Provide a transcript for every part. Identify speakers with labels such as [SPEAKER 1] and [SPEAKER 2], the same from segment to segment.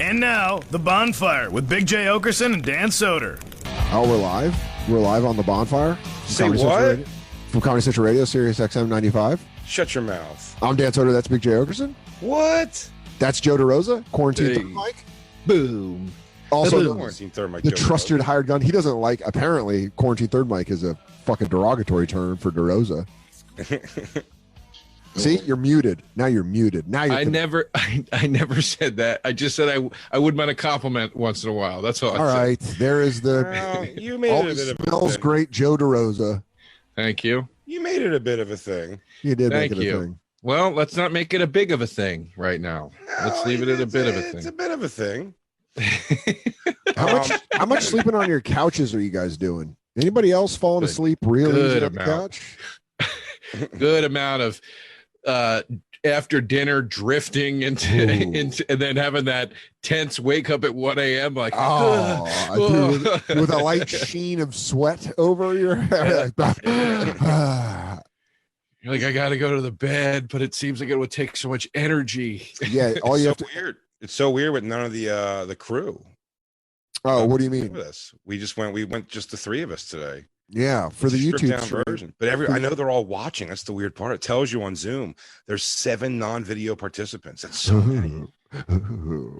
[SPEAKER 1] And now, The Bonfire with Big J. Okerson and Dan Soder.
[SPEAKER 2] Oh, we're live. We're live on the bonfire. From
[SPEAKER 3] Say
[SPEAKER 2] Comedy Central
[SPEAKER 3] what?
[SPEAKER 2] Radio- From Comedy Central Radio, Sirius XM 95.
[SPEAKER 3] Shut your mouth.
[SPEAKER 2] I'm Dan Soder. That's Big J. Okerson.
[SPEAKER 3] What?
[SPEAKER 2] That's Joe DeRosa. Quarantine
[SPEAKER 3] Hey.
[SPEAKER 2] Third Mike.
[SPEAKER 4] Boom.
[SPEAKER 2] Also,
[SPEAKER 4] Boom.
[SPEAKER 2] known as
[SPEAKER 3] Quarantine third Mike
[SPEAKER 2] the
[SPEAKER 3] Joe
[SPEAKER 2] trusted hired gun. He doesn't like, apparently, Quarantine Third Mike is a fucking derogatory term for DeRosa. See, you're muted. Now you're muted. Now you're.
[SPEAKER 4] I never, I, I never said that. I just said I, I would mind a compliment once in a while. That's all. I
[SPEAKER 2] All
[SPEAKER 4] said.
[SPEAKER 2] right. There is
[SPEAKER 3] Rogan.
[SPEAKER 2] the.
[SPEAKER 3] Well, you made it a
[SPEAKER 2] Always
[SPEAKER 3] bit of a
[SPEAKER 2] smells
[SPEAKER 3] thing.
[SPEAKER 2] great, Joe DeRosa.
[SPEAKER 4] Thank you.
[SPEAKER 3] You made it a bit of a thing.
[SPEAKER 2] He did make
[SPEAKER 4] Thank
[SPEAKER 2] it a
[SPEAKER 4] you.
[SPEAKER 2] thing.
[SPEAKER 4] Well, let's not make it a big of a thing right now. Let's
[SPEAKER 3] No,
[SPEAKER 4] leave it at a
[SPEAKER 3] it's
[SPEAKER 4] bit of a
[SPEAKER 3] It's
[SPEAKER 4] thing.
[SPEAKER 3] a bit of a thing.
[SPEAKER 2] How much?
[SPEAKER 3] Um,
[SPEAKER 2] How much sleeping on your couches are you guys doing? Anybody else falling
[SPEAKER 4] Good.
[SPEAKER 2] asleep really
[SPEAKER 4] Good
[SPEAKER 2] easy on the
[SPEAKER 4] amount.
[SPEAKER 2] couch?
[SPEAKER 4] Good amount of uh after dinner drifting into,
[SPEAKER 2] Ooh.
[SPEAKER 4] into and then having that tense wake up at 1 a.m. like
[SPEAKER 2] Oh,
[SPEAKER 4] "Ugh,
[SPEAKER 2] dude,
[SPEAKER 4] ugh."
[SPEAKER 2] with a light sheen of sweat over your head. yeah,
[SPEAKER 4] You're like, I gotta go to the bed, but it seems like it would take so much energy.
[SPEAKER 2] all
[SPEAKER 3] it's
[SPEAKER 2] you
[SPEAKER 3] so
[SPEAKER 2] have to.
[SPEAKER 3] weird. It's so weird with none of the uh the crew
[SPEAKER 2] Oh, what do you mean?
[SPEAKER 3] with us. We just went. We went just the three of us today
[SPEAKER 2] Yeah, for
[SPEAKER 3] It's
[SPEAKER 2] the
[SPEAKER 3] a stripped
[SPEAKER 2] YouTube
[SPEAKER 3] down
[SPEAKER 2] stream.
[SPEAKER 3] version. But every I know they're all watching. That's the weird part. It tells you on Zoom there's seven non-video participants. That's so many.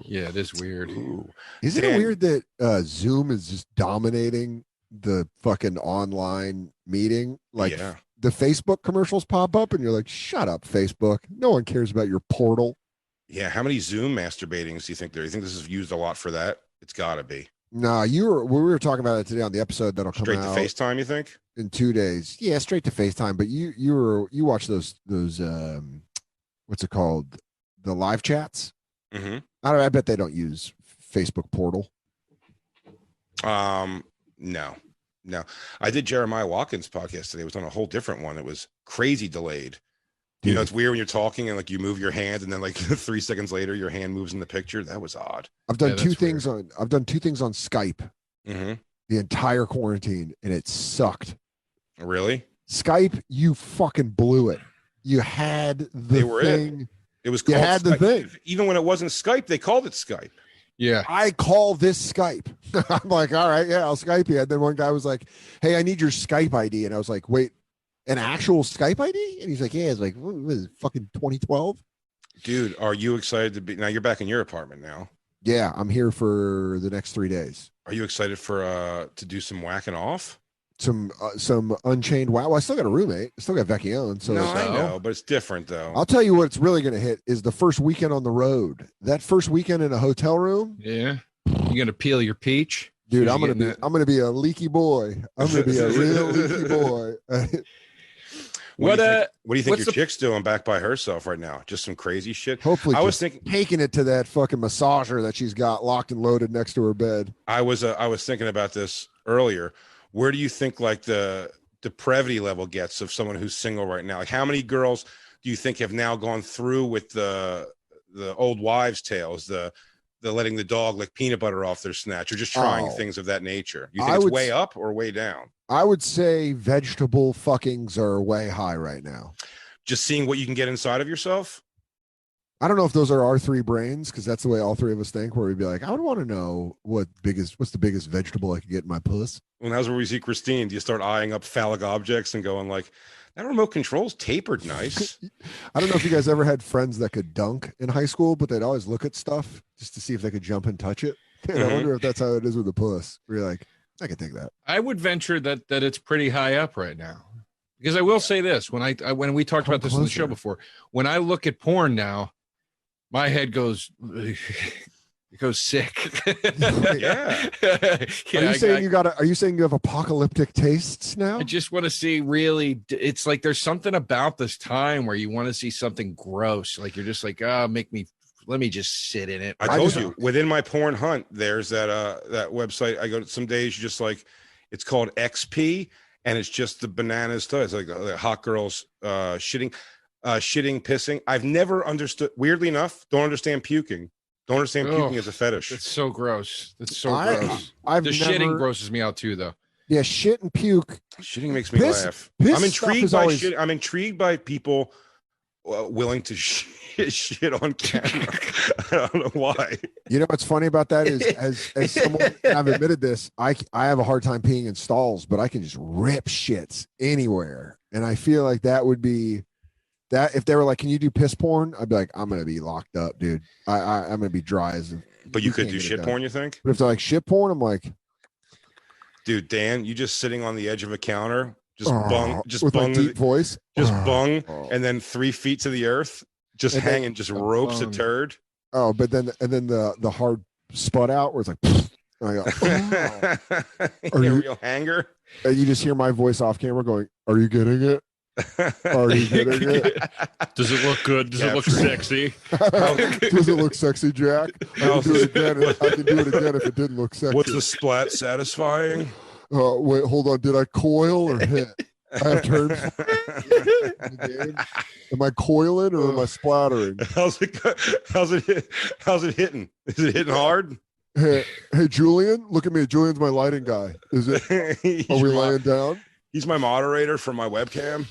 [SPEAKER 4] Yeah, it is weird.
[SPEAKER 3] Ooh.
[SPEAKER 2] Isn't it
[SPEAKER 3] Dan-
[SPEAKER 2] weird that uh, Zoom is just dominating the fucking online meeting? Like
[SPEAKER 3] yeah.
[SPEAKER 2] the Facebook commercials pop up, and you're like, "Shut up, Facebook! No one cares about your portal."
[SPEAKER 3] Yeah, how many Zoom masturbatings do you think there? You think this is used a lot for that? It's got to be
[SPEAKER 2] Nah, you were we were talking about it today on the episode that'll come
[SPEAKER 3] straight to
[SPEAKER 2] out
[SPEAKER 3] FaceTime. You think?
[SPEAKER 2] in two days. Yeah, straight to FaceTime. But you you were you watch those those um what's it called? The live chats?
[SPEAKER 3] Mm-hmm.
[SPEAKER 2] I don't I bet they don't use Facebook portal.
[SPEAKER 3] Um, no, no. I did Jeremiah Watkins' podcast today. It was on a whole different one. It was crazy delayed. You know,
[SPEAKER 2] Dude.
[SPEAKER 3] it's weird when you're talking and like you move your hand, and then like three seconds later, your hand moves in the picture. That was odd.
[SPEAKER 2] I've done
[SPEAKER 4] Yeah,
[SPEAKER 2] two
[SPEAKER 4] that's
[SPEAKER 2] things on I've done two things on Skype
[SPEAKER 3] Mm-hmm.
[SPEAKER 2] the entire quarantine and it sucked.
[SPEAKER 3] Really?
[SPEAKER 2] Skype, you fucking blew it. You had the
[SPEAKER 3] They were it.
[SPEAKER 2] thing.
[SPEAKER 3] It was.
[SPEAKER 2] You
[SPEAKER 3] called
[SPEAKER 2] had the
[SPEAKER 3] Skype.
[SPEAKER 2] thing.
[SPEAKER 3] Even when it wasn't Skype, they called it Skype.
[SPEAKER 4] Yeah.
[SPEAKER 2] I call this Skype. I'm like, all right, yeah, I'll Skype you. And then one guy was like, hey, I need your Skype ID. And I was like, wait, an actual Skype ID? And he's like, yeah. It's like, what was it, fucking 2012?
[SPEAKER 3] Dude, are you excited to be now? You're back in your apartment now.
[SPEAKER 2] Yeah, I'm here for the next three days.
[SPEAKER 3] Are you excited for uh to do some whacking off?
[SPEAKER 2] Some uh, some unchained wow. Well, I still got a roommate. I still got Vecchione. So
[SPEAKER 3] no,
[SPEAKER 2] it's-
[SPEAKER 3] I know, but it's different though.
[SPEAKER 2] I'll tell you what's really going to hit is the first weekend on the road. That first weekend in a hotel room,
[SPEAKER 4] Yeah. You gonna peel your peach?
[SPEAKER 2] dude.
[SPEAKER 4] You're
[SPEAKER 2] I'm gonna
[SPEAKER 4] getting
[SPEAKER 2] be
[SPEAKER 4] that-
[SPEAKER 2] I'm gonna be a leaky boy. I'm gonna be a real leaky boy.
[SPEAKER 3] What,
[SPEAKER 4] What,
[SPEAKER 3] do you
[SPEAKER 4] uh,
[SPEAKER 3] think, what do you think
[SPEAKER 4] what's
[SPEAKER 3] your
[SPEAKER 4] the-
[SPEAKER 3] chick's doing back by herself right now? Just some crazy shit.
[SPEAKER 2] Hopefully,
[SPEAKER 3] I was
[SPEAKER 2] just
[SPEAKER 3] thinking,
[SPEAKER 2] taking it to that fucking massager that she's got locked and loaded next to her bed.
[SPEAKER 3] I was, uh, I was thinking about this earlier. Where do you think like the depravity level gets of someone who's single right now? Like, how many girls do you think have now gone through with the the old wives' tales, the the letting the dog lick peanut butter off their snatch, or just trying
[SPEAKER 2] Oh.
[SPEAKER 3] things of that nature? You think
[SPEAKER 2] I
[SPEAKER 3] it's
[SPEAKER 2] would
[SPEAKER 3] way
[SPEAKER 2] s-
[SPEAKER 3] up or way down?
[SPEAKER 2] I would say vegetable fuckings are way high right now.
[SPEAKER 3] Just seeing what you can get inside of yourself.
[SPEAKER 2] I don't know if those are our three brains because that's the way all three of us think. Where we'd be like, I would want to know what biggest, what's the biggest vegetable I could get in my puss.
[SPEAKER 3] When that was where we see Christine, do you start eyeing up phallic objects and going like, that remote control's tapered nice.
[SPEAKER 2] I don't know if you guys ever had friends that could dunk in high school, but they'd always look at stuff just to see if they could jump and touch it. And
[SPEAKER 3] Mhm.
[SPEAKER 2] I wonder if that's how it is with the puss. We're like, I could take that.
[SPEAKER 4] I would venture that that it's pretty high up right now. Because I will say this when I, I when we talked
[SPEAKER 2] Come
[SPEAKER 4] about this on the show
[SPEAKER 2] closer.
[SPEAKER 4] before, when I look at porn now, my head goes it goes sick.
[SPEAKER 3] Yeah.
[SPEAKER 4] Yeah,
[SPEAKER 2] are you
[SPEAKER 4] I,
[SPEAKER 2] saying
[SPEAKER 4] I-
[SPEAKER 2] you got? Are you saying you have apocalyptic tastes now?
[SPEAKER 4] I just want to see really d- it's like there's something about this time where you want to see something gross. Like you're just like, ah, make me let me just sit in it.
[SPEAKER 3] I
[SPEAKER 2] I
[SPEAKER 3] told
[SPEAKER 2] just-
[SPEAKER 3] you within my porn hunt, there's that uh that website. I go to some days you just like it's called XP and it's just the bananas stuff. It's like uh, the hot girls uh shitting, uh shitting, pissing. I've never understood weirdly enough, don't understand puking. Don't understand
[SPEAKER 4] Ugh,
[SPEAKER 3] puking as a
[SPEAKER 4] That's
[SPEAKER 3] fetish.
[SPEAKER 4] so gross. That's so
[SPEAKER 2] I-
[SPEAKER 4] gross.
[SPEAKER 2] I've
[SPEAKER 4] The
[SPEAKER 2] never,
[SPEAKER 4] shitting grosses me out too though.
[SPEAKER 2] Yeah, shit and puke.
[SPEAKER 3] Shitting makes me
[SPEAKER 2] Piss-
[SPEAKER 3] laugh.
[SPEAKER 2] piss
[SPEAKER 3] I'm
[SPEAKER 2] stuff
[SPEAKER 3] intrigued
[SPEAKER 2] is
[SPEAKER 3] by
[SPEAKER 2] always-
[SPEAKER 3] shit. I'm intrigued by people uh, willing to sh- shit on camera. I don't know why.
[SPEAKER 2] You know what's funny about that is, as as someone and I've admitted this, I c- I have a hard time peeing in stalls, but I can just rip shits anywhere, and I feel like that would be that if they were like, "Can you do piss porn?" I'd be like, "I'm gonna be locked up, dude. I, I I'm gonna be dry as." a-"
[SPEAKER 3] But you,
[SPEAKER 2] You
[SPEAKER 3] could
[SPEAKER 2] can't get
[SPEAKER 3] do
[SPEAKER 2] it
[SPEAKER 3] shit
[SPEAKER 2] done.
[SPEAKER 3] porn, you think?
[SPEAKER 2] But if they're like shit porn, I'm like,
[SPEAKER 3] Dude, Dan, you just sitting on the edge of a counter, just
[SPEAKER 2] "Oh,"
[SPEAKER 3] bung, just
[SPEAKER 2] with my
[SPEAKER 3] bung,
[SPEAKER 2] deep
[SPEAKER 3] the,
[SPEAKER 2] voice,
[SPEAKER 3] just
[SPEAKER 2] "Oh."
[SPEAKER 3] bung,
[SPEAKER 2] Oh.
[SPEAKER 3] and then three feet to the earth, just
[SPEAKER 2] And then-
[SPEAKER 3] hanging, just ropes a
[SPEAKER 4] bung.
[SPEAKER 3] turd.
[SPEAKER 2] Oh, but then and then the the hard sput out where it's like, and, I go, "Oh."
[SPEAKER 3] a
[SPEAKER 2] Are you-
[SPEAKER 3] real hanger.
[SPEAKER 2] and you just hear my voice off camera going, "Are you getting it? Are you getting it?
[SPEAKER 5] Does it look good? Does it look
[SPEAKER 3] Yeah.
[SPEAKER 5] sexy?
[SPEAKER 2] Does it look sexy, Jack? I can do it again. if- I can do it again if it didn't look sexy.
[SPEAKER 3] What's the splat satisfying?
[SPEAKER 2] Uh, wait, hold on. Did I coil or hit? I have turned. Dude, Am I coiling or am I splattering?
[SPEAKER 3] How's it? go- How's it? hit- How's it hitting? Is it hitting hard?
[SPEAKER 2] Hey, hey, Julian, look at me. Julian's my lighting guy. Is it?
[SPEAKER 3] he's,
[SPEAKER 2] Are we
[SPEAKER 3] my,
[SPEAKER 2] laying down?
[SPEAKER 3] he's my moderator for my webcam.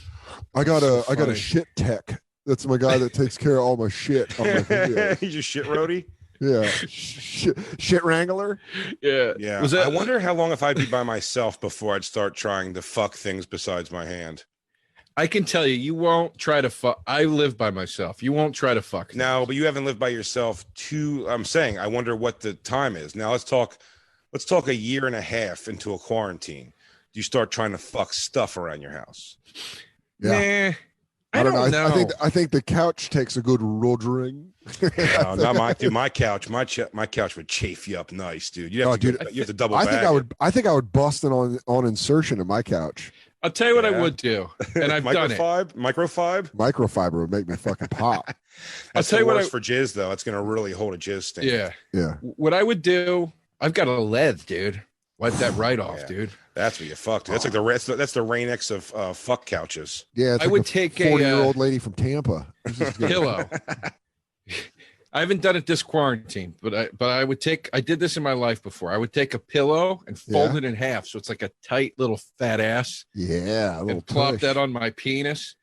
[SPEAKER 2] I got a,
[SPEAKER 4] So
[SPEAKER 2] I got a
[SPEAKER 4] funny.
[SPEAKER 2] shit tech. That's my guy that takes care of all my shit. On my videos.
[SPEAKER 3] he's a shit roadie.
[SPEAKER 2] yeah, shit, shit wrangler.
[SPEAKER 5] Yeah.
[SPEAKER 3] Yeah.
[SPEAKER 5] Was that-
[SPEAKER 3] I wonder how long if I'd be by myself before I'd start trying to fuck things besides my hand.
[SPEAKER 4] I can tell you, you won't try to fuck. I live by myself. You won't try to fuck.
[SPEAKER 3] No, but you haven't lived by yourself too. I'm saying I wonder what the time is. Now let's talk let's talk a year and a half into a quarantine. Do you start trying to fuck stuff around your house?
[SPEAKER 4] Yeah. Nah, I, don't know.
[SPEAKER 2] I, I think I think the couch takes a good rodering.
[SPEAKER 3] No, Uh, not my dude, my couch. My ch- my couch would chafe you up nice, dude. You have
[SPEAKER 2] Oh,
[SPEAKER 3] to go-
[SPEAKER 2] dude,
[SPEAKER 3] you have to double
[SPEAKER 2] I
[SPEAKER 3] back.
[SPEAKER 2] think I would I think I would bust an on on insertion in my couch.
[SPEAKER 4] I'll tell you what
[SPEAKER 3] Yeah.
[SPEAKER 4] I would do, and I've done it.
[SPEAKER 3] microfibe, microfibe.
[SPEAKER 2] Microfiber would make me fucking pop.
[SPEAKER 3] That's
[SPEAKER 4] tell you
[SPEAKER 3] the
[SPEAKER 4] what I-
[SPEAKER 3] worst for jizz though. It's gonna really hold a jizz stain.
[SPEAKER 4] Yeah.
[SPEAKER 2] Yeah.
[SPEAKER 4] What I would do, I've got a lead, dude. Wipe that right off,
[SPEAKER 3] Yeah.
[SPEAKER 4] dude.
[SPEAKER 3] that's what you fucked. That's like the re- that's the rain X of uh, fuck couches.
[SPEAKER 2] Yeah, it's
[SPEAKER 4] I
[SPEAKER 2] like
[SPEAKER 4] would
[SPEAKER 2] a
[SPEAKER 4] take a
[SPEAKER 2] forty year
[SPEAKER 4] uh,
[SPEAKER 2] old lady from Tampa. It's just gonna-
[SPEAKER 4] pillow. I haven't done it this quarantine, but I but I would take I did this in my life before. I would take a pillow and fold
[SPEAKER 2] Yeah.
[SPEAKER 4] it in half so it's like a tight little fat ass
[SPEAKER 2] yeah, a little
[SPEAKER 4] and plop
[SPEAKER 2] push.
[SPEAKER 4] that on my penis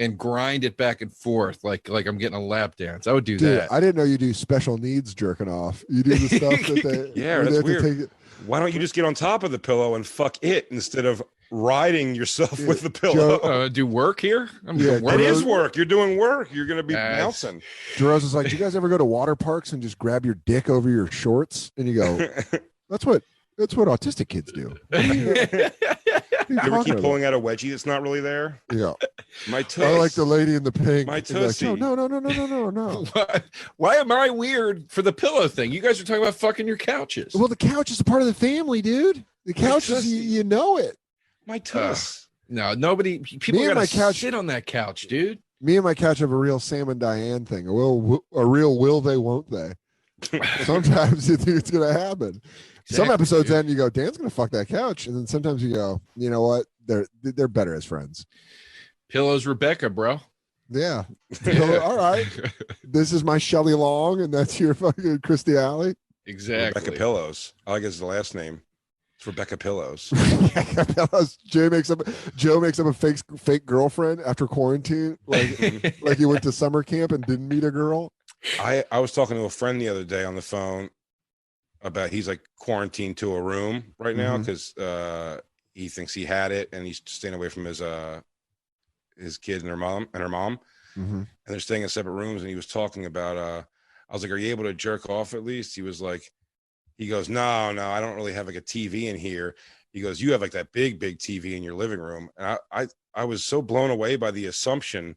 [SPEAKER 4] and grind it back and forth like like I'm getting a lap dance.
[SPEAKER 3] Oh,
[SPEAKER 4] I would do
[SPEAKER 2] Dude,
[SPEAKER 4] that.
[SPEAKER 2] I didn't know you do special needs jerking off. You do the stuff that they
[SPEAKER 3] Yeah,
[SPEAKER 2] where they
[SPEAKER 3] that's
[SPEAKER 2] have to
[SPEAKER 3] weird.
[SPEAKER 2] take it-
[SPEAKER 3] Why don't you just get on top of the pillow and fuck it instead of riding yourself
[SPEAKER 2] Yeah,
[SPEAKER 3] with the pillow?
[SPEAKER 4] Uh, do work here? I'm
[SPEAKER 2] Yeah,
[SPEAKER 4] yeah,
[SPEAKER 3] It
[SPEAKER 4] work.
[SPEAKER 3] is work. You're doing work. You're gonna be
[SPEAKER 4] Nice.
[SPEAKER 3] bouncing.
[SPEAKER 2] Jeroz is like, do you guys ever go to water parks and just grab your dick over your shorts? And you go, that's what that's what autistic kids do. What are you- what are you
[SPEAKER 3] You ever
[SPEAKER 2] talking
[SPEAKER 3] keep
[SPEAKER 2] about?
[SPEAKER 3] pulling out a wedgie that's not really there?
[SPEAKER 2] Yeah.
[SPEAKER 3] My toes.
[SPEAKER 2] I like the lady in the pink.
[SPEAKER 3] My
[SPEAKER 2] She's like,
[SPEAKER 3] tussie.
[SPEAKER 2] no, no, no, no, no, no, no.
[SPEAKER 4] Why, why am I weird for the pillow thing? You guys are talking about fucking your couches.
[SPEAKER 2] Well, the couch is a part of the family, dude. The couch is,
[SPEAKER 3] tussie.
[SPEAKER 2] you, you know it.
[SPEAKER 3] my toes.
[SPEAKER 4] No, nobody. People
[SPEAKER 2] Me and
[SPEAKER 4] gotta
[SPEAKER 2] my couch-
[SPEAKER 4] shit on that couch, dude.
[SPEAKER 2] Me and my couch have a real Sam and Diane thing. A real, a real will they, won't they? Sometimes you think it's going to happen. Some
[SPEAKER 4] Exactly,
[SPEAKER 2] episodes
[SPEAKER 4] dude.
[SPEAKER 2] end, you go, Dan's going to fuck that couch. And then sometimes you go, you know what? They're they're better as friends.
[SPEAKER 4] Pillows, Rebecca, bro.
[SPEAKER 2] Yeah. So, all right. This is my Shelley Long, and that's your fucking Christy Alley.
[SPEAKER 4] Exactly.
[SPEAKER 3] Rebecca Pillows. I like is the last name. It's Rebecca Pillows.
[SPEAKER 2] Jay makes up Joe makes up a fake fake girlfriend after quarantine, like like he went to summer camp and didn't meet a girl.
[SPEAKER 3] I, I was talking to a friend the other day on the phone about he's like quarantined to a room right now
[SPEAKER 2] Mhm.
[SPEAKER 3] because uh, he thinks he had it and he's staying away from his uh his kid and her mom and her mom and they're staying in separate rooms and he was talking about uh I was like are you able to jerk off at least he was like he goes no no I don't really have like a TV in here he goes you have like that big big TV in your living room and I I, I was so blown away by the assumption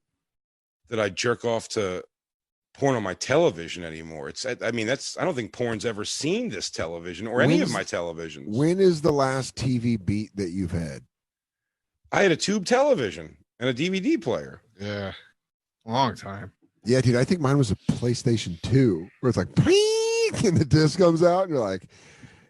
[SPEAKER 3] that I jerk off to porn on my television anymore. It's I I mean that's I don't think porn's ever seen this television or any of
[SPEAKER 2] When's-
[SPEAKER 3] my televisions.
[SPEAKER 2] When is the last TV beat that you've had?
[SPEAKER 3] I had a tube television and a DVD player.
[SPEAKER 4] Yeah. Long time.
[SPEAKER 2] Yeah, dude, I think mine was a PlayStation 2 where it's like, "Ping," and the disc comes out, and you're like,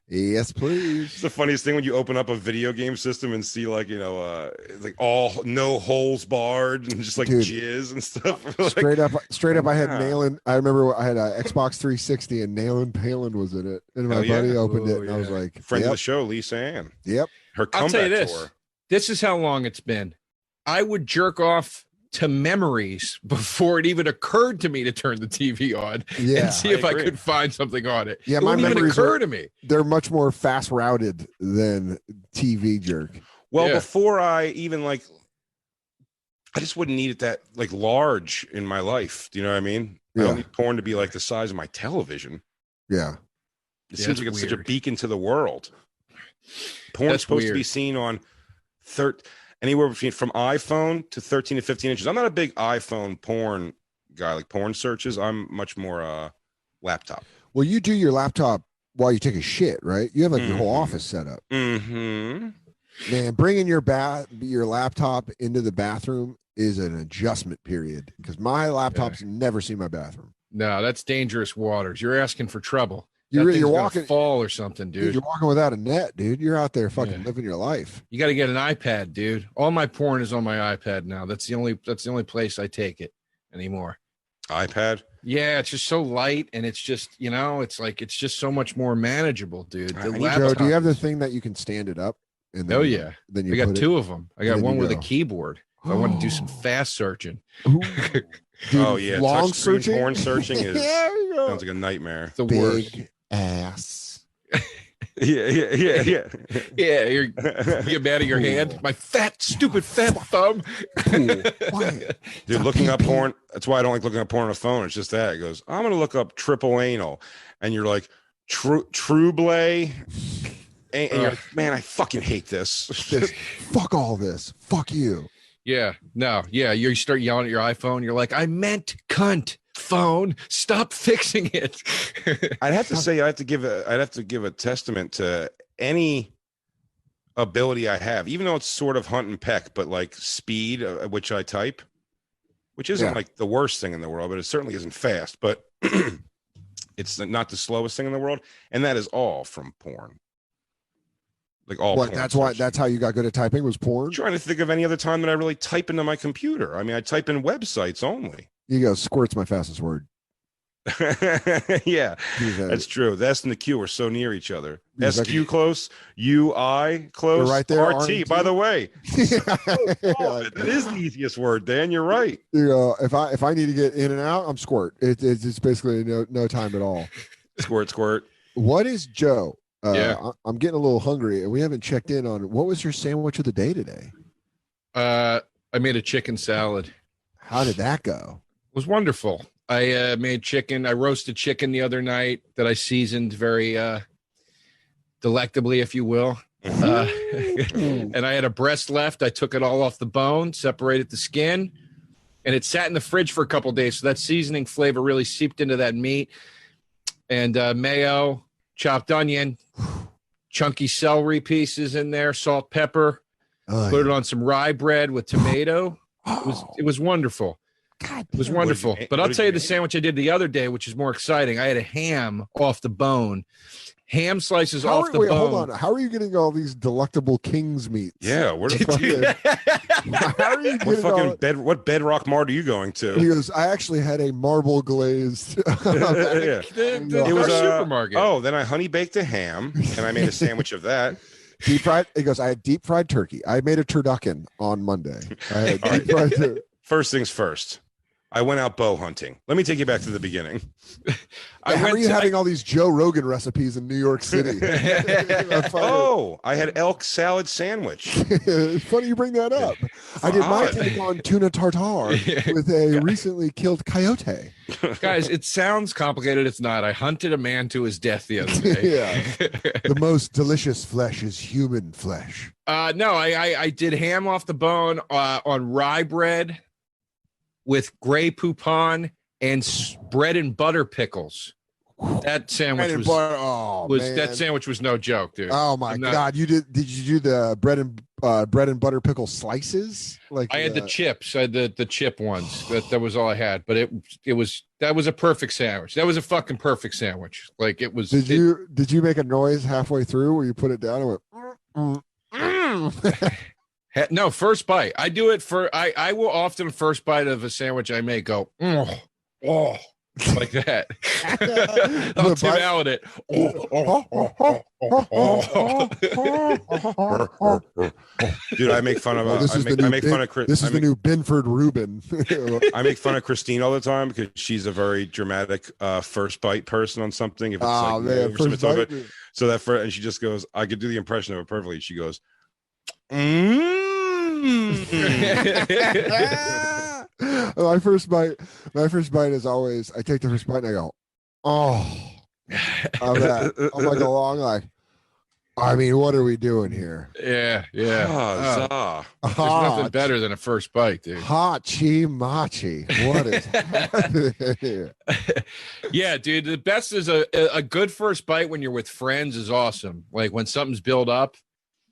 [SPEAKER 2] yes,
[SPEAKER 3] It's
[SPEAKER 2] please.
[SPEAKER 3] the funniest thing when you open up a video game system and see like you know uh like all no holes barred and just like
[SPEAKER 2] Dude.
[SPEAKER 3] jizz and stuff. Like,
[SPEAKER 2] Straight up, straight up, I had
[SPEAKER 3] Yeah.
[SPEAKER 2] Nalen. I remember I had a Xbox 360 and Nalen Palin was in it. And my
[SPEAKER 3] Hell yeah.
[SPEAKER 2] buddy opened it
[SPEAKER 4] Oh,
[SPEAKER 2] and I was
[SPEAKER 4] yeah.
[SPEAKER 2] like,
[SPEAKER 3] friend of
[SPEAKER 2] yep,
[SPEAKER 3] the show, Lisa Ann.
[SPEAKER 2] yep.
[SPEAKER 3] Her
[SPEAKER 4] I'll
[SPEAKER 3] comeback
[SPEAKER 4] tell you this.
[SPEAKER 3] tour.
[SPEAKER 4] This is how long it's been. I would jerk off to memories before it even occurred to me to turn the TV on
[SPEAKER 2] Yeah.
[SPEAKER 4] and see
[SPEAKER 5] I
[SPEAKER 4] if I
[SPEAKER 5] agree.
[SPEAKER 4] could find something on it.
[SPEAKER 2] Yeah,
[SPEAKER 4] it
[SPEAKER 2] my
[SPEAKER 4] wouldn't even
[SPEAKER 2] memories
[SPEAKER 4] occur
[SPEAKER 2] were-
[SPEAKER 4] to me.
[SPEAKER 2] They're much more fast routed than TV jerk.
[SPEAKER 3] Well,
[SPEAKER 4] Yeah.
[SPEAKER 3] before I even like, I just wouldn't need it that like large in my life. Do you know what I mean? I
[SPEAKER 2] Yeah.
[SPEAKER 3] don't need porn to be like the size of my television.
[SPEAKER 2] Yeah.
[SPEAKER 3] It
[SPEAKER 4] Yeah, it's
[SPEAKER 3] seems like it's such a
[SPEAKER 4] weird.
[SPEAKER 3] beacon to the world. Porn's
[SPEAKER 4] That's
[SPEAKER 3] supposed to be
[SPEAKER 4] weird.
[SPEAKER 3] seen on thir- anywhere between from iPhone to 13 to 15 inches. I'm not a big iPhone porn guy, like porn searches. I'm much more uh laptop.
[SPEAKER 2] Well, you do your laptop while you take a shit, right? You have like your whole
[SPEAKER 3] Mhm.
[SPEAKER 2] office set up.
[SPEAKER 3] hmm
[SPEAKER 2] Man, bringing your bath your laptop into the bathroom is an adjustment period because my laptop's never seen my bathroom.
[SPEAKER 4] No, that's dangerous waters. You're asking for trouble.
[SPEAKER 2] You
[SPEAKER 4] That
[SPEAKER 2] really,
[SPEAKER 4] thing's
[SPEAKER 2] you're
[SPEAKER 4] gonna
[SPEAKER 2] walking,
[SPEAKER 4] fall or something,
[SPEAKER 2] dude,
[SPEAKER 4] dude.
[SPEAKER 2] You're walking without a net, dude. You're out there fucking
[SPEAKER 4] Yeah.
[SPEAKER 2] living your life.
[SPEAKER 4] You got to get an iPad, dude. All my porn is on my iPad now. That's the only that's the only place I take it anymore.
[SPEAKER 3] iPad.
[SPEAKER 4] Yeah, it's just so light and it's just, you know, it's like it's just so much more manageable, dude.
[SPEAKER 3] I
[SPEAKER 4] The
[SPEAKER 3] need to-
[SPEAKER 2] Joe,
[SPEAKER 4] laptop.
[SPEAKER 2] do you have the thing that you can stand it up? And
[SPEAKER 4] Oh
[SPEAKER 2] you-
[SPEAKER 4] yeah.
[SPEAKER 2] then you
[SPEAKER 4] I got
[SPEAKER 2] put it-
[SPEAKER 4] two of them. I got
[SPEAKER 2] There
[SPEAKER 4] one
[SPEAKER 2] you
[SPEAKER 4] with a
[SPEAKER 2] go.
[SPEAKER 4] keyboard. If I want to do some fast searching.
[SPEAKER 2] Ooh. Dude,
[SPEAKER 3] oh yeah,
[SPEAKER 2] long
[SPEAKER 3] touchscreen
[SPEAKER 2] searching.
[SPEAKER 3] porn searching is
[SPEAKER 2] There you go.
[SPEAKER 3] sounds like a nightmare.
[SPEAKER 4] It's the worst.
[SPEAKER 2] big ass.
[SPEAKER 3] Yeah, yeah, yeah,
[SPEAKER 4] Yeah, you're you
[SPEAKER 3] yeah.
[SPEAKER 4] get mad at your hand. My fat, stupid fat thumb.
[SPEAKER 2] Why?
[SPEAKER 3] Dude, looking up porn. That's why I don't like looking up porn on a phone. It's just that it goes. I'm gonna look up triple anal, and you're like, true, trueblay,
[SPEAKER 4] Uh.
[SPEAKER 3] and, and you're like, man, I fucking hate this.
[SPEAKER 2] This- fuck all this. Fuck you.
[SPEAKER 4] Yeah, no, yeah. You start yelling at your iPhone. You're like, I meant cunt phone. Stop fixing it.
[SPEAKER 3] I'd have to say I have to give a I'd have to give a testament to any ability I have, even though it's sort of hunt and peck, but like speed uh, at which I type, which isn't
[SPEAKER 2] Yeah.
[SPEAKER 3] like the worst thing in the world, but it certainly isn't fast. But it's not the slowest thing in the world, and that is all from porn. Like all.
[SPEAKER 2] What?
[SPEAKER 3] porn
[SPEAKER 2] That's why.
[SPEAKER 3] search.
[SPEAKER 2] That's how you got good at typing was porn.
[SPEAKER 3] I'm trying to think of any other time that I really type into my computer. I mean, I type in websites only.
[SPEAKER 2] You go. Squirt's my fastest word.
[SPEAKER 3] yeah.
[SPEAKER 2] Use that.
[SPEAKER 3] That's true. The S and the Q are so near each other.
[SPEAKER 2] Yeah,
[SPEAKER 3] SQ
[SPEAKER 2] exactly.
[SPEAKER 3] close, UI close,
[SPEAKER 2] They're right there,
[SPEAKER 3] RT.
[SPEAKER 2] R&T.
[SPEAKER 3] By the way,
[SPEAKER 2] Yeah.
[SPEAKER 3] Oh, that is the easiest word, Dan. You're right.
[SPEAKER 2] you know, if I if I need to get in and out, I'm squirt. It, it's it's basically no no time at all.
[SPEAKER 3] Squirt, squirt.
[SPEAKER 2] What is Joe? Uh,
[SPEAKER 4] Yeah.
[SPEAKER 2] I, I'm getting a little hungry, and we haven't checked in on what was your sandwich of the day today.
[SPEAKER 4] uh, I made a chicken salad. It
[SPEAKER 2] How did that go?
[SPEAKER 4] was wonderful. I uh, made chicken. I roasted chicken the other night that I seasoned very uh, delectably, if you will.
[SPEAKER 3] Mm-hmm.
[SPEAKER 4] Uh, and I had a breast left. I took it all off the bone, separated the skin, and it sat in the fridge for a couple days. So that seasoning flavor really seeped into that meat. And uh, mayo, chopped onion, chunky celery pieces in there, salt, pepper.
[SPEAKER 2] Oh,
[SPEAKER 4] Put it on some rye bread with tomato. It was it was wonderful.
[SPEAKER 2] God,
[SPEAKER 4] It was
[SPEAKER 2] damn.
[SPEAKER 3] did
[SPEAKER 4] wonderful.
[SPEAKER 3] you make?
[SPEAKER 4] But
[SPEAKER 3] What
[SPEAKER 4] I'll
[SPEAKER 3] did
[SPEAKER 4] tell
[SPEAKER 3] you
[SPEAKER 4] you the
[SPEAKER 3] make?
[SPEAKER 4] sandwich I did the other day, which is more exciting. I had a ham off the bone, ham slices
[SPEAKER 2] How
[SPEAKER 4] off
[SPEAKER 2] are-
[SPEAKER 4] the
[SPEAKER 2] wait,
[SPEAKER 4] bone.
[SPEAKER 2] hold on. How are you getting all these delectable king's meats?
[SPEAKER 3] Yeah. Where the
[SPEAKER 2] Dude,
[SPEAKER 3] fuck?
[SPEAKER 2] How are you
[SPEAKER 3] What
[SPEAKER 2] getting all?
[SPEAKER 3] fucking bed? What bedrock mart are you going
[SPEAKER 2] He
[SPEAKER 3] to?
[SPEAKER 2] goes. I actually had a marble glazed.
[SPEAKER 3] Yeah.
[SPEAKER 4] The,
[SPEAKER 2] It
[SPEAKER 4] the,
[SPEAKER 3] was,
[SPEAKER 4] our
[SPEAKER 3] uh,
[SPEAKER 4] supermarket.
[SPEAKER 3] Oh, then I honey baked a ham, and I made a sandwich of that.
[SPEAKER 2] deep fried. He goes. I had deep fried turkey. I made a turducken on Monday. I had deep fried tur-
[SPEAKER 3] First things first. I went out bow hunting. Let me take you back to the beginning.
[SPEAKER 4] I
[SPEAKER 2] How
[SPEAKER 4] went
[SPEAKER 2] are you
[SPEAKER 4] to-
[SPEAKER 2] having all these Joe Rogan recipes in New York City? oh.
[SPEAKER 3] Oh, I had elk salad sandwich.
[SPEAKER 2] funny you bring that up. I did my
[SPEAKER 3] Odd.
[SPEAKER 2] take on tuna tartare with a recently killed coyote.
[SPEAKER 4] Guys, it sounds complicated. It's not. I hunted a man to his death the other day.
[SPEAKER 2] The most delicious flesh is human flesh.
[SPEAKER 4] Uh, no, I, I I did ham off the bone uh, on rye bread with gray poupon and s- bread and butter pickles. That
[SPEAKER 2] Bread
[SPEAKER 4] sandwich
[SPEAKER 2] and
[SPEAKER 4] was,
[SPEAKER 2] butter. Oh,
[SPEAKER 4] was
[SPEAKER 2] man.
[SPEAKER 4] that sandwich was no joke, dude.
[SPEAKER 2] Oh my
[SPEAKER 4] I'm not-
[SPEAKER 2] god! You did? Did you do the bread and uh, bread and butter pickle slices? Like uh,
[SPEAKER 4] I had the chips. I had the, the chip ones. That that was all I had. But it it was that was a perfect sandwich. That was a fucking perfect sandwich. Like it was.
[SPEAKER 2] Did
[SPEAKER 4] it-
[SPEAKER 2] you did you make a noise halfway through where you put it down and went? "Mm, mm, mm."
[SPEAKER 4] He- No, first bite. I do it for I I will often first bite of a sandwich I make go, oh, oh, like that. I'll Tim
[SPEAKER 2] bite-
[SPEAKER 4] Allen it.
[SPEAKER 3] Dude, I make fun of
[SPEAKER 2] Well, Oh, this
[SPEAKER 3] I
[SPEAKER 2] is the
[SPEAKER 3] make, I
[SPEAKER 2] new
[SPEAKER 3] make
[SPEAKER 2] big-
[SPEAKER 3] fun of Chris.
[SPEAKER 2] This is
[SPEAKER 3] I
[SPEAKER 2] the
[SPEAKER 3] make,
[SPEAKER 2] new Benford Rubin.
[SPEAKER 3] I make fun of Christine all the time because she's a very dramatic uh, first bite person on something. If it's
[SPEAKER 2] oh
[SPEAKER 3] like
[SPEAKER 2] man,
[SPEAKER 3] move or something,
[SPEAKER 2] first
[SPEAKER 3] it's all good.
[SPEAKER 2] bite.
[SPEAKER 3] So that first, and she just goes, I could do the impression of it perfectly. She goes, mm.
[SPEAKER 2] my first bite, my first bite is always I take the first bite and I go, oh, I'm, at, I'm like along like. I mean, what are we doing here?
[SPEAKER 4] yeah, yeah.
[SPEAKER 3] Ah,
[SPEAKER 4] Uh,
[SPEAKER 3] zah.
[SPEAKER 4] there's
[SPEAKER 2] Hot,
[SPEAKER 4] nothing better than a first bite, dude.
[SPEAKER 2] Hachi machi. What is happening here?
[SPEAKER 4] yeah, dude. The best is a a a good first bite when you're with friends is awesome. Like when something's built up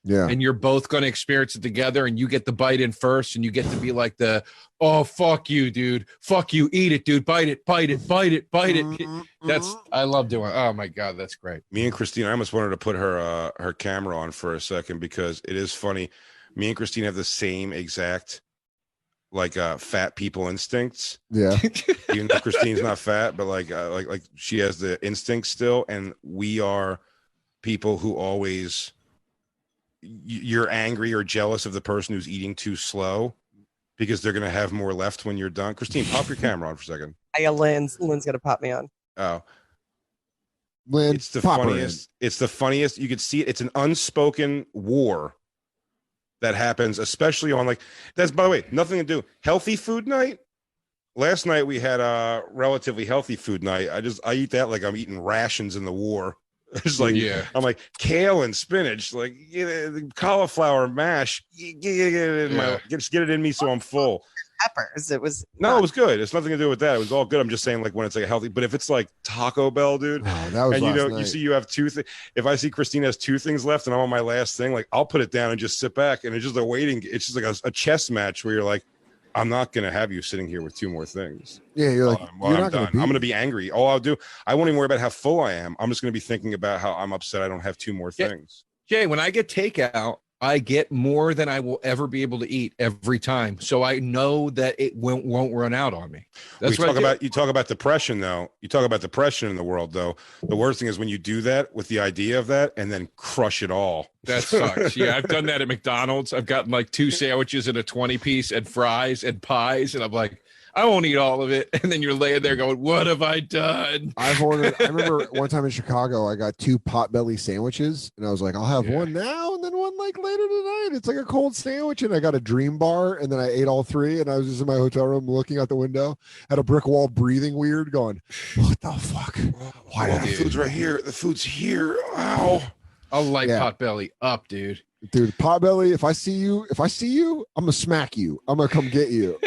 [SPEAKER 2] Yeah.
[SPEAKER 4] and you're both going to experience it together, and you get the bite in first, and you get to be like the, oh fuck you, dude, fuck you, eat it, dude, bite it, bite it, bite it, bite it.
[SPEAKER 3] Mm-hmm,
[SPEAKER 4] That's I love doing. Oh my god, that's great.
[SPEAKER 3] me and Christine, I almost wanted to put her uh, her camera on for a second because it is funny. Me and Christine have the same exact like uh fat people instincts.
[SPEAKER 2] yeah.
[SPEAKER 3] Even though Christine's not fat, but like uh, like like she has the instinct still, and we are people who always y- you're angry or jealous of the person who's eating too slow because they're gonna have more left when you're done. Christine, pop your camera on for a second.
[SPEAKER 6] I got Lynn's. Lynn's gonna pop me on.
[SPEAKER 3] Oh,
[SPEAKER 2] Lynn,
[SPEAKER 3] it's the
[SPEAKER 2] pop her in.
[SPEAKER 3] funniest. It's the funniest. You could see it. It's an unspoken war that happens, especially on like that's by the way, nothing to do. Healthy food night. Last night we had a relatively healthy food night. I just I eat that like I'm eating rations in the war. It's like
[SPEAKER 4] yeah,
[SPEAKER 3] I'm like kale and spinach, like yeah, the cauliflower mash. Get, get, get it in my,
[SPEAKER 4] Yeah.
[SPEAKER 3] just get it in me so I'm full.
[SPEAKER 6] Peppers. It was
[SPEAKER 3] No, it was good. It's nothing to do with that. It was all good. I'm just saying like when it's like healthy, but if it's like Taco Bell, dude,
[SPEAKER 2] Oh, that was
[SPEAKER 3] and you
[SPEAKER 2] last
[SPEAKER 3] know
[SPEAKER 2] night.
[SPEAKER 3] you see you have two things if i see christine has two things left and i'm on my last thing like i'll put it down and just sit back and it's just a waiting it's just like a, a chess match where you're like i'm not gonna have you sitting here with two more things
[SPEAKER 2] yeah, you're like,
[SPEAKER 3] While Oh, I'm, while
[SPEAKER 2] you're
[SPEAKER 3] I'm
[SPEAKER 2] not
[SPEAKER 3] done
[SPEAKER 2] gonna beat
[SPEAKER 3] i'm gonna
[SPEAKER 2] me.
[SPEAKER 3] be angry all i'll do i won't even worry about how full i am i'm just gonna be thinking about how i'm upset i don't have two more
[SPEAKER 4] Yeah.
[SPEAKER 3] things
[SPEAKER 4] Jay. When I get takeout, I get more than I will ever be able to eat every time, so I know that it won't won't run out on me. That's
[SPEAKER 3] we
[SPEAKER 4] what I
[SPEAKER 3] talk
[SPEAKER 4] do.
[SPEAKER 3] about you talk about depression though you talk about depression in the world though the worst thing is when you do that with the idea of that and then crush it all
[SPEAKER 4] That sucks. Yeah, I've done that at McDonald's. I've gotten like two sandwiches and a 20 piece and fries and pies. And I'm like, I won't eat all of it. And then you're laying there going, What have I done?
[SPEAKER 2] I've ordered. I remember one time in Chicago, I got two potbelly sandwiches, and I was like, "I'll have
[SPEAKER 4] Yeah.
[SPEAKER 2] one now, and then one like later tonight." It's like a cold sandwich, and I got a dream bar, and then I ate all three, and I was just in my hotel room looking out the window at a brick wall, breathing weird, going, "What the fuck?" Why did I
[SPEAKER 3] Well, the
[SPEAKER 2] do
[SPEAKER 3] food's
[SPEAKER 2] that?
[SPEAKER 3] right here the food's here ow
[SPEAKER 4] I'll light
[SPEAKER 2] Yeah.
[SPEAKER 4] pot belly up, dude.
[SPEAKER 2] Dude, potbelly. If I see you, if I see you, I'm gonna smack you. I'm gonna come get you.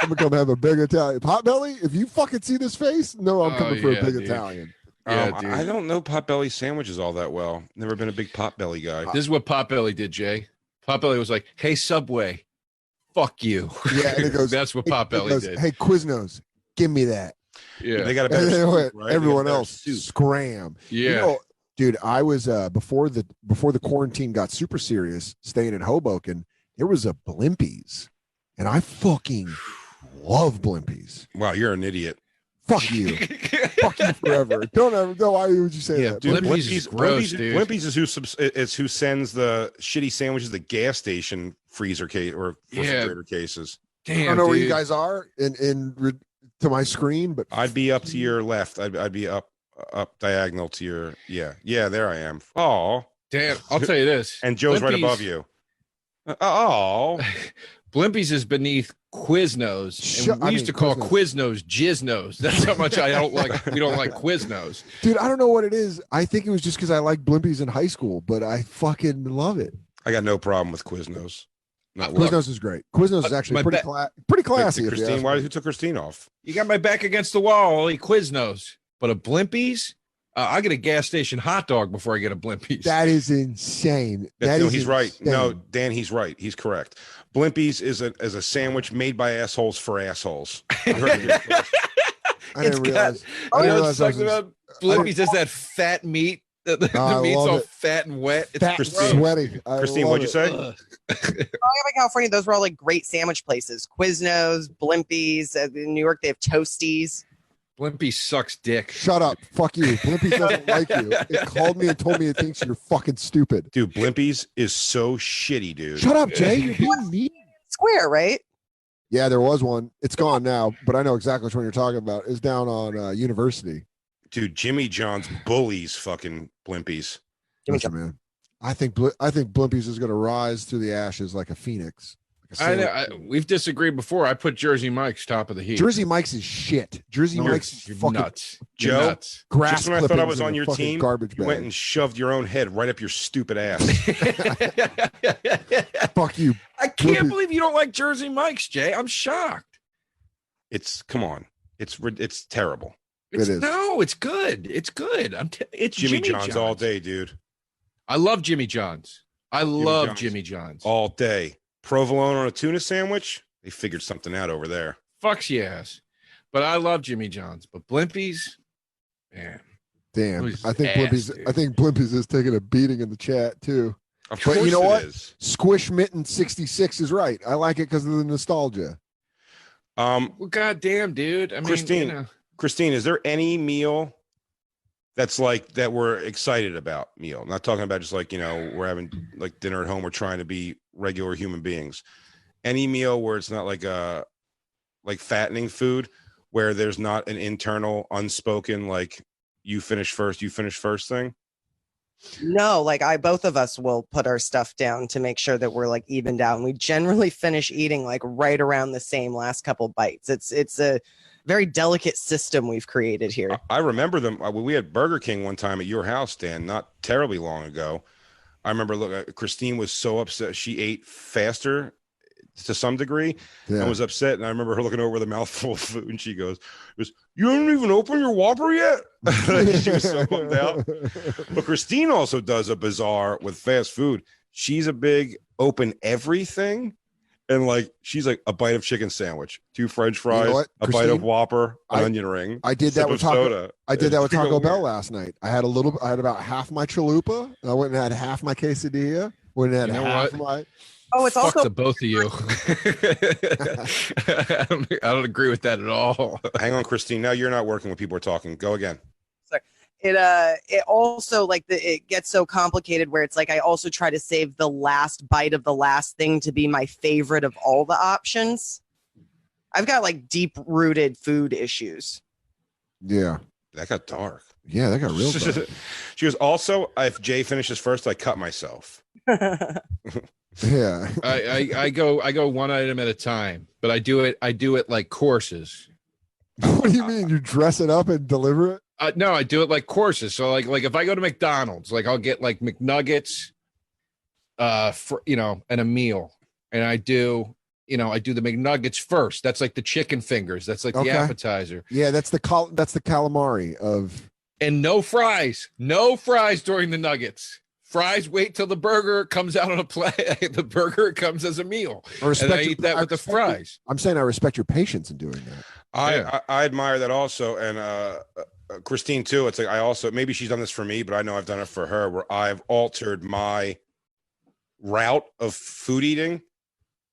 [SPEAKER 2] I'm gonna come have a big Italian potbelly. If you fucking see this face, no, I'm
[SPEAKER 4] Oh,
[SPEAKER 2] coming for
[SPEAKER 4] yeah,
[SPEAKER 2] a big
[SPEAKER 4] dude.
[SPEAKER 2] Italian.
[SPEAKER 4] Yeah,
[SPEAKER 3] Um, I-
[SPEAKER 4] dude.
[SPEAKER 3] I don't know potbelly sandwiches all that well. Never been a big potbelly guy.
[SPEAKER 4] This is what Potbelly did, Jay. Potbelly was like, Hey, Subway, fuck you.
[SPEAKER 2] Yeah, and it goes.
[SPEAKER 4] That's what
[SPEAKER 2] it- it
[SPEAKER 4] Potbelly
[SPEAKER 2] goes,
[SPEAKER 4] did.
[SPEAKER 2] Hey, Quiznos, give me that.
[SPEAKER 4] yeah.
[SPEAKER 3] They got a better
[SPEAKER 2] and then
[SPEAKER 3] soup,
[SPEAKER 2] went,
[SPEAKER 3] right? They got
[SPEAKER 2] everyone
[SPEAKER 3] better
[SPEAKER 2] else
[SPEAKER 3] soup.
[SPEAKER 2] scram. You
[SPEAKER 4] Yeah.
[SPEAKER 2] know, dude, I was uh before the before the quarantine got super serious, staying in Hoboken, there was a Blimpies. And I fucking love Blimpies.
[SPEAKER 3] Wow, you're an idiot.
[SPEAKER 2] Fuck you. Fuck you forever. Don't ever no, why would you say
[SPEAKER 4] Yeah,
[SPEAKER 2] that?
[SPEAKER 4] dude,
[SPEAKER 2] Blimpies-
[SPEAKER 4] Wimpy's is gross, dude.
[SPEAKER 3] Wimpy's is who subs- it's who sends the shitty sandwiches to the gas station freezer case or
[SPEAKER 4] Yeah.
[SPEAKER 3] refrigerator cases.
[SPEAKER 4] Damn,
[SPEAKER 2] I don't know where you
[SPEAKER 4] dude.
[SPEAKER 2] guys are in in re- to my screen, but
[SPEAKER 3] I'd be up to your left. I'd, I'd be up up diagonal to your yeah yeah. There I am. Oh,
[SPEAKER 4] Damn, I'll tell you this.
[SPEAKER 3] and Joe's right
[SPEAKER 4] Wimpy's-
[SPEAKER 3] above you. Oh,
[SPEAKER 4] Uh, Blimpies is beneath Quiznos, and
[SPEAKER 2] Shut-
[SPEAKER 4] we
[SPEAKER 2] I
[SPEAKER 4] used
[SPEAKER 2] mean,
[SPEAKER 4] to call Quiznos Jiznos. That's how much I don't like. We don't like Quiznos.
[SPEAKER 2] dude, I don't know what it is. I think it was just because I liked Blimpies in high school, but I fucking love it.
[SPEAKER 3] I got no problem with Quiznos. Not one.
[SPEAKER 2] Quiznos is great. Quiznos is actually
[SPEAKER 4] Uh, my
[SPEAKER 2] pretty
[SPEAKER 4] bet-
[SPEAKER 2] cla- pretty
[SPEAKER 3] Wait, did
[SPEAKER 2] classy. if you ask
[SPEAKER 3] Christine,
[SPEAKER 2] me.
[SPEAKER 3] why who took Christine off?
[SPEAKER 4] You got my back against the wall. I'll eat Quiznos, but a Blimpies, uh, I get a gas station hot dog before I get a Blimpies.
[SPEAKER 2] That is insane.
[SPEAKER 3] That's-
[SPEAKER 2] That
[SPEAKER 3] no,
[SPEAKER 2] is
[SPEAKER 3] he's right. No,
[SPEAKER 2] insane.
[SPEAKER 3] Dan, he's right. He's correct. Blimpies is a is a sandwich made by assholes for assholes. I heard it here first.
[SPEAKER 2] I didn't
[SPEAKER 4] It's got-
[SPEAKER 2] realize. I didn't
[SPEAKER 4] you know what
[SPEAKER 2] realize I
[SPEAKER 4] sucks
[SPEAKER 2] was
[SPEAKER 4] about Blimpies is that fat meat. The, the,
[SPEAKER 2] I
[SPEAKER 4] the meat's
[SPEAKER 2] love
[SPEAKER 4] all
[SPEAKER 2] it.
[SPEAKER 4] fat and wet. It's
[SPEAKER 2] fat,
[SPEAKER 4] gross.
[SPEAKER 3] Christine.
[SPEAKER 2] sweaty. I
[SPEAKER 3] Christine,
[SPEAKER 2] love
[SPEAKER 3] what'd you
[SPEAKER 2] it.
[SPEAKER 3] say?
[SPEAKER 4] Ugh.
[SPEAKER 6] growing up in California, those were all like great sandwich places. Quiznos, Blimpies. Uh, in New York, they have Toasties.
[SPEAKER 4] Blimpy sucks dick.
[SPEAKER 2] Shut up. Fuck you. Blimpy doesn't like you. It called me and told me it thinks you're fucking stupid.
[SPEAKER 3] Dude, Blimpies is so shitty, dude.
[SPEAKER 2] Shut up, Jay. You're being mean.
[SPEAKER 6] Square, right?
[SPEAKER 2] Yeah, there was one. It's gone now, but I know exactly which one you're talking about. It's down on uh, University.
[SPEAKER 3] Dude, Jimmy John's bullies fucking Blimpies.
[SPEAKER 6] Jimmy
[SPEAKER 2] Listen, man. I think Bl- I think Blimpies is going to rise through the ashes like a phoenix. Like a
[SPEAKER 4] I, know,
[SPEAKER 2] sailor.
[SPEAKER 4] I we've disagreed before. I put Jersey Mike's top of the heap.
[SPEAKER 2] Jersey Mike's is shit. Jersey
[SPEAKER 4] You're-
[SPEAKER 2] Mike's is
[SPEAKER 4] you're
[SPEAKER 2] fucking
[SPEAKER 4] nuts.
[SPEAKER 3] Joe?
[SPEAKER 4] You're nuts.
[SPEAKER 2] grass.
[SPEAKER 3] Just when I thought I
[SPEAKER 2] clippings
[SPEAKER 3] was
[SPEAKER 2] in
[SPEAKER 3] on
[SPEAKER 2] a
[SPEAKER 3] your
[SPEAKER 2] fucking
[SPEAKER 3] team,
[SPEAKER 2] garbage
[SPEAKER 3] You
[SPEAKER 2] bag.
[SPEAKER 3] went and shoved your own head right up your stupid ass.
[SPEAKER 2] Fuck you.
[SPEAKER 4] I can't
[SPEAKER 2] Blimpy.
[SPEAKER 4] believe you don't like Jersey Mike's, Jay. I'm shocked.
[SPEAKER 3] it's come on. It's rid- it's terrible.
[SPEAKER 4] It's,
[SPEAKER 2] is.
[SPEAKER 4] No, it's good. It's good. I'm. T- it's
[SPEAKER 3] Jimmy, John's,
[SPEAKER 4] John's
[SPEAKER 3] all day, dude.
[SPEAKER 4] I love Jimmy John's. I love
[SPEAKER 3] John's.
[SPEAKER 4] Jimmy John's.
[SPEAKER 3] All day. Provolone on a tuna sandwich. They figured something out over there.
[SPEAKER 4] Fucks yes, but I love Jimmy John's. But Blimpies, man,
[SPEAKER 2] Damn.
[SPEAKER 4] Who's
[SPEAKER 2] I think
[SPEAKER 4] ass,
[SPEAKER 2] Blimpies.
[SPEAKER 4] dude?
[SPEAKER 2] I think Blimpies is taking a beating in the chat too.
[SPEAKER 3] Of
[SPEAKER 2] But you
[SPEAKER 3] course
[SPEAKER 2] know
[SPEAKER 3] it
[SPEAKER 2] what?
[SPEAKER 3] is.
[SPEAKER 2] Squish Mitten sixty six is right. I like it because of the nostalgia.
[SPEAKER 3] Um,
[SPEAKER 4] well, goddamn, dude. I mean,
[SPEAKER 3] Christine.
[SPEAKER 4] you know,
[SPEAKER 3] Christine, is there any meal that's like that we're excited about meal? Not talking about just like, you know, we're having like dinner at home, we're trying to be regular human beings. Any meal where it's not like a like fattening food where there's not an internal unspoken like you finish first, you finish first thing.
[SPEAKER 6] No, like I both of us will put our stuff down to make sure that we're like evened out. And we generally finish eating like right around the same last couple bites. It's it's a very delicate system we've created here.
[SPEAKER 3] I- I remember them. uh, We had Burger King one time at your house, Dan, not terribly long ago. I remember. Look, uh, Christine was so upset. She ate faster to some degree
[SPEAKER 2] Yeah.
[SPEAKER 3] and was upset. And I remember her looking over with a mouthful of food, and she goes, "Was you don't even open your Whopper yet?" she was so bummed out. But Christine also does a bizarre with fast food. She's a big open everything. And like she's like a bite of chicken sandwich, two French
[SPEAKER 2] know
[SPEAKER 3] fries,
[SPEAKER 2] what,
[SPEAKER 3] a bite of
[SPEAKER 2] Christine?
[SPEAKER 3] Whopper, an
[SPEAKER 2] I-
[SPEAKER 3] onion ring.
[SPEAKER 2] I did
[SPEAKER 3] sip
[SPEAKER 2] that
[SPEAKER 3] of
[SPEAKER 2] with Taco.
[SPEAKER 3] soda.
[SPEAKER 2] I did
[SPEAKER 3] It's
[SPEAKER 2] that with
[SPEAKER 3] freaking
[SPEAKER 2] Taco Bell
[SPEAKER 3] weird.
[SPEAKER 2] last night. I had a little. I had about half my chalupa. And I went and had half my quesadilla. Went and had
[SPEAKER 4] You know
[SPEAKER 2] half my.
[SPEAKER 6] Oh, it's
[SPEAKER 4] fuck
[SPEAKER 6] also
[SPEAKER 4] to both of you. I, don't, I don't agree with that at all.
[SPEAKER 3] Hang on, Christine. Now you're not working when people are talking. Go again.
[SPEAKER 6] it uh it also like the it gets so complicated where it's like I also try to save the last bite of the last thing to be my favorite of all the options. I've got like deep rooted food issues.
[SPEAKER 2] Yeah,
[SPEAKER 3] That got dark.
[SPEAKER 2] yeah, that got real. dark.
[SPEAKER 3] she goes, also, if Jay finishes first, I cut myself.
[SPEAKER 2] yeah,
[SPEAKER 4] I, I I go I go one item at a time, but I do it I do it like courses.
[SPEAKER 2] what do you mean? You dress it up and deliver it?
[SPEAKER 4] Uh, no, I do it like courses. So like like if I go to McDonald's, like I'll get like McNuggets, uh, for you know, and a meal, and I do you know I do the McNuggets first. That's like the chicken fingers. That's like
[SPEAKER 2] Okay.
[SPEAKER 4] the appetizer,
[SPEAKER 2] Yeah, that's the cal- that's the calamari of.
[SPEAKER 4] and no fries, no fries during the nuggets. Fries wait till the burger comes out on a plate. the burger comes as a meal,
[SPEAKER 2] I
[SPEAKER 4] and
[SPEAKER 2] respect
[SPEAKER 4] I eat that with the
[SPEAKER 2] respect your-
[SPEAKER 4] fries.
[SPEAKER 2] I'm saying I respect your patience in doing that.
[SPEAKER 3] I,
[SPEAKER 4] Yeah.
[SPEAKER 3] I, I admire that also. And uh, uh, Christine, too. It's like, I also, maybe she's done this for me, but I know I've done it for her where I've altered my route of food eating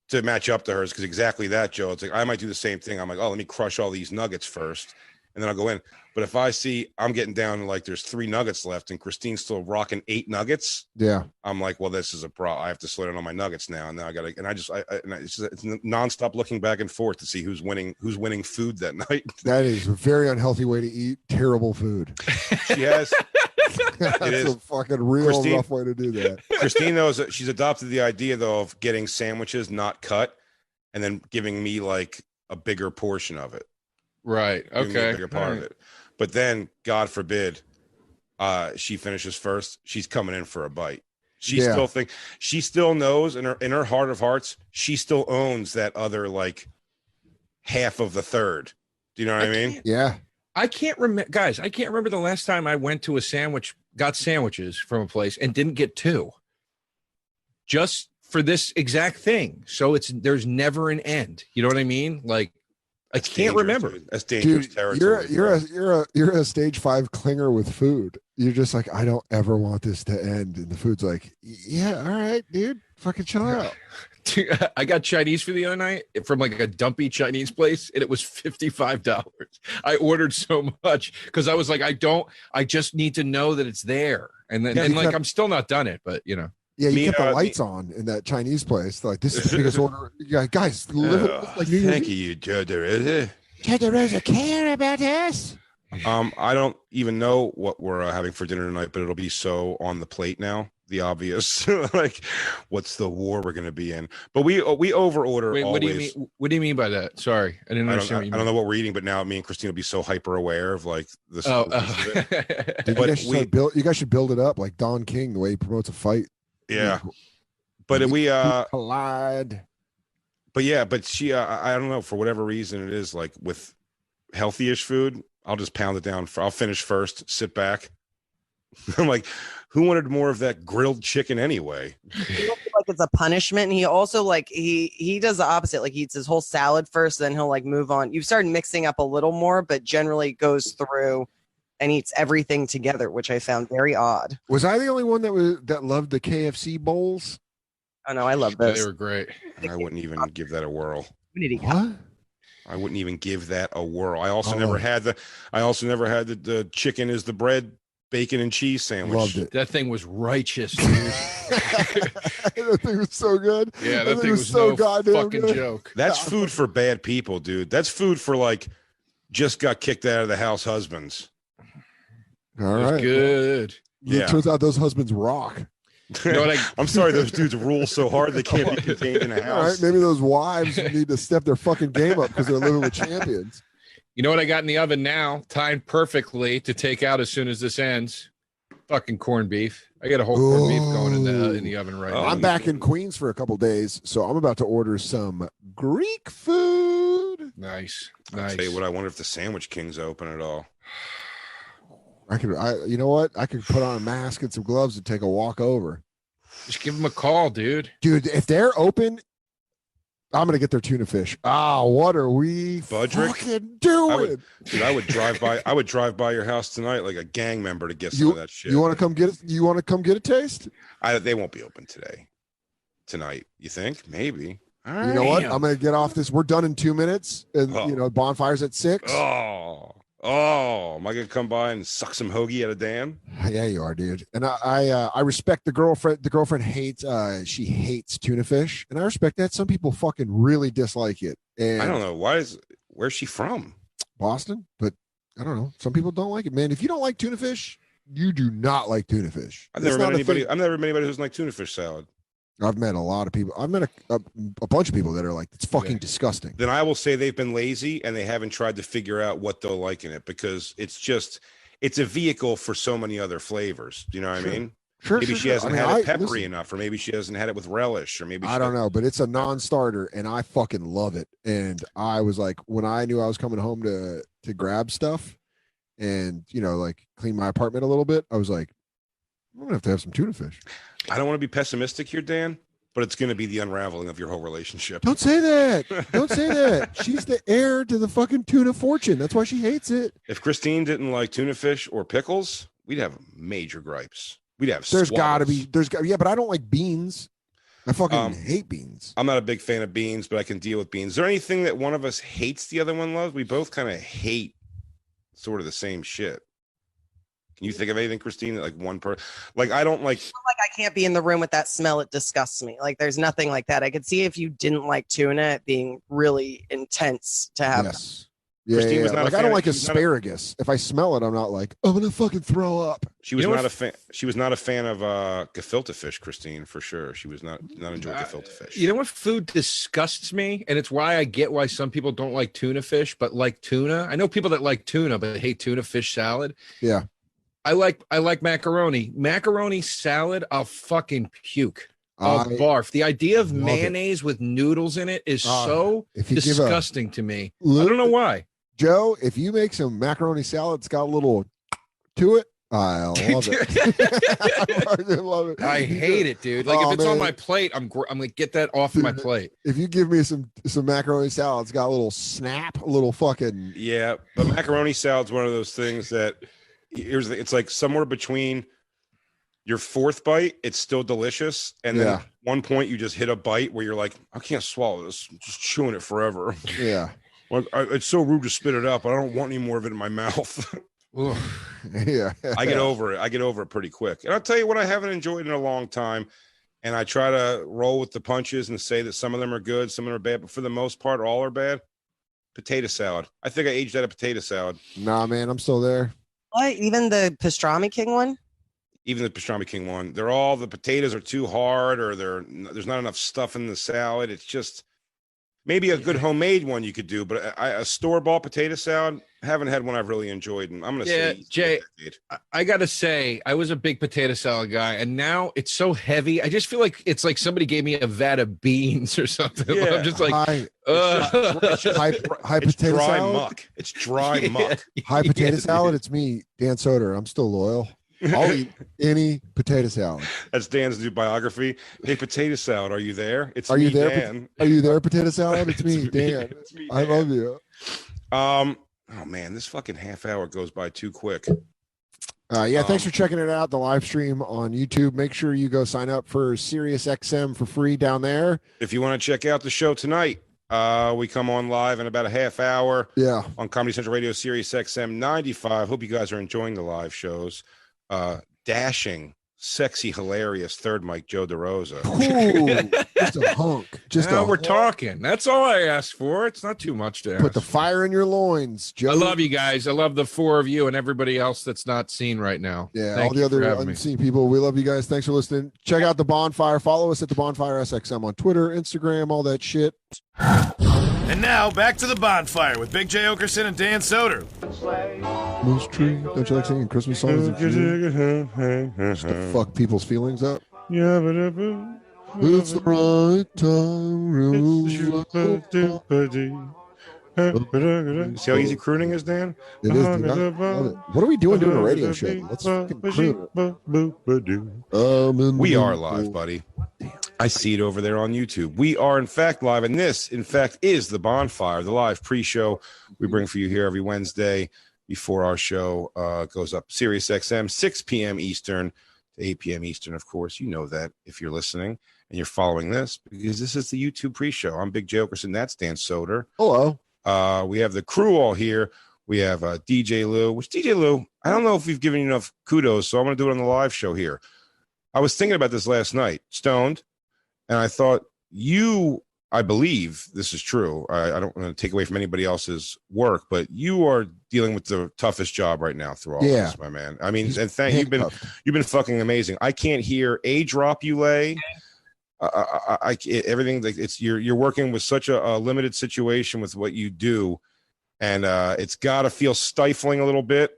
[SPEAKER 3] to match up to hers. Cause exactly that, Joe. It's like, I might do the same thing. I'm like, oh, let me crush all these nuggets first. And then I'll go in. But if I see I'm getting down to like there's three nuggets left and Christine's still rocking eight nuggets,
[SPEAKER 2] Yeah,
[SPEAKER 3] I'm like, well, this is a pro. I have to slow down on my nuggets now, and now I got to, and I just, I, I, and I it's, just, it's nonstop looking back and forth to see who's winning, who's winning food that night.
[SPEAKER 2] that is a very unhealthy way to eat terrible food.
[SPEAKER 3] she has
[SPEAKER 2] that's
[SPEAKER 3] is.
[SPEAKER 2] a fucking real
[SPEAKER 3] Christine-
[SPEAKER 2] rough way to do that.
[SPEAKER 3] Christine though. Is, she's adopted the idea though of getting sandwiches not cut, and then giving me like a bigger portion of it,
[SPEAKER 4] Right.
[SPEAKER 3] giving me a
[SPEAKER 4] Okay.
[SPEAKER 3] bigger part of it. But then, God forbid, uh, she finishes first. She's coming in for a bite. She
[SPEAKER 2] Yeah.
[SPEAKER 3] still think she still knows in her in her heart of hearts she still owns that other like half of the third. Do you know what I,
[SPEAKER 4] I
[SPEAKER 3] mean?
[SPEAKER 4] can't-
[SPEAKER 2] Yeah,
[SPEAKER 4] I can't remember, guys. I can't remember the last time I went to a sandwich, got sandwiches from a place, and didn't get two. Just for this exact thing. So it's there's never an end. You know what I mean? Like I
[SPEAKER 3] That's
[SPEAKER 4] can't
[SPEAKER 3] dangerous,
[SPEAKER 4] remember.
[SPEAKER 3] dude. That's dangerous
[SPEAKER 2] dude,
[SPEAKER 3] territory.
[SPEAKER 2] you're a- you're a
[SPEAKER 3] bro.
[SPEAKER 2] you're a you're a stage five clinger with food. you're just like, I don't ever want this to end. And the food's like, yeah, all right, dude, fucking chill out.
[SPEAKER 4] Dude, I got Chinese for the other night from like a dumpy Chinese place, and it was fifty-five dollars. I ordered so much because I was like, I don't, I just need to know that it's there, and then
[SPEAKER 2] Yeah,
[SPEAKER 4] and
[SPEAKER 2] you
[SPEAKER 4] like
[SPEAKER 2] got-
[SPEAKER 4] I'm still not done it, but you know,
[SPEAKER 2] Yeah, you
[SPEAKER 3] Me,
[SPEAKER 2] kept
[SPEAKER 3] uh,
[SPEAKER 2] the
[SPEAKER 3] me-
[SPEAKER 2] lights on in that Chinese place. Like this is the biggest order. Yeah, guys, live it
[SPEAKER 3] Ugh,
[SPEAKER 2] up like New Year's.
[SPEAKER 3] thank you, Joe DeRosa.
[SPEAKER 2] Ted DeRosa care about us.
[SPEAKER 3] Um, I don't even know what we're uh, having for dinner tonight, but it'll be so on the plate now. The obvious, like, what's the war we're going to be in? But we uh, we overorder
[SPEAKER 4] Wait,
[SPEAKER 3] always.
[SPEAKER 4] what do you mean? What do you mean by that? Sorry, I didn't
[SPEAKER 3] I don't,
[SPEAKER 4] understand.
[SPEAKER 3] I, I
[SPEAKER 4] what
[SPEAKER 3] don't know what we're eating, but now me and Christine will be so hyper aware of like this.
[SPEAKER 4] you
[SPEAKER 3] the
[SPEAKER 4] mean.
[SPEAKER 3] rest of
[SPEAKER 4] Oh,
[SPEAKER 3] it.
[SPEAKER 4] oh.
[SPEAKER 2] Dude, you,
[SPEAKER 3] But
[SPEAKER 2] guys should
[SPEAKER 3] we-
[SPEAKER 2] start build, you guys should build it up like Don King, the way he promotes a fight.
[SPEAKER 3] yeah. But we uh,
[SPEAKER 2] collide.
[SPEAKER 3] but yeah, but she uh, I I don't know for whatever reason it is like with healthy-ish food, I'll just pound it down. For, I'll finish first, sit back. I'm like, who wanted more of that grilled chicken anyway?
[SPEAKER 6] He looks like it's a punishment. He also like he he does the opposite. Like he eats his whole salad first, then he'll like move on. You've started mixing up a little more, but generally goes through and eats everything together, which I found very odd.
[SPEAKER 2] Was I the only one that was that loved the KFC bowls?
[SPEAKER 6] Oh no, I love
[SPEAKER 4] they
[SPEAKER 6] those.
[SPEAKER 4] were great.
[SPEAKER 3] I wouldn't even give that a whirl.
[SPEAKER 6] Community cup.
[SPEAKER 2] What?
[SPEAKER 3] I wouldn't even give that a whirl. I also
[SPEAKER 2] Oh.
[SPEAKER 3] never had the. I also never had the, the chicken is the bread, bacon and cheese sandwich.
[SPEAKER 2] Loved it.
[SPEAKER 4] That thing was righteous. Dude.
[SPEAKER 2] that thing was so good.
[SPEAKER 4] Yeah,
[SPEAKER 2] That
[SPEAKER 4] that
[SPEAKER 2] thing
[SPEAKER 4] thing
[SPEAKER 2] was
[SPEAKER 4] was
[SPEAKER 2] so
[SPEAKER 4] no
[SPEAKER 2] goddamn
[SPEAKER 4] fucking
[SPEAKER 2] good.
[SPEAKER 4] joke.
[SPEAKER 3] That's food for bad people, dude. That's food for like just got kicked out of the house husbands.
[SPEAKER 2] All
[SPEAKER 4] It was
[SPEAKER 2] right.
[SPEAKER 4] good.
[SPEAKER 3] Yeah.
[SPEAKER 2] It turns out those husbands rock.
[SPEAKER 4] You know what I-
[SPEAKER 3] I'm sorry, those dudes rule so hard they can't be contained in a
[SPEAKER 2] All right.
[SPEAKER 3] house.
[SPEAKER 2] Maybe those wives need to step their fucking game up because they're living with champions.
[SPEAKER 4] You know what I got in the oven now, timed perfectly to take out as soon as this ends. Fucking corned beef. I got a whole corned beef going in the uh, in the oven right
[SPEAKER 3] Oh,
[SPEAKER 4] now.
[SPEAKER 2] I'm back in Queens for a couple days, so I'm about to order some Greek food.
[SPEAKER 4] Nice,
[SPEAKER 3] I'll
[SPEAKER 4] nice.
[SPEAKER 3] tell you what, I wonder if the Sandwich King's open at all.
[SPEAKER 2] I could, I, you know what? I could put on a mask and some gloves and take a walk over,
[SPEAKER 4] Just give him a call, dude.
[SPEAKER 2] dude. If they're open, I'm gonna get their tuna fish. Ah, what are we
[SPEAKER 3] Budrick?
[SPEAKER 2] fucking
[SPEAKER 3] I
[SPEAKER 2] doing?
[SPEAKER 3] would- Dude, I would drive by. I would drive by your house tonight like a gang member to get some
[SPEAKER 2] You-
[SPEAKER 3] of that shit.
[SPEAKER 2] You want to come get it? You want to come get a taste?
[SPEAKER 3] I, they won't be open today, tonight. You think? Maybe. All right.
[SPEAKER 2] You know what? I'm gonna get off this. We're done in two minutes, and
[SPEAKER 3] Oh.
[SPEAKER 2] you know bonfires at six.
[SPEAKER 3] Oh, oh, am I gonna come by and suck some hoagie out of Dan?
[SPEAKER 2] Yeah, you are, dude. And I, I, uh, I respect the girlfriend. The girlfriend hates. Uh, she hates tuna fish, and I respect that. Some people fucking really dislike it. And
[SPEAKER 3] I don't know why is where's she from?
[SPEAKER 2] Boston, but I don't know. Some people don't like it, man. If you don't like tuna fish, you do not like tuna fish.
[SPEAKER 3] I've
[SPEAKER 2] It's
[SPEAKER 3] never met
[SPEAKER 2] not a
[SPEAKER 3] anybody.
[SPEAKER 2] thing.
[SPEAKER 3] I've never met anybody who's like tuna fish salad.
[SPEAKER 2] I've met a lot of people. I've met a, a, a bunch of people that are like, it's fucking
[SPEAKER 4] Yeah.
[SPEAKER 2] disgusting.
[SPEAKER 3] Then I will say they've been lazy and they haven't tried to figure out what they'll like in it because it's just it's a vehicle for so many other flavors. Do you know what
[SPEAKER 2] Sure.
[SPEAKER 3] I mean?
[SPEAKER 2] Sure,
[SPEAKER 3] maybe
[SPEAKER 2] sure,
[SPEAKER 3] she
[SPEAKER 2] sure.
[SPEAKER 3] hasn't
[SPEAKER 2] I mean,
[SPEAKER 3] had
[SPEAKER 2] I-
[SPEAKER 3] it peppery
[SPEAKER 2] listen,
[SPEAKER 3] enough, or maybe she hasn't had it with relish, or maybe she
[SPEAKER 2] I don't know, but it's a non-starter, and I fucking love it. And I was like, when I knew I was coming home to to grab stuff, and you know, like clean my apartment a little bit, I was like, I'm gonna have to have some tuna fish.
[SPEAKER 3] I don't want to be pessimistic here, Dan, but it's going to be the unraveling of your whole relationship.
[SPEAKER 2] Don't say that. Don't say that. She's the heir to the fucking tuna fortune. That's why she hates it.
[SPEAKER 3] If Christine didn't like tuna fish or pickles, we'd have major gripes. We'd have.
[SPEAKER 2] There's got to
[SPEAKER 3] squabbles.
[SPEAKER 2] be. There's got. Yeah, but I don't like beans. I fucking
[SPEAKER 3] Um,
[SPEAKER 2] hate beans.
[SPEAKER 3] I'm not a big fan of beans, but I can deal with beans. Is there anything that one of us hates the other one loves? We both kind of hate sort of the same shit. Can you think of anything, Christine? That like one person, like I don't like.
[SPEAKER 6] Like I can't be in the room with that smell. It disgusts me. Like there's nothing like that. I could see if you didn't like tuna it being really intense to have.
[SPEAKER 2] Yes. Yeah,
[SPEAKER 3] Christine
[SPEAKER 2] yeah,
[SPEAKER 3] was
[SPEAKER 2] yeah.
[SPEAKER 3] not a
[SPEAKER 2] like I
[SPEAKER 3] fan
[SPEAKER 2] don't
[SPEAKER 3] of-
[SPEAKER 2] like
[SPEAKER 3] she's not a-
[SPEAKER 2] asparagus. if I smell it, I'm not like I'm gonna fucking throw up.
[SPEAKER 3] She was
[SPEAKER 4] You know
[SPEAKER 3] not
[SPEAKER 4] what-
[SPEAKER 3] a fan. She was not a fan of uh gefilte fish, Christine, for sure. She was not not enjoying
[SPEAKER 4] Uh,
[SPEAKER 3] gefilte fish.
[SPEAKER 4] You know what food disgusts me, and it's why I get why some people don't like tuna fish, but like tuna. I know people that like tuna but hate tuna fish salad.
[SPEAKER 2] Yeah.
[SPEAKER 4] I like I like macaroni. Macaroni salad, I'll fucking puke. I'll
[SPEAKER 2] I-
[SPEAKER 4] barf. The idea of
[SPEAKER 2] love it.
[SPEAKER 4] mayonnaise with noodles in it is
[SPEAKER 2] Ah,
[SPEAKER 4] so
[SPEAKER 2] if you
[SPEAKER 4] disgusting to me.
[SPEAKER 2] give a
[SPEAKER 4] I don't know why.
[SPEAKER 2] Joe, if you make some macaroni salad, it's got a little to it. I love it. I fucking love it.
[SPEAKER 4] I hate it, dude. Like
[SPEAKER 2] Oh,
[SPEAKER 4] if it's on
[SPEAKER 2] man.
[SPEAKER 4] my plate, I'm gr- I'm gonna get that off my
[SPEAKER 2] Dude.
[SPEAKER 4] plate.
[SPEAKER 2] If you give me some some macaroni salad, it's got a little snap, a little fucking.
[SPEAKER 3] Yeah, but macaroni salad's one of those things that here's the, it's like somewhere between your fourth bite, it's still delicious, and then
[SPEAKER 2] Yeah.
[SPEAKER 3] at one point you just hit a bite where you're like, I can't swallow this, I'm just chewing it forever.
[SPEAKER 2] Yeah.
[SPEAKER 3] Like, I, it's so rude to spit it up. I don't want any more of it in my mouth.
[SPEAKER 2] yeah.
[SPEAKER 3] I get over it. I get over it pretty quick. And I'll tell you what I haven't enjoyed in a long time. And I try to roll with the punches and say that some of them are good, some of them are bad, but for the most part, all are bad. Potato salad. I think I aged out a potato salad.
[SPEAKER 2] Nah, man, I'm still there.
[SPEAKER 6] What? Even the pastrami king one?
[SPEAKER 3] Even the pastrami king one. They're all the potatoes are too hard, or they're there's not enough stuff in the salad. It's just maybe a good homemade one you could do, but I, a store bought potato salad haven't had one I've really enjoyed, and I'm gonna
[SPEAKER 4] Yeah,
[SPEAKER 3] say
[SPEAKER 4] Jay, I- I gotta say, I was a big potato salad guy, and now it's so heavy. I just feel like it's like somebody gave me a vat of beans or something.
[SPEAKER 3] Yeah.
[SPEAKER 4] I'm just like,
[SPEAKER 2] high,
[SPEAKER 4] ugh.
[SPEAKER 3] it's just-
[SPEAKER 2] high, high
[SPEAKER 3] it's
[SPEAKER 2] potato
[SPEAKER 3] dry
[SPEAKER 2] salad.
[SPEAKER 3] muck. It's dry
[SPEAKER 4] Uh. Yeah.
[SPEAKER 3] muck.
[SPEAKER 2] High potato
[SPEAKER 4] Yeah.
[SPEAKER 2] salad. It's me, Dan Soder. I'm still loyal. I'll eat any potato salad.
[SPEAKER 3] That's Dan's new biography. Hey, potato salad, are you there? It's
[SPEAKER 2] Are
[SPEAKER 3] me,
[SPEAKER 2] you there,
[SPEAKER 3] Dan.
[SPEAKER 2] Are you there, potato salad? It's me,
[SPEAKER 3] It's
[SPEAKER 2] Dan.
[SPEAKER 3] It's me,
[SPEAKER 2] I
[SPEAKER 3] Dan.
[SPEAKER 2] love you.
[SPEAKER 3] Um. Oh man, this fucking half hour goes by too quick.
[SPEAKER 2] Uh, yeah, thanks
[SPEAKER 3] Um,
[SPEAKER 2] for checking it out. The live stream on YouTube. Make sure you go sign up for SiriusXM for free down there.
[SPEAKER 3] If you want to check out the show tonight, uh, we come on live in about a half hour.
[SPEAKER 2] Yeah,
[SPEAKER 3] on Comedy Central Radio, Sirius XM 95. Hope you guys are enjoying the live shows. Uh, dashing, sexy, hilarious third Mike Joe DeRosa.
[SPEAKER 2] Ooh, just a hunk. Just
[SPEAKER 4] now
[SPEAKER 2] a
[SPEAKER 4] we're
[SPEAKER 2] hunk.
[SPEAKER 4] talking. That's all I asked for. It's not too much to ask.
[SPEAKER 2] Put the fire in your loins, Joe.
[SPEAKER 4] I love you guys. I love the four of you and everybody else that's not seen right now.
[SPEAKER 2] Yeah,
[SPEAKER 4] Thank
[SPEAKER 2] all the
[SPEAKER 4] you
[SPEAKER 2] other
[SPEAKER 4] for having me.
[SPEAKER 2] unseen people. We love you guys. Thanks for listening. Check out the bonfire. Follow us at the bonfire SXM on Twitter, Instagram, all that shit.
[SPEAKER 1] And now back to the bonfire with Big J Okerson and Dan Soder.
[SPEAKER 2] Moose tree. Don't you like singing Christmas songs? in June? Just to fuck people's feelings up. It's the right time.
[SPEAKER 3] See how easy crooning is, Dan?
[SPEAKER 2] It is. Dude. I love it. What are we doing doing a radio show? Let's fucking crew it. Um, in
[SPEAKER 3] We
[SPEAKER 2] the-
[SPEAKER 3] are live, buddy. I see it over there on YouTube. We are, in fact, live. And this, in fact, is the bonfire, the live pre show we bring for you here every Wednesday before our show uh, goes up. Sirius XM, 6 p.m. Eastern to 8 p.m. Eastern, of course. You know that if you're listening and you're following this because this is the YouTube pre show. I'm Big Jokerson. That's Dan Soder.
[SPEAKER 2] Hello.
[SPEAKER 3] Uh, we have the crew all here. We have uh, DJ Lou, which DJ Lou, I don't know if we've given you enough kudos, so I'm going to do it on the live show here. I was thinking about this last night, stoned, and I thought you, I believe this is true. I, I don't want to take away from anybody else's work, but you are dealing with the toughest job right now through all
[SPEAKER 2] Yeah.
[SPEAKER 3] this, my man. I mean, and thank you've been
[SPEAKER 2] Handcuffed.
[SPEAKER 3] you've been fucking amazing. I can't hear a drop you lay. I, I, I, I- everything like it's you're you're working with such a, a limited situation with what you do, and uh, it's got to feel stifling a little bit.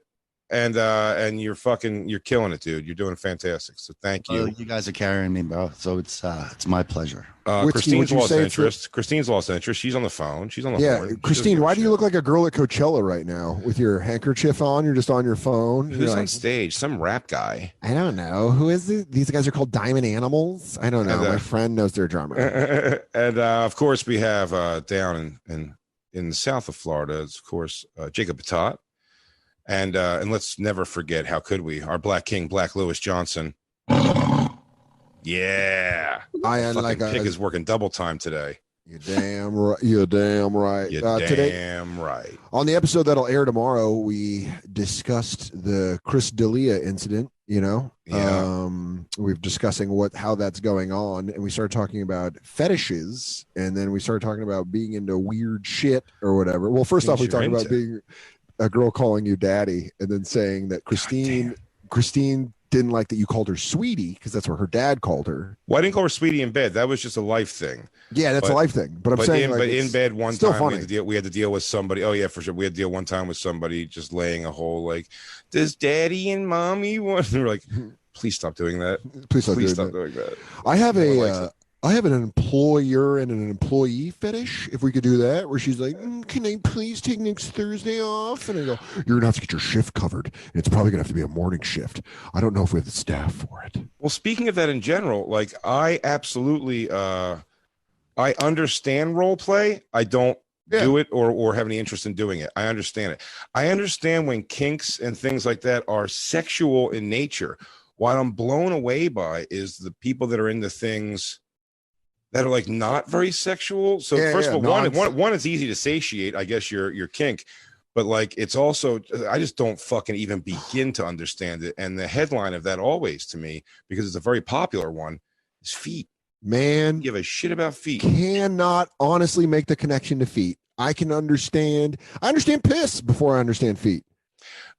[SPEAKER 3] And uh, and you're fucking you're killing it, dude. You're doing fantastic. So thank
[SPEAKER 7] Oh,
[SPEAKER 3] you.
[SPEAKER 7] you guys are carrying me, bro. So it's uh, it's my pleasure.
[SPEAKER 3] Uh,
[SPEAKER 2] Whiskey,
[SPEAKER 3] Christine's
[SPEAKER 2] would you
[SPEAKER 3] lost
[SPEAKER 2] say it's a-
[SPEAKER 3] interest. Christine's lost interest. She's on the phone. She's on the
[SPEAKER 2] Yeah,
[SPEAKER 3] horn. She doesn't
[SPEAKER 2] Christine,
[SPEAKER 3] give a
[SPEAKER 2] why do you
[SPEAKER 3] shit.
[SPEAKER 2] look like a girl at Coachella right now with your handkerchief on? You're just on your phone. You're
[SPEAKER 3] who's
[SPEAKER 2] like,
[SPEAKER 3] on stage? Some rap guy.
[SPEAKER 2] I don't know. Who is this? These guys are called Diamond Animals. I don't know.
[SPEAKER 3] And, uh,
[SPEAKER 2] My friend knows their drummer.
[SPEAKER 3] and uh, of course, we have uh, down in, in in the south of Florida, is, of course, uh, Jacob Patat, and uh, and let's never forget how could we our Black King, Black Lewis Johnson. Yeah,
[SPEAKER 2] I am
[SPEAKER 3] fucking
[SPEAKER 2] like a,
[SPEAKER 3] pig is working double time today.
[SPEAKER 2] you're damn right. You're damn right.
[SPEAKER 3] You
[SPEAKER 2] Uh,
[SPEAKER 3] damn
[SPEAKER 2] Today
[SPEAKER 3] right.
[SPEAKER 2] on the episode that'll air tomorrow, we discussed the Chris D'Elia incident. You know,
[SPEAKER 3] Yeah.
[SPEAKER 2] um, we were discussing what how that's going on, and we started talking about fetishes, and then we started talking about being into weird shit or whatever. Well, first
[SPEAKER 3] Things
[SPEAKER 2] off, we
[SPEAKER 3] you're
[SPEAKER 2] talked about
[SPEAKER 3] into.
[SPEAKER 2] being a girl calling you daddy, and then saying that Christine Christine didn't like that you called her sweetie because that's what her dad called her.
[SPEAKER 3] Well, I didn't call her sweetie in bed. That was just a life thing.
[SPEAKER 2] Yeah, that's
[SPEAKER 3] But-
[SPEAKER 2] a life thing. But I'm
[SPEAKER 3] but
[SPEAKER 2] saying,
[SPEAKER 3] in,
[SPEAKER 2] like,
[SPEAKER 3] but in
[SPEAKER 2] it's-
[SPEAKER 3] bed one
[SPEAKER 2] still
[SPEAKER 3] time we
[SPEAKER 2] funny.
[SPEAKER 3] had to deal we had to deal with somebody. Oh yeah, for sure. We had to deal one time with somebody just laying a whole like, does daddy and mommy want? We're like, please stop doing that.
[SPEAKER 2] please stop doing
[SPEAKER 3] Please stop
[SPEAKER 2] that.
[SPEAKER 3] doing that.
[SPEAKER 2] I have
[SPEAKER 3] No one
[SPEAKER 2] a,
[SPEAKER 3] likes
[SPEAKER 2] uh,
[SPEAKER 3] it.
[SPEAKER 2] I have an employer and an employee fetish. If we could do that, where she's like, "Mm, "Can I please take next Thursday off?" And I go, "You're gonna have to get your shift covered. And it's probably gonna have to be a morning shift. I don't know if we have the staff for it."
[SPEAKER 3] Well, speaking of that in general, like I absolutely uh I understand role play. I don't
[SPEAKER 2] Yeah.
[SPEAKER 3] do it or or have any interest in doing it. I understand it. I understand when kinks and things like that are sexual in nature. What I'm blown away by is the people that are into things that are like not very sexual. So
[SPEAKER 2] Yeah,
[SPEAKER 3] first
[SPEAKER 2] yeah,
[SPEAKER 3] of all, one,
[SPEAKER 2] non-
[SPEAKER 3] one, one, it's easy to satiate, I guess your your kink, but like it's also I just don't fucking even begin to understand it. And the headline of that always to me, because it's a very popular one, is feet.
[SPEAKER 2] Man,
[SPEAKER 3] Give a shit about feet.
[SPEAKER 2] cannot honestly make the connection to feet. I can understand. I understand piss before I understand feet.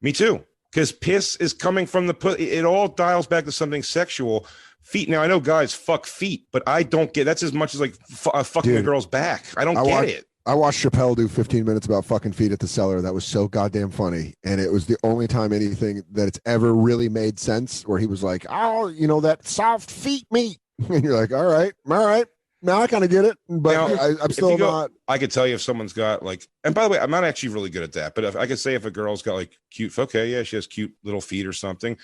[SPEAKER 3] Me too. Because piss is coming from the put. It all dials back to something sexual. Feet. Now I know guys fuck feet, but I don't get. That's as much as like f- uh, fucking a
[SPEAKER 2] Dude.
[SPEAKER 3] girl's back. I don't
[SPEAKER 2] I
[SPEAKER 3] get
[SPEAKER 2] watch-
[SPEAKER 3] it.
[SPEAKER 2] I watched Chappelle do 15 minutes about fucking feet at the cellar. That was so goddamn funny. And it was the only time anything that it's ever really made sense where he was like, oh, you know, that soft feet meat. And you're like, all right, all right. Now I kind of get it, but
[SPEAKER 3] Now,
[SPEAKER 2] I, I'm still
[SPEAKER 3] you go-
[SPEAKER 2] not.
[SPEAKER 3] I could tell you if someone's got like. And by the way, I'm not actually really good at that. But if I could say if a girl's got like cute, okay, yeah, she has cute little feet or something.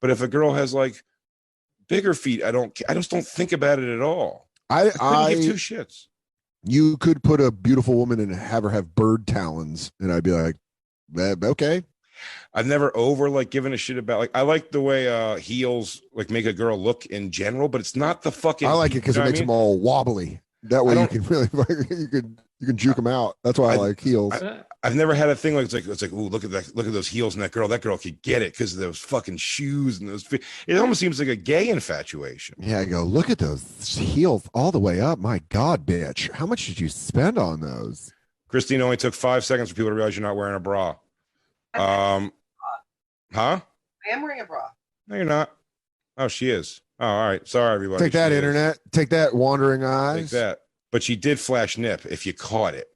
[SPEAKER 3] But if a girl has like bigger feet, I don't. I just don't think about it at all.
[SPEAKER 2] I, I
[SPEAKER 3] I couldn't give two shits.
[SPEAKER 2] you could put a beautiful woman and have her have bird talons, and I'd be like, "Eh, okay,
[SPEAKER 3] I've never over like given a shit about like I like the way uh heels like make a girl look in general, but it's not the fucking.
[SPEAKER 2] I like it because
[SPEAKER 3] you know
[SPEAKER 2] it
[SPEAKER 3] what I
[SPEAKER 2] makes
[SPEAKER 3] mean?
[SPEAKER 2] them all wobbly. That way
[SPEAKER 3] I
[SPEAKER 2] you can really you can you can juke them out. That's why I,
[SPEAKER 3] I-
[SPEAKER 2] like heels.
[SPEAKER 3] I've never had a thing like it's like it's like ooh look at that look at those heels and that girl that girl could get it because of those fucking shoes and those feet. It almost seems like a gay infatuation.
[SPEAKER 2] yeah, I go look at those heels all the way up. My God, bitch! How much did you spend on those?
[SPEAKER 3] Christine only took five seconds for people to realize you're not wearing a bra. Um,
[SPEAKER 6] I
[SPEAKER 3] huh?
[SPEAKER 6] am wearing a bra.
[SPEAKER 3] No, you're not. Oh, she is. Oh, all right. Sorry, everybody.
[SPEAKER 2] Take that,
[SPEAKER 3] She is.
[SPEAKER 2] internet. Take that, wandering
[SPEAKER 3] Take
[SPEAKER 2] eyes.
[SPEAKER 3] that. But she did flash nip. If you caught it,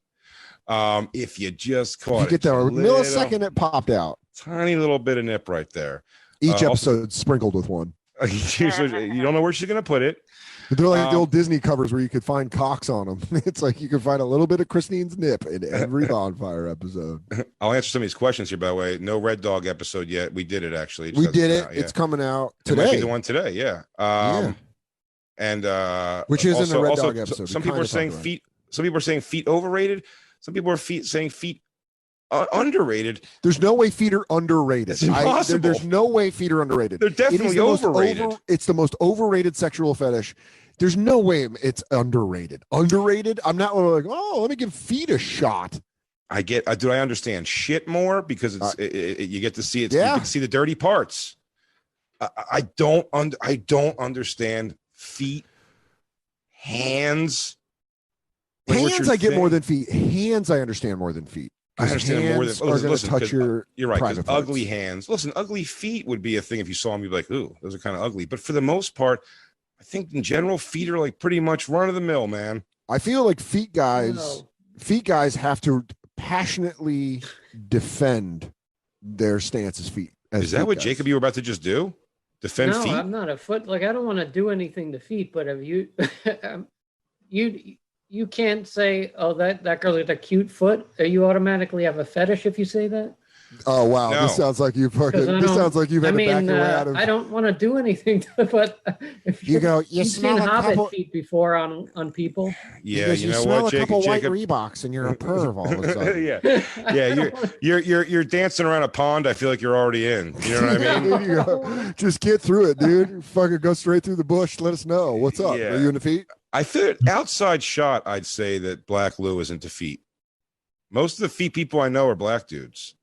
[SPEAKER 3] um, if you just caught
[SPEAKER 2] You
[SPEAKER 3] it,
[SPEAKER 2] get that
[SPEAKER 3] Little
[SPEAKER 2] millisecond it popped out.
[SPEAKER 3] tiny little bit of nip right there. Uh,
[SPEAKER 2] Each
[SPEAKER 3] also-
[SPEAKER 2] episode sprinkled with one.
[SPEAKER 3] Usually, you don't know where she's gonna put it.
[SPEAKER 2] They're like
[SPEAKER 3] Um,
[SPEAKER 2] the old Disney covers where you could find cocks on them. It's like you can find a little bit of Christine's nip in every bonfire episode.
[SPEAKER 3] I'll answer some of these questions here. By the way, no Red Dog episode yet. We did it actually. just
[SPEAKER 2] We
[SPEAKER 3] hasn't
[SPEAKER 2] did
[SPEAKER 3] come
[SPEAKER 2] it.
[SPEAKER 3] out yet.
[SPEAKER 2] It's coming out
[SPEAKER 3] It might be
[SPEAKER 2] today.
[SPEAKER 3] the one today. Yeah. Um,
[SPEAKER 2] Yeah.
[SPEAKER 3] And uh,
[SPEAKER 2] Which isn't a
[SPEAKER 3] also-
[SPEAKER 2] Red
[SPEAKER 3] also,
[SPEAKER 2] Dog
[SPEAKER 3] so-
[SPEAKER 2] episode. We
[SPEAKER 3] Some people
[SPEAKER 2] kinda
[SPEAKER 3] are saying
[SPEAKER 2] talked about it.
[SPEAKER 3] feet. Some people are saying feet overrated. Some people are feet saying feet uh, underrated.
[SPEAKER 2] There's no way feet are underrated.
[SPEAKER 3] It's
[SPEAKER 2] I- there-
[SPEAKER 3] impossible.
[SPEAKER 2] there's no way feet are underrated.
[SPEAKER 3] They're
[SPEAKER 2] It is
[SPEAKER 3] definitely
[SPEAKER 2] the most
[SPEAKER 3] overrated.
[SPEAKER 2] over- it's the most overrated sexual fetish. There's no way it's underrated. Underrated. I'm not like, oh, let me give feet a shot.
[SPEAKER 3] I get. Uh, do I understand shit more because it's it, it, it- you get to see it.
[SPEAKER 2] Uh, yeah.
[SPEAKER 3] You can see the dirty parts. I, I- I don't. Un- I don't understand feet, hands. like what's
[SPEAKER 2] Hands,
[SPEAKER 3] your
[SPEAKER 2] I get
[SPEAKER 3] thing?
[SPEAKER 2] more than feet. Hands, I understand more than feet.
[SPEAKER 3] I
[SPEAKER 2] 'Cause
[SPEAKER 3] understand more than-
[SPEAKER 2] hands
[SPEAKER 3] oh,
[SPEAKER 2] are
[SPEAKER 3] listen,
[SPEAKER 2] going to
[SPEAKER 3] listen,
[SPEAKER 2] touch
[SPEAKER 3] 'cause
[SPEAKER 2] your.
[SPEAKER 3] You're right. 'cause
[SPEAKER 2] private parts.
[SPEAKER 3] ugly hands. Listen, ugly feet would be a thing if you saw them. You'd be like, "Ooh, those are kind of ugly." But for the most part, I think in general, feet are like pretty much run of the mill, man.
[SPEAKER 2] I feel like feet guys. feet guys have to passionately defend their stance as feet. As
[SPEAKER 3] Is that
[SPEAKER 2] feet
[SPEAKER 3] what
[SPEAKER 2] guys.
[SPEAKER 3] Jacob you were about to just do? Defend
[SPEAKER 8] no,
[SPEAKER 3] feet?
[SPEAKER 8] I'm not a foot. Like I don't want to do anything to feet, but if you, um, you, you can't say, "Oh, that that girl with a cute foot." Uh, You automatically have a fetish if you say that.
[SPEAKER 2] Oh wow,
[SPEAKER 3] No.
[SPEAKER 2] this sounds like you fucking.
[SPEAKER 8] 'Cause I
[SPEAKER 2] This
[SPEAKER 8] don't-
[SPEAKER 2] sounds like you've
[SPEAKER 8] I
[SPEAKER 2] had to back
[SPEAKER 8] mean,
[SPEAKER 2] your way
[SPEAKER 8] uh,
[SPEAKER 2] out of.
[SPEAKER 8] I don't want to do anything, to, but if
[SPEAKER 2] you go. You
[SPEAKER 8] have
[SPEAKER 2] smell
[SPEAKER 8] seen
[SPEAKER 2] a
[SPEAKER 8] Hobbit
[SPEAKER 2] couple.
[SPEAKER 8] feet before on on people.
[SPEAKER 3] yeah,
[SPEAKER 2] goes,
[SPEAKER 3] you know
[SPEAKER 2] smell
[SPEAKER 3] what,
[SPEAKER 2] a couple
[SPEAKER 3] Jacob.
[SPEAKER 2] white
[SPEAKER 3] Jacob.
[SPEAKER 2] Reeboks, and you're a perv all of a sudden.
[SPEAKER 3] yeah,
[SPEAKER 8] yeah,
[SPEAKER 3] you're- you're you're you're dancing around a pond. I feel like you're already in. You know what I mean?
[SPEAKER 2] Dude, you go, just get through it, dude. Fucking go straight through the bush. Let us know what's up.
[SPEAKER 3] Yeah.
[SPEAKER 2] Are you in the feet?
[SPEAKER 3] I feel outside shot. I'd say that Black Lou is into feet. Most of the feet people I know are black dudes.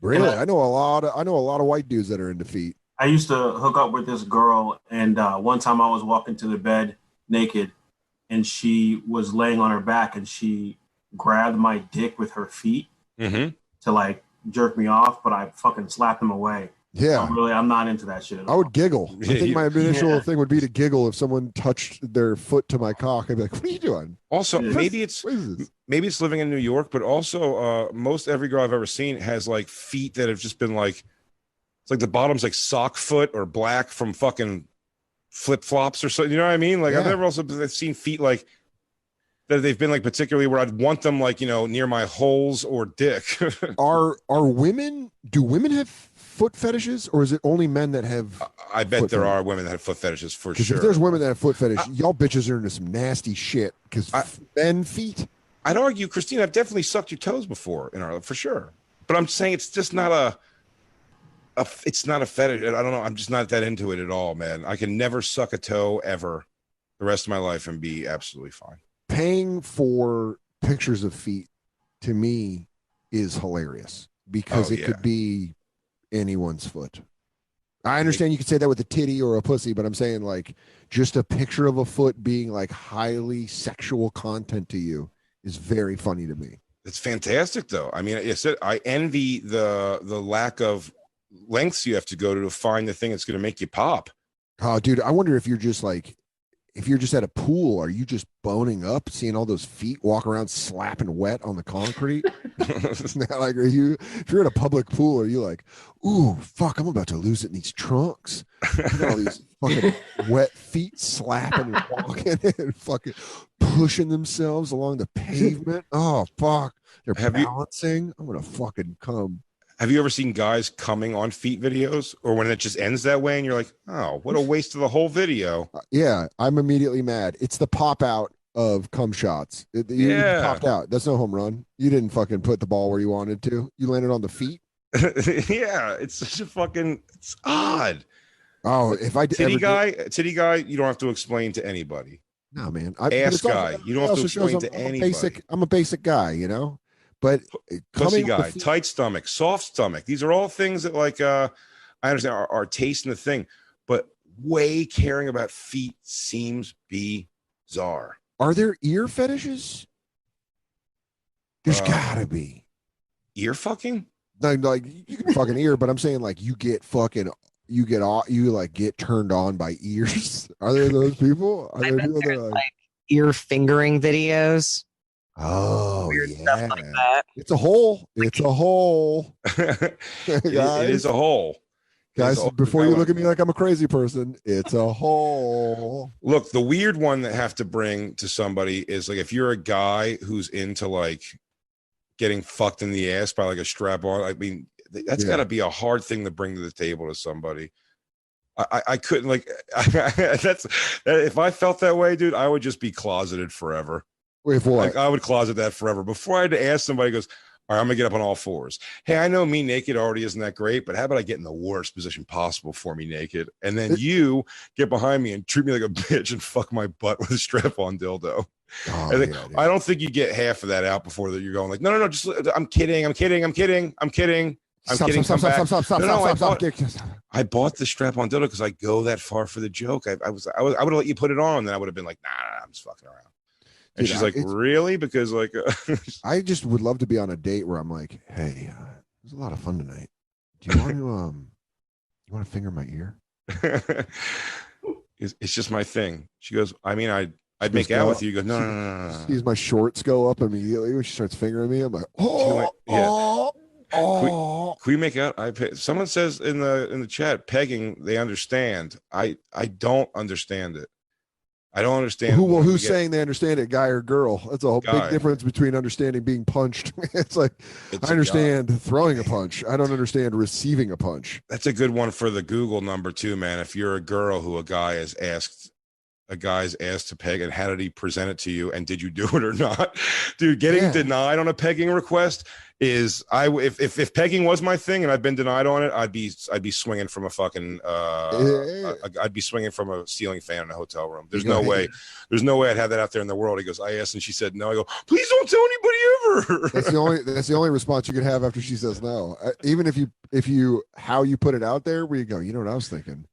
[SPEAKER 2] Really?
[SPEAKER 8] Yeah.
[SPEAKER 2] I know a lot. Of, I know a lot of white dudes that are into feet.
[SPEAKER 9] I used to hook up with this girl, and uh, one time I was walking to the bed naked, and she was laying on her back, and she grabbed my dick with her feet
[SPEAKER 3] Mm-hmm.
[SPEAKER 9] to like jerk me off, but I fucking slapped them away.
[SPEAKER 2] Yeah.
[SPEAKER 9] I'm really, I'm not into that shit. At
[SPEAKER 2] I
[SPEAKER 9] all.
[SPEAKER 2] would giggle. I
[SPEAKER 3] Yeah,
[SPEAKER 2] think
[SPEAKER 3] you-
[SPEAKER 2] my initial
[SPEAKER 9] Yeah.
[SPEAKER 2] thing would be to giggle if someone touched their foot to my cock. I'd be like, "What are you doing?
[SPEAKER 3] Also,
[SPEAKER 9] Yeah.
[SPEAKER 3] maybe it's
[SPEAKER 2] What is this?"
[SPEAKER 3] maybe it's living in New York, but also uh, most every girl I've ever seen has like feet that have just been like it's like the bottom's like sock foot or black from fucking flip flops or something. You know what I mean? Like I've
[SPEAKER 2] Yeah.
[SPEAKER 3] never also been- I've seen feet like that they've been like particularly where I'd want them like you know near my holes or dick.
[SPEAKER 2] Are are women? Do women have foot fetishes, or is it only men that have?
[SPEAKER 3] I bet
[SPEAKER 2] Foot
[SPEAKER 3] there
[SPEAKER 2] fetish.
[SPEAKER 3] are women that have foot fetishes for
[SPEAKER 2] Because
[SPEAKER 3] sure.
[SPEAKER 2] if there's women that have foot fetish,
[SPEAKER 3] I-
[SPEAKER 2] y'all bitches are into some nasty shit. Because
[SPEAKER 3] I-
[SPEAKER 2] men feet.
[SPEAKER 3] I'd argue, Christine, I've definitely sucked your toes before in our for sure. But I'm saying it's just not a, a it's not a fetish. I don't know. I'm just not that into it at all, man. I can never suck a toe ever the rest of my life and be absolutely fine.
[SPEAKER 2] paying for pictures of feet to me is hilarious because
[SPEAKER 3] Oh,
[SPEAKER 2] it
[SPEAKER 3] yeah.
[SPEAKER 2] could be anyone's foot. I understand you could say that with a titty or a pussy, but I'm saying like just a picture of a foot being like highly sexual content to you is very funny to me.
[SPEAKER 3] It's fantastic though. I mean, it's, I envy the the lack of lengths you have to go to to find the thing that's going to make you pop.
[SPEAKER 2] Oh, dude, I wonder if you're just like, if you're just at a pool, are you just boning up, seeing all those feet walk around slapping wet on the concrete? Isn't that like, are you, if you're in a public pool, are you like, ooh, fuck, I'm about to lose it in these trunks? Look at all these fucking wet feet slapping and walking and fucking pushing themselves along the pavement. Oh, fuck. They're
[SPEAKER 3] Have you-
[SPEAKER 2] balancing. I'm going to fucking come.
[SPEAKER 3] Have you ever seen guys coming on feet videos or when it just ends that way and you're like, oh, what a waste of the whole video?
[SPEAKER 2] Uh, Yeah, I'm immediately mad. It's the pop out of cum shots. It, you- you
[SPEAKER 3] Yeah.
[SPEAKER 2] popped out. That's no home run. You didn't fucking put the ball where you wanted to. You landed on the feet.
[SPEAKER 3] yeah, it's such a fucking it's ah. odd.
[SPEAKER 2] Oh, if I did
[SPEAKER 3] Titty guy, titty guy, you don't have to explain to anybody.
[SPEAKER 2] no man. I, but
[SPEAKER 3] Ass
[SPEAKER 2] it's also-
[SPEAKER 3] guy. You don't have
[SPEAKER 2] it
[SPEAKER 3] to
[SPEAKER 2] also shows
[SPEAKER 3] explain
[SPEAKER 2] I'm,
[SPEAKER 3] to
[SPEAKER 2] I'm a
[SPEAKER 3] anybody.
[SPEAKER 2] basic, I'm a basic guy, you know. But it-
[SPEAKER 3] Pussy
[SPEAKER 2] coming off the
[SPEAKER 3] guy,
[SPEAKER 2] feet-
[SPEAKER 3] tight stomach, soft stomach. These are all things that like uh I understand are, are taste in the thing, but way caring about feet seems bizarre.
[SPEAKER 2] are there ear fetishes? There's
[SPEAKER 3] Uh,
[SPEAKER 2] gotta be.
[SPEAKER 3] Ear fucking?
[SPEAKER 2] Like, like you can fucking ear, but I'm saying like you get fucking, you get all, you like get turned on by ears. Are there those people? Are
[SPEAKER 6] I
[SPEAKER 2] there
[SPEAKER 6] bet
[SPEAKER 2] people that
[SPEAKER 6] there's
[SPEAKER 2] are like,
[SPEAKER 6] like ear fingering videos,
[SPEAKER 2] Oh
[SPEAKER 6] weird
[SPEAKER 2] yeah,
[SPEAKER 6] stuff like that.
[SPEAKER 2] it's a hole. It's a hole,
[SPEAKER 3] It
[SPEAKER 2] guys.
[SPEAKER 3] is- it is a hole. it
[SPEAKER 2] guys,
[SPEAKER 3] is a-
[SPEAKER 2] before you
[SPEAKER 3] that
[SPEAKER 2] look
[SPEAKER 3] one.
[SPEAKER 2] at me like I'm a crazy person, it's a hole.
[SPEAKER 3] Look, the weird one that I have to bring to somebody is like if you're a guy who's into like getting fucked in the ass by like a strap on. I mean, th- that's
[SPEAKER 2] Yeah.
[SPEAKER 3] got to be a hard thing to bring to the table to somebody. I, I, I couldn't like that's if I felt that way, dude, I would just be closeted forever.
[SPEAKER 2] Wait, what?
[SPEAKER 3] Like I would closet that forever. Before I had to ask somebody, goes, all right, I'm gonna get up on all fours. Hey, I know me naked already isn't that great, but how about I get in the worst position possible for me naked, and then you get behind me and treat me like a bitch and fuck my butt with a strap-on dildo.
[SPEAKER 2] Oh,
[SPEAKER 3] I think-
[SPEAKER 2] yeah, dude.
[SPEAKER 3] I don't think you get half of that out before that. You're going like, no, no, no, just I'm kidding, I'm kidding, I'm kidding, I'm kidding. I'm
[SPEAKER 2] stop,
[SPEAKER 3] kidding,
[SPEAKER 2] stop,
[SPEAKER 3] come
[SPEAKER 2] stop, stop, stop, stop,
[SPEAKER 3] No, no, I
[SPEAKER 2] stop, stop,
[SPEAKER 3] bought-
[SPEAKER 2] stop, stop, stop.
[SPEAKER 3] I bought the strap-on dildo because I go that far for the joke. I, I was, I was, I would have let you put it on, and then I would have been like, nah, nah, nah, I'm just fucking around. And
[SPEAKER 2] Dude,
[SPEAKER 3] she's
[SPEAKER 2] I-
[SPEAKER 3] like,
[SPEAKER 2] it's-
[SPEAKER 3] really? Because like, uh,
[SPEAKER 2] I just would love to be on a date where I'm like, hey, uh, it was a lot of fun tonight. Do you want to um, you want to finger my ear?
[SPEAKER 3] it's, it's just my thing. She goes, I mean, I'd, I'd
[SPEAKER 2] She
[SPEAKER 3] make
[SPEAKER 2] goes,
[SPEAKER 3] out
[SPEAKER 2] "No."
[SPEAKER 3] with you. You Go, no, no, no, no, no, no.
[SPEAKER 2] Sees my shorts go up immediately when she starts fingering me. I'm like,
[SPEAKER 3] know
[SPEAKER 2] oh,
[SPEAKER 3] what? Yeah.
[SPEAKER 2] oh, oh.
[SPEAKER 3] Can we make out? I pay. Someone says in the in the chat, pegging. They understand. I I don't understand it. I don't understand.
[SPEAKER 2] Who well,
[SPEAKER 3] when we
[SPEAKER 2] who's
[SPEAKER 3] get-
[SPEAKER 2] saying they understand it, guy or girl? That's a whole
[SPEAKER 3] Guy.
[SPEAKER 2] big difference between understanding being punched. it's like
[SPEAKER 3] It's a
[SPEAKER 2] I
[SPEAKER 3] guy.
[SPEAKER 2] understand throwing a punch. I don't understand receiving a punch.
[SPEAKER 3] That's a good one for the Google number too, man. If you're a girl who a guy has asked, a guy's asked to peg, and how did he present it to you, and did you do it or not, dude? Getting
[SPEAKER 2] Yeah.
[SPEAKER 3] denied on a pegging request is I w- if, if if pegging was my thing and I've been denied on it, I'd be I'd be swinging from a fucking uh,
[SPEAKER 2] Yeah.
[SPEAKER 3] I, I'd be swinging from a ceiling fan in a hotel room. There's
[SPEAKER 2] You
[SPEAKER 3] no
[SPEAKER 2] gotta-
[SPEAKER 3] way. There's no way I'd have that out there in the world. He goes, I asked, and she said no. I go, please don't tell anybody
[SPEAKER 2] That's
[SPEAKER 3] ever.
[SPEAKER 2] the only that's the only response you can have after she says no. Uh, Even if you if you how you put it out there, where you go, you know what I was thinking.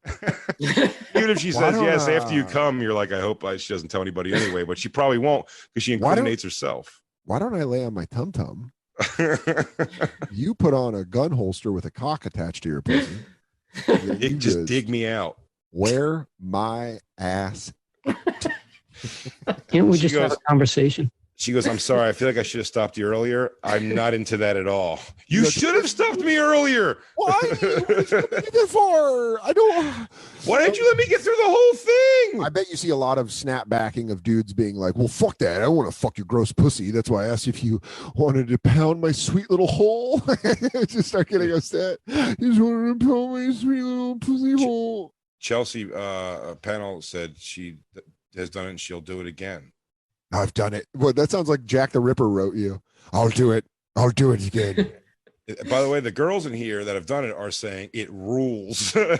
[SPEAKER 3] Even if she
[SPEAKER 2] Why
[SPEAKER 3] says yes
[SPEAKER 2] don't,
[SPEAKER 3] after you
[SPEAKER 2] uh,
[SPEAKER 3] come, you're like, I hope I, she doesn't tell anybody anyway, but she probably won't because she
[SPEAKER 2] Why don't-
[SPEAKER 3] incriminates herself.
[SPEAKER 2] Why don't I lay on my tum tum?
[SPEAKER 3] you
[SPEAKER 2] You put on a gun holster with a cock attached to your pussy. Yeah, you
[SPEAKER 3] just
[SPEAKER 2] just
[SPEAKER 3] dig me out.
[SPEAKER 2] Wear my ass.
[SPEAKER 8] Can't we
[SPEAKER 3] She
[SPEAKER 8] just have
[SPEAKER 3] goes-
[SPEAKER 8] a conversation?
[SPEAKER 3] She goes, I'm sorry. I feel like I should have stopped you earlier. I'm not into that at all. You
[SPEAKER 2] Look-
[SPEAKER 3] should have stopped me earlier.
[SPEAKER 2] Why? What for? I don't.
[SPEAKER 3] Why didn't you let me get through the whole thing?
[SPEAKER 2] I bet you see a lot of snapbacking of dudes being like, "Well, fuck that! I don't want to fuck your gross pussy. That's why I asked if you wanted to pound my sweet little hole." just start getting upset. You just wanted to pound my sweet little pussy hole.
[SPEAKER 3] uh, Chelsea uh, panel said she has done it and she'll do it again.
[SPEAKER 2] I've done it. Well, that sounds like Jack the Ripper wrote you. I'll do it. I'll do it again.
[SPEAKER 3] Eh, By the way, the girls in here that have done it are saying it rules.
[SPEAKER 2] Yeah.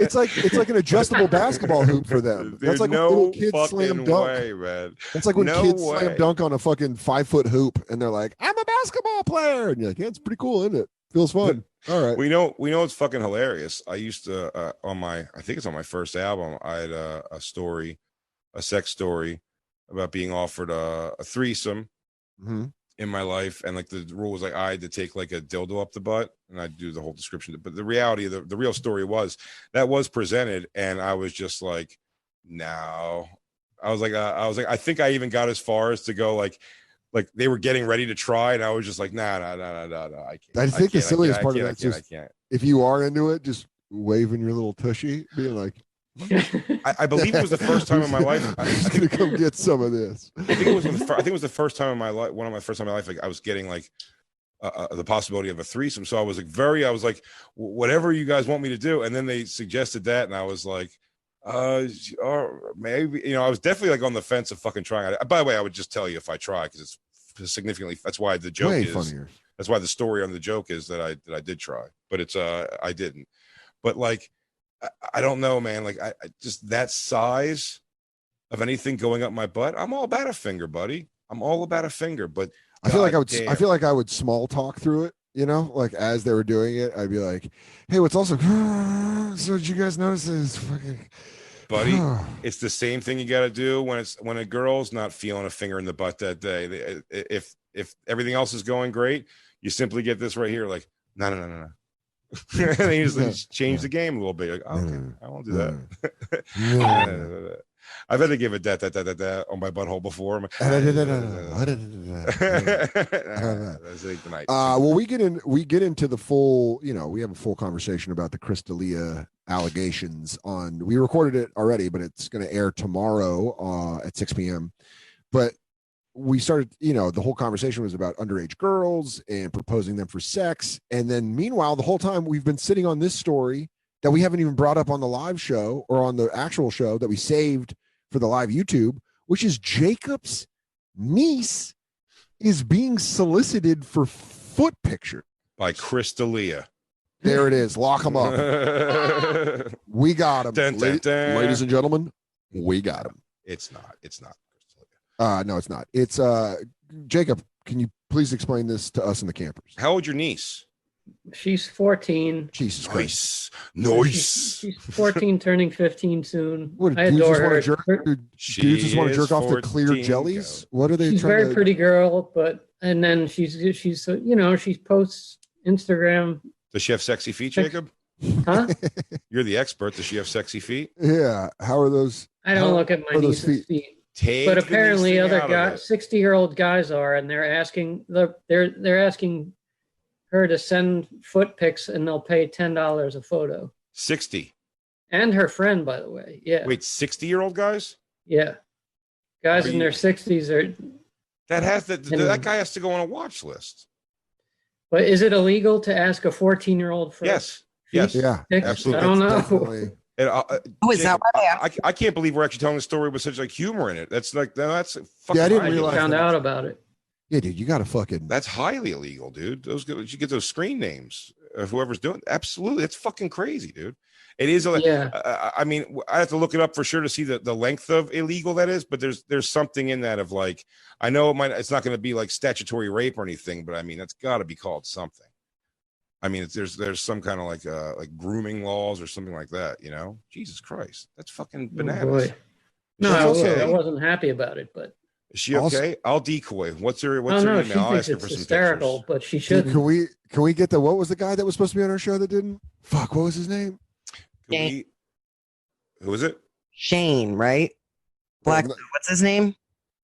[SPEAKER 2] it's like it's like an adjustable basketball hoop for them. That's
[SPEAKER 3] There's
[SPEAKER 2] like
[SPEAKER 3] no
[SPEAKER 2] when little kids
[SPEAKER 3] fucking
[SPEAKER 2] slam dunk.
[SPEAKER 3] way, man.
[SPEAKER 2] That's like when
[SPEAKER 3] No
[SPEAKER 2] kids slam
[SPEAKER 3] way.
[SPEAKER 2] dunk on a fucking five foot hoop, and they're like, "I'm a basketball player," and you're like, "Yeah, it's pretty cool, isn't it? Feels fun." All right.
[SPEAKER 3] We know we know it's fucking hilarious. I used to uh, on my I think it's on my first album. I had a, a story, a sex story about being offered a, a threesome
[SPEAKER 2] Mhm.
[SPEAKER 3] in my life, and like the rule was like I had to take like a dildo up the butt, and I would do the whole description. But the reality, of the the real story was that was presented, and I was just like, no. I was like, uh, I was like, I think I even got as far as to go like. Like they were getting ready to try, and I was just like, nah, nah, nah, nah, nah, nah. I can't.
[SPEAKER 2] I think the
[SPEAKER 3] can't, can't,
[SPEAKER 2] silliest
[SPEAKER 3] I
[SPEAKER 2] part of
[SPEAKER 3] can't, I
[SPEAKER 2] that's
[SPEAKER 3] can't, I
[SPEAKER 2] just-
[SPEAKER 3] can't.
[SPEAKER 2] If you are into it, just waving your little tushy, being like,
[SPEAKER 3] I, I believe it was the first time in my life. I, I
[SPEAKER 2] I'm just
[SPEAKER 3] think,
[SPEAKER 2] gonna come get some of this."
[SPEAKER 3] I think it was. The fir- I think it was the first time in my life. One of my first time in my life, like I was getting like uh, uh, the possibility of a threesome. So I was like very. I was like, "Wh- whatever you guys want me to do. And then they suggested that, and I was like, uh, s- or maybe you know, I was definitely like on the fence of fucking trying. I, by the way, I would just tell you if I try because it's significantly. That's why the joke
[SPEAKER 2] Way
[SPEAKER 3] is
[SPEAKER 2] funnier.
[SPEAKER 3] that's why the story on the joke is that I that I did try, but it's uh I didn't. But like I, I don't know, man. Like I, I just that size of anything going up my butt, I'm all about a finger, buddy. I'm all about a finger, but
[SPEAKER 2] I feel like I would.
[SPEAKER 3] goddamn.
[SPEAKER 2] I feel like I would small talk through it. You know, like as they were doing it, I'd be like, "Hey, what's also? So did you guys notice this fucking
[SPEAKER 3] buddy, it's the same thing you got to do when it's when a girl's not feeling a finger in the butt that day. They- i- If if everything else is going great, you simply get this right here, like no no no no no. and then you just, like,
[SPEAKER 2] Yeah.
[SPEAKER 3] just change
[SPEAKER 2] Yeah.
[SPEAKER 3] the game a little bit. You're like, okay,
[SPEAKER 2] Mm.
[SPEAKER 3] I won't do that.
[SPEAKER 2] Mm.
[SPEAKER 3] I've had to give a that that that that that on my butthole before. I'm like,
[SPEAKER 2] Uh,
[SPEAKER 3] That's it tonight.
[SPEAKER 2] well, we get in. We get into the full. You know, we have a full conversation about the Crystalia allegations. On we recorded it already, but it's going to air tomorrow uh, at six p.m. But we started. You know, the whole conversation was about underage girls and proposing them for sex. And then, meanwhile, the whole time we've been sitting on this story that we haven't even brought up on the live show or on the actual show that we saved for the live YouTube, which is Jacob's niece is being solicited for foot pictures.
[SPEAKER 3] By Crystalia.
[SPEAKER 2] There it is. Lock them up. We got them.
[SPEAKER 3] Dun, dun, dun.
[SPEAKER 2] Ladies and gentlemen, we got them.
[SPEAKER 3] it's not. It's not.
[SPEAKER 2] Uh, no, it's not. It's uh, Jacob. Can you please explain this to us in the campers?
[SPEAKER 3] How old your niece?
[SPEAKER 8] She's 14.
[SPEAKER 2] Jesus Christ!
[SPEAKER 3] Nice.
[SPEAKER 8] She's,
[SPEAKER 3] Nice.
[SPEAKER 8] she's 14, turning 15 soon.
[SPEAKER 2] What
[SPEAKER 8] I
[SPEAKER 2] do
[SPEAKER 8] adore
[SPEAKER 2] dudes just want
[SPEAKER 8] her.
[SPEAKER 2] to jerk? Do
[SPEAKER 3] She
[SPEAKER 2] dudes just want to
[SPEAKER 3] is
[SPEAKER 2] jerk off the clear
[SPEAKER 3] 14
[SPEAKER 2] jellies? What are they
[SPEAKER 8] she's a
[SPEAKER 2] trying
[SPEAKER 8] very
[SPEAKER 2] to?
[SPEAKER 8] pretty girl, but and then she's she's so you know she posts Instagram,
[SPEAKER 3] Does she have sexy feet, Jacob?
[SPEAKER 8] huh?
[SPEAKER 3] You're the expert. Does she have sexy feet?
[SPEAKER 2] Yeah. How are those?
[SPEAKER 8] I don't
[SPEAKER 2] How
[SPEAKER 8] look at my
[SPEAKER 2] are those
[SPEAKER 8] niece's feet,
[SPEAKER 3] Take
[SPEAKER 8] but
[SPEAKER 3] the niece
[SPEAKER 8] apparently
[SPEAKER 3] thing
[SPEAKER 8] other
[SPEAKER 3] out of
[SPEAKER 8] guys,
[SPEAKER 3] it.
[SPEAKER 8] sixty year old guys are, and they're asking they're they're they're asking her to send foot pics, and they'll pay ten dollars a photo.
[SPEAKER 3] Sixty.
[SPEAKER 8] And her friend, by the way, yeah,
[SPEAKER 3] Wait, sixty-year-old guys?
[SPEAKER 8] yeah, guys
[SPEAKER 3] Are
[SPEAKER 8] in
[SPEAKER 3] you-
[SPEAKER 8] their sixties are.
[SPEAKER 3] That has that.
[SPEAKER 8] And-
[SPEAKER 3] That guy has to go on a watch list.
[SPEAKER 8] But is it illegal to ask a fourteen year old for
[SPEAKER 3] Yes. Yes.
[SPEAKER 2] Yeah.
[SPEAKER 8] pics?
[SPEAKER 3] absolutely.
[SPEAKER 8] I don't know.
[SPEAKER 2] that's definitely-
[SPEAKER 3] And, uh, uh,
[SPEAKER 6] Oh, is that
[SPEAKER 3] Jacob,
[SPEAKER 6] why they
[SPEAKER 3] I, I- I can't believe we're actually telling the story with such like humor in it. That's like that's fucking
[SPEAKER 2] Yeah, I didn't
[SPEAKER 3] highly-
[SPEAKER 2] realize
[SPEAKER 8] Found
[SPEAKER 2] that.
[SPEAKER 8] out about it.
[SPEAKER 2] Yeah, dude, you got to fucking.
[SPEAKER 3] That's highly illegal, dude. Those you should get those screen names of whoever's doing. Absolutely, it's fucking crazy, dude. It is. Like,
[SPEAKER 8] Yeah.
[SPEAKER 3] I, I mean, I have to look it up for sure to see the, the length of illegal that is. But there's there's something in that of like I know it might it's not going to be like statutory rape or anything, but I mean that's got to be called something. I mean, it's, there's there's some kind of like uh like grooming laws or something like that. You know, Jesus Christ, that's fucking
[SPEAKER 8] Oh,
[SPEAKER 3] bananas.
[SPEAKER 8] boy. No,
[SPEAKER 3] It's
[SPEAKER 8] I was-
[SPEAKER 3] okay.
[SPEAKER 8] I wasn't happy about it, but
[SPEAKER 3] Is she
[SPEAKER 2] Also-
[SPEAKER 3] okay? I'll decoy. What's her
[SPEAKER 8] I
[SPEAKER 3] what's
[SPEAKER 8] don't
[SPEAKER 3] her
[SPEAKER 8] know. Oh, She
[SPEAKER 3] email? I'll ask
[SPEAKER 8] thinks
[SPEAKER 3] her
[SPEAKER 8] it's
[SPEAKER 3] for some pictures.
[SPEAKER 8] hysterical, but she
[SPEAKER 2] Dude,
[SPEAKER 8] shouldn't.
[SPEAKER 2] can we can we get the what was the guy that was supposed to be on our show that didn't? Fuck, what was his name?
[SPEAKER 3] Can we- Who is it?
[SPEAKER 6] Shane, right? Black. What's his name?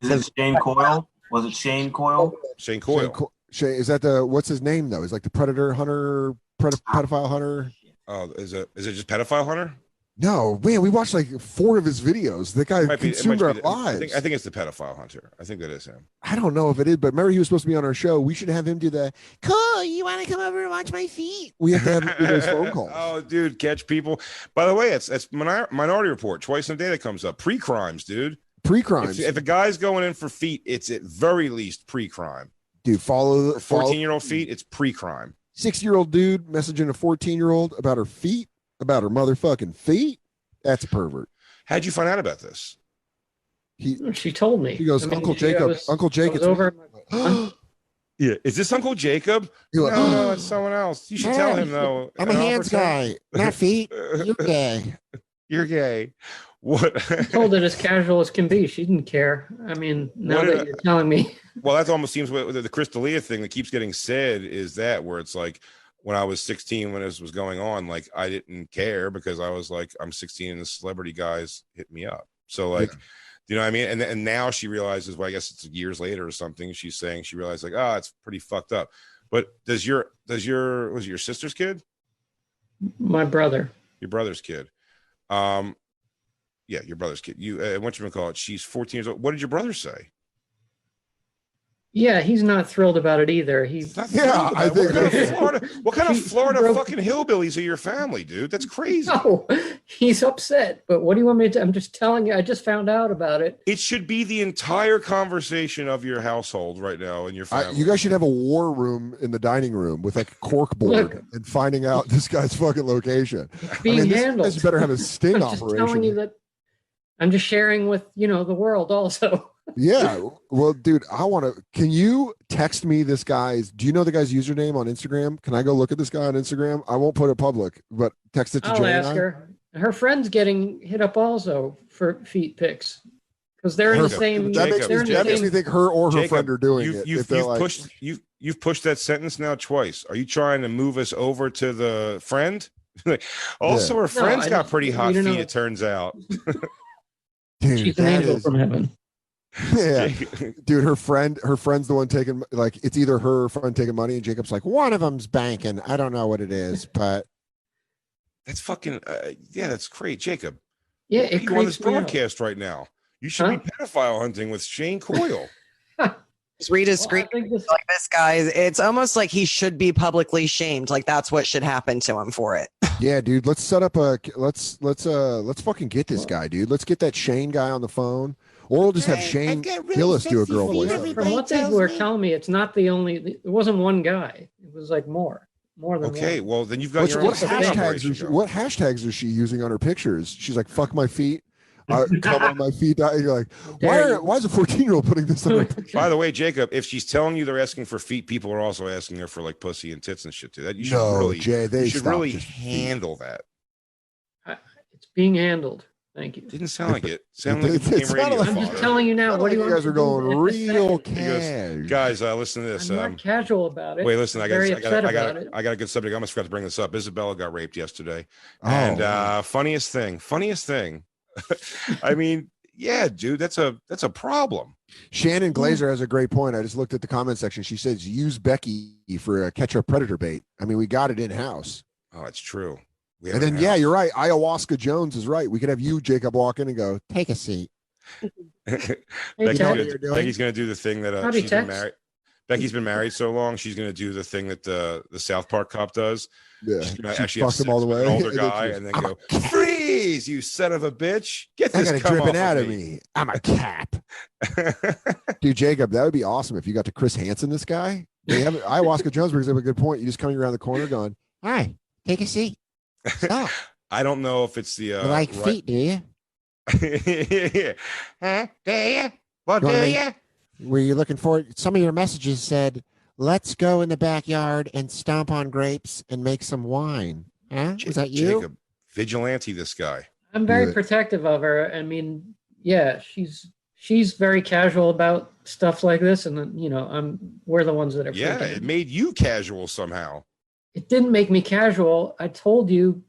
[SPEAKER 9] Is it Shane Coyle?
[SPEAKER 2] Oh.
[SPEAKER 9] Was it Shane Coyle?
[SPEAKER 3] Shane Coyle.
[SPEAKER 2] Shane Co- Shane, is that the what's his name though? Is like the predator hunter, pred- pedophile hunter.
[SPEAKER 3] Oh, is it is it just pedophile hunter?
[SPEAKER 2] No, man, we watched like four of his videos. The guy
[SPEAKER 3] It might be- it
[SPEAKER 2] consumed
[SPEAKER 3] might
[SPEAKER 2] our
[SPEAKER 3] be the- I
[SPEAKER 2] lives.
[SPEAKER 3] think, I think it's the pedophile hunter. I think that is him.
[SPEAKER 2] I don't know if it is, but remember he was supposed to be on our show. We should have him do the cool. You want to come over and watch my feet? We have to have him do those phone calls.
[SPEAKER 3] oh, dude, catch people. By the way, it's it's Minor- Minority Report twice in a day that comes up. Pre crimes, dude.
[SPEAKER 2] pre-crimes.
[SPEAKER 3] If, if a guy's going in for feet, it's at very least pre-crime.
[SPEAKER 2] dude, follow
[SPEAKER 3] For
[SPEAKER 2] the
[SPEAKER 3] fourteen-year-old feet, it's pre-crime.
[SPEAKER 2] Six-year-old dude messaging a fourteen-year-old about her feet, about her motherfucking feet. That's a pervert.
[SPEAKER 3] How'd you find out about this?
[SPEAKER 2] He
[SPEAKER 8] She told me.
[SPEAKER 2] he goes,
[SPEAKER 8] I mean,
[SPEAKER 2] Uncle
[SPEAKER 8] she- I
[SPEAKER 2] Jacob,
[SPEAKER 8] was-
[SPEAKER 2] Uncle
[SPEAKER 8] I
[SPEAKER 2] Jacob.
[SPEAKER 8] was over. at my-
[SPEAKER 3] Yeah, is this Uncle Jacob?
[SPEAKER 2] You're
[SPEAKER 3] No,
[SPEAKER 2] like,
[SPEAKER 3] no, it's someone else. You should tell
[SPEAKER 2] No,
[SPEAKER 3] him though.
[SPEAKER 2] I'm a
[SPEAKER 3] And I'll
[SPEAKER 2] hands
[SPEAKER 3] pretend-
[SPEAKER 2] guy, not feet. You're gay.
[SPEAKER 3] You're gay. What?
[SPEAKER 8] told it as casual as can be. She didn't care. I mean, now
[SPEAKER 3] What did
[SPEAKER 8] that
[SPEAKER 3] I-
[SPEAKER 8] you're telling me,
[SPEAKER 3] Well, that almost seems what the Chris D'Elia thing that keeps getting said is that where it's like when I was 16 when this was going on, like I didn't care because I was like I'm 16 and the celebrity guys hit me up. So like, you know what I mean? And and now she realizes. Well, I guess it's years later or something. She's saying she realized like, ah, it's pretty fucked up. But does your does your was it your sister's kid?
[SPEAKER 8] my brother.
[SPEAKER 3] your brother's kid. Um, yeah, your brother's kid. You uh, what you call it? She's 14 years old. What did your brother say?
[SPEAKER 8] Yeah, he's not thrilled about it either. He
[SPEAKER 3] It's not
[SPEAKER 2] Yeah,
[SPEAKER 3] Florida.
[SPEAKER 2] I
[SPEAKER 3] what
[SPEAKER 2] think-
[SPEAKER 3] kind of Florida, what kind of
[SPEAKER 8] He
[SPEAKER 3] Florida
[SPEAKER 8] broke-
[SPEAKER 3] fucking hillbillies are your family, dude? That's crazy.
[SPEAKER 8] no, he's upset. But what do you want me to? I'm just telling you. I just found out about it.
[SPEAKER 3] It should be the entire conversation of your household right now and your
[SPEAKER 2] I,
[SPEAKER 3] family.
[SPEAKER 2] you guys should have a war room in the dining room with like a cork board and finding out this guy's fucking location.
[SPEAKER 8] Being
[SPEAKER 2] I mean, this,
[SPEAKER 8] handled.
[SPEAKER 2] this better have a sting
[SPEAKER 8] I'm just
[SPEAKER 2] operation.
[SPEAKER 8] telling you that. I'm just sharing with you know the world also.
[SPEAKER 2] Yeah. Well, dude, I want to. Can you text me this guy's? Do you know the guy's username on Instagram? Can I go look at this guy on Instagram? I won't put it public, but text it to
[SPEAKER 8] I'll
[SPEAKER 2] Jay. and
[SPEAKER 8] ask
[SPEAKER 2] I.
[SPEAKER 8] her. Her friend's getting hit up also for feet pics because they're in the
[SPEAKER 2] Perfect.
[SPEAKER 8] same.
[SPEAKER 2] That, makes,
[SPEAKER 8] they're
[SPEAKER 2] me,
[SPEAKER 8] in
[SPEAKER 2] that
[SPEAKER 8] the
[SPEAKER 2] makes
[SPEAKER 8] same-
[SPEAKER 2] me think her or her
[SPEAKER 3] Jacob,
[SPEAKER 2] friend are doing
[SPEAKER 3] you've,
[SPEAKER 2] it.
[SPEAKER 3] You've,
[SPEAKER 2] if they're
[SPEAKER 3] you've
[SPEAKER 2] like,
[SPEAKER 3] pushed you've you've pushed that sentence now twice. Are you trying to move us over to the friend? Like, also, her friend's
[SPEAKER 8] I
[SPEAKER 3] got
[SPEAKER 8] just-
[SPEAKER 3] pretty
[SPEAKER 8] we
[SPEAKER 3] hot feet.
[SPEAKER 8] don't know.
[SPEAKER 3] It turns out.
[SPEAKER 2] dude,
[SPEAKER 8] She's an
[SPEAKER 2] that
[SPEAKER 8] angel
[SPEAKER 2] is-
[SPEAKER 8] from heaven.
[SPEAKER 2] yeah,
[SPEAKER 3] Jacob-
[SPEAKER 2] dude, her friend, her friend's the one taking like it's either her or her friend taking money, and Jacob's like, one of them's banking. I don't know what it is, but
[SPEAKER 3] that's fucking uh, yeah. That's great, Jacob.
[SPEAKER 8] Yeah,
[SPEAKER 3] Why are
[SPEAKER 8] it
[SPEAKER 3] you on this
[SPEAKER 8] creeps me out.
[SPEAKER 3] broadcast right now. You should be pedophile hunting with Shane Coyle.
[SPEAKER 6] Just read his
[SPEAKER 8] Well, I
[SPEAKER 6] screen
[SPEAKER 8] think this-
[SPEAKER 6] like this guy. It's almost like he should be publicly shamed. Like that's what should happen to him for it.
[SPEAKER 2] yeah, dude, let's set up a let's let's uh let's fucking get this guy, dude. Let's get that Shane guy on the phone, or we'll just have Shane Gillis do a girl voice.
[SPEAKER 8] From what they were telling me, it's not the only. It wasn't one guy. It was like more, more than
[SPEAKER 3] Okay,
[SPEAKER 8] one.
[SPEAKER 3] well then you've got
[SPEAKER 2] What's,
[SPEAKER 3] your
[SPEAKER 2] what
[SPEAKER 3] own
[SPEAKER 8] hashtag
[SPEAKER 2] hashtags?
[SPEAKER 3] operation
[SPEAKER 2] Is she,
[SPEAKER 3] going.
[SPEAKER 2] what hashtags is she using on her pictures? She's like, "Fuck my feet," uh, "Come on my feet." You're like, why?
[SPEAKER 8] Dare
[SPEAKER 2] Are, why is a fourteen year old putting this on her picture?
[SPEAKER 3] By the way, Jacob, if she's telling you they're asking for feet, people are also asking her for like pussy and tits and shit too. That you should
[SPEAKER 2] No,
[SPEAKER 3] really,
[SPEAKER 2] Jay, they
[SPEAKER 3] you should
[SPEAKER 2] stopped
[SPEAKER 3] really
[SPEAKER 2] just-
[SPEAKER 3] handle that.
[SPEAKER 8] It's being handled. Thank you.
[SPEAKER 3] Didn't sound like it. Sounded like
[SPEAKER 2] It
[SPEAKER 3] it became
[SPEAKER 2] sounded
[SPEAKER 3] radio
[SPEAKER 2] like-
[SPEAKER 8] I'm just
[SPEAKER 3] fodder.
[SPEAKER 8] telling you now.
[SPEAKER 2] Sounded
[SPEAKER 8] What do you
[SPEAKER 2] like
[SPEAKER 8] want
[SPEAKER 2] guys
[SPEAKER 8] me
[SPEAKER 2] are
[SPEAKER 8] to do
[SPEAKER 2] going
[SPEAKER 8] with this
[SPEAKER 2] real
[SPEAKER 8] second?
[SPEAKER 3] He goes,
[SPEAKER 2] cash.
[SPEAKER 3] Guys, uh, listen to this.
[SPEAKER 8] I'm
[SPEAKER 3] Um,
[SPEAKER 8] not casual about it.
[SPEAKER 3] wait, listen. I
[SPEAKER 8] I'm
[SPEAKER 3] got.
[SPEAKER 8] very
[SPEAKER 3] I got.
[SPEAKER 8] upset
[SPEAKER 3] I got.
[SPEAKER 8] about it.
[SPEAKER 3] I got a good subject. I almost forgot to bring this up. Isabella got raped yesterday.
[SPEAKER 2] Oh,
[SPEAKER 3] And uh funniest thing, funniest thing. I mean, yeah, dude, that's a that's a problem.
[SPEAKER 2] Shannon Glazer has a great point. I just looked at the comment section. She says use Becky for a catch a predator bait. I mean, we got it in house.
[SPEAKER 3] Oh, it's true. We
[SPEAKER 2] And
[SPEAKER 3] have
[SPEAKER 2] then
[SPEAKER 3] an
[SPEAKER 2] yeah,
[SPEAKER 3] house.
[SPEAKER 2] you're right. Ayahuasca Jones is right. We could have you, Jacob, walk in and go take a seat.
[SPEAKER 8] Hey,
[SPEAKER 3] Becky's,
[SPEAKER 2] Ted.
[SPEAKER 3] gonna,
[SPEAKER 8] Ted,
[SPEAKER 2] What you're doing?
[SPEAKER 3] Becky's gonna do the thing that uh,
[SPEAKER 8] Howdy,
[SPEAKER 3] she's been
[SPEAKER 8] Tex.
[SPEAKER 3] married. Becky's been married so long, she's gonna do the thing that the the South Park cop does.
[SPEAKER 2] Yeah,
[SPEAKER 3] She's gonna
[SPEAKER 2] She
[SPEAKER 3] actually have
[SPEAKER 2] fucked him
[SPEAKER 3] sex
[SPEAKER 2] all the
[SPEAKER 3] with
[SPEAKER 2] way.
[SPEAKER 3] an older
[SPEAKER 2] And then
[SPEAKER 3] guy
[SPEAKER 2] she
[SPEAKER 3] and then
[SPEAKER 2] goes, "I'm
[SPEAKER 3] go, Freeze, you son of a bitch. Get
[SPEAKER 2] I
[SPEAKER 3] this
[SPEAKER 2] got it
[SPEAKER 3] cum
[SPEAKER 2] dripping
[SPEAKER 3] off
[SPEAKER 2] out of
[SPEAKER 3] me."
[SPEAKER 2] me. I'm a cap, dude. Jacob, that would be awesome if you got to Chris Hansen. This guy, they have Ayahuasca Jones brings up a good point. You just coming around the corner, going, "Hi, take a seat. Stop.
[SPEAKER 3] I don't know if it's the
[SPEAKER 2] You
[SPEAKER 3] uh
[SPEAKER 2] like
[SPEAKER 3] right-
[SPEAKER 2] feet, do you?
[SPEAKER 3] huh? Do
[SPEAKER 2] You
[SPEAKER 3] you? Well,
[SPEAKER 2] wanna
[SPEAKER 3] do
[SPEAKER 2] make-
[SPEAKER 3] you?
[SPEAKER 2] Were you looking for it? Some of your messages said, let's go in the backyard and stomp on grapes and make some wine. Huh?
[SPEAKER 3] Ja-
[SPEAKER 2] Was that you?
[SPEAKER 3] Jacob, vigilante, this guy.
[SPEAKER 8] I'm very
[SPEAKER 2] Yeah.
[SPEAKER 8] protective of her. I mean, yeah, she's she's very casual about stuff like this, and then, you know, I'm we're the ones that are.
[SPEAKER 3] Yeah,
[SPEAKER 8] freaking
[SPEAKER 3] it
[SPEAKER 8] out.
[SPEAKER 3] made you casual somehow.
[SPEAKER 8] it didn't make me casual. I told you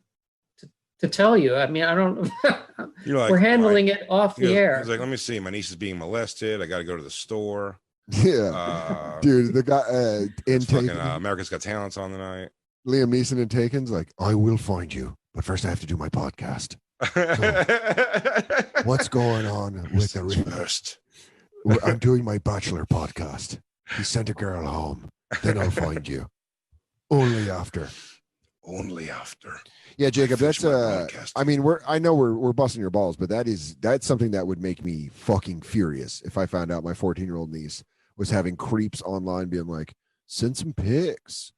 [SPEAKER 8] to, to tell you. I mean, I don't.
[SPEAKER 3] You're like
[SPEAKER 8] we're handling it off the air.
[SPEAKER 3] He's like, let me see. My niece is being molested. I got to go to the store.
[SPEAKER 2] Yeah.
[SPEAKER 3] Uh,
[SPEAKER 2] Dude, the guy uh, in
[SPEAKER 3] it's fucking,
[SPEAKER 2] Taken,
[SPEAKER 3] uh, America's Got Talents on tonight.
[SPEAKER 2] Liam Neeson in Taken's like, I will find you, but first I have to do my podcast. What's going on with the river?
[SPEAKER 3] first?
[SPEAKER 2] Well, I'm doing my bachelor podcast. He sent a girl home. Then I'll find you. Only after.
[SPEAKER 3] Only after.
[SPEAKER 2] Yeah, Jacob,
[SPEAKER 3] Finish
[SPEAKER 2] that's
[SPEAKER 3] my
[SPEAKER 2] uh
[SPEAKER 3] podcast.
[SPEAKER 2] I mean, we're I know we're we're busting your balls, but that is that's something that would make me fucking furious if I found out my 14-year-old niece was having creeps online being like, send some pics.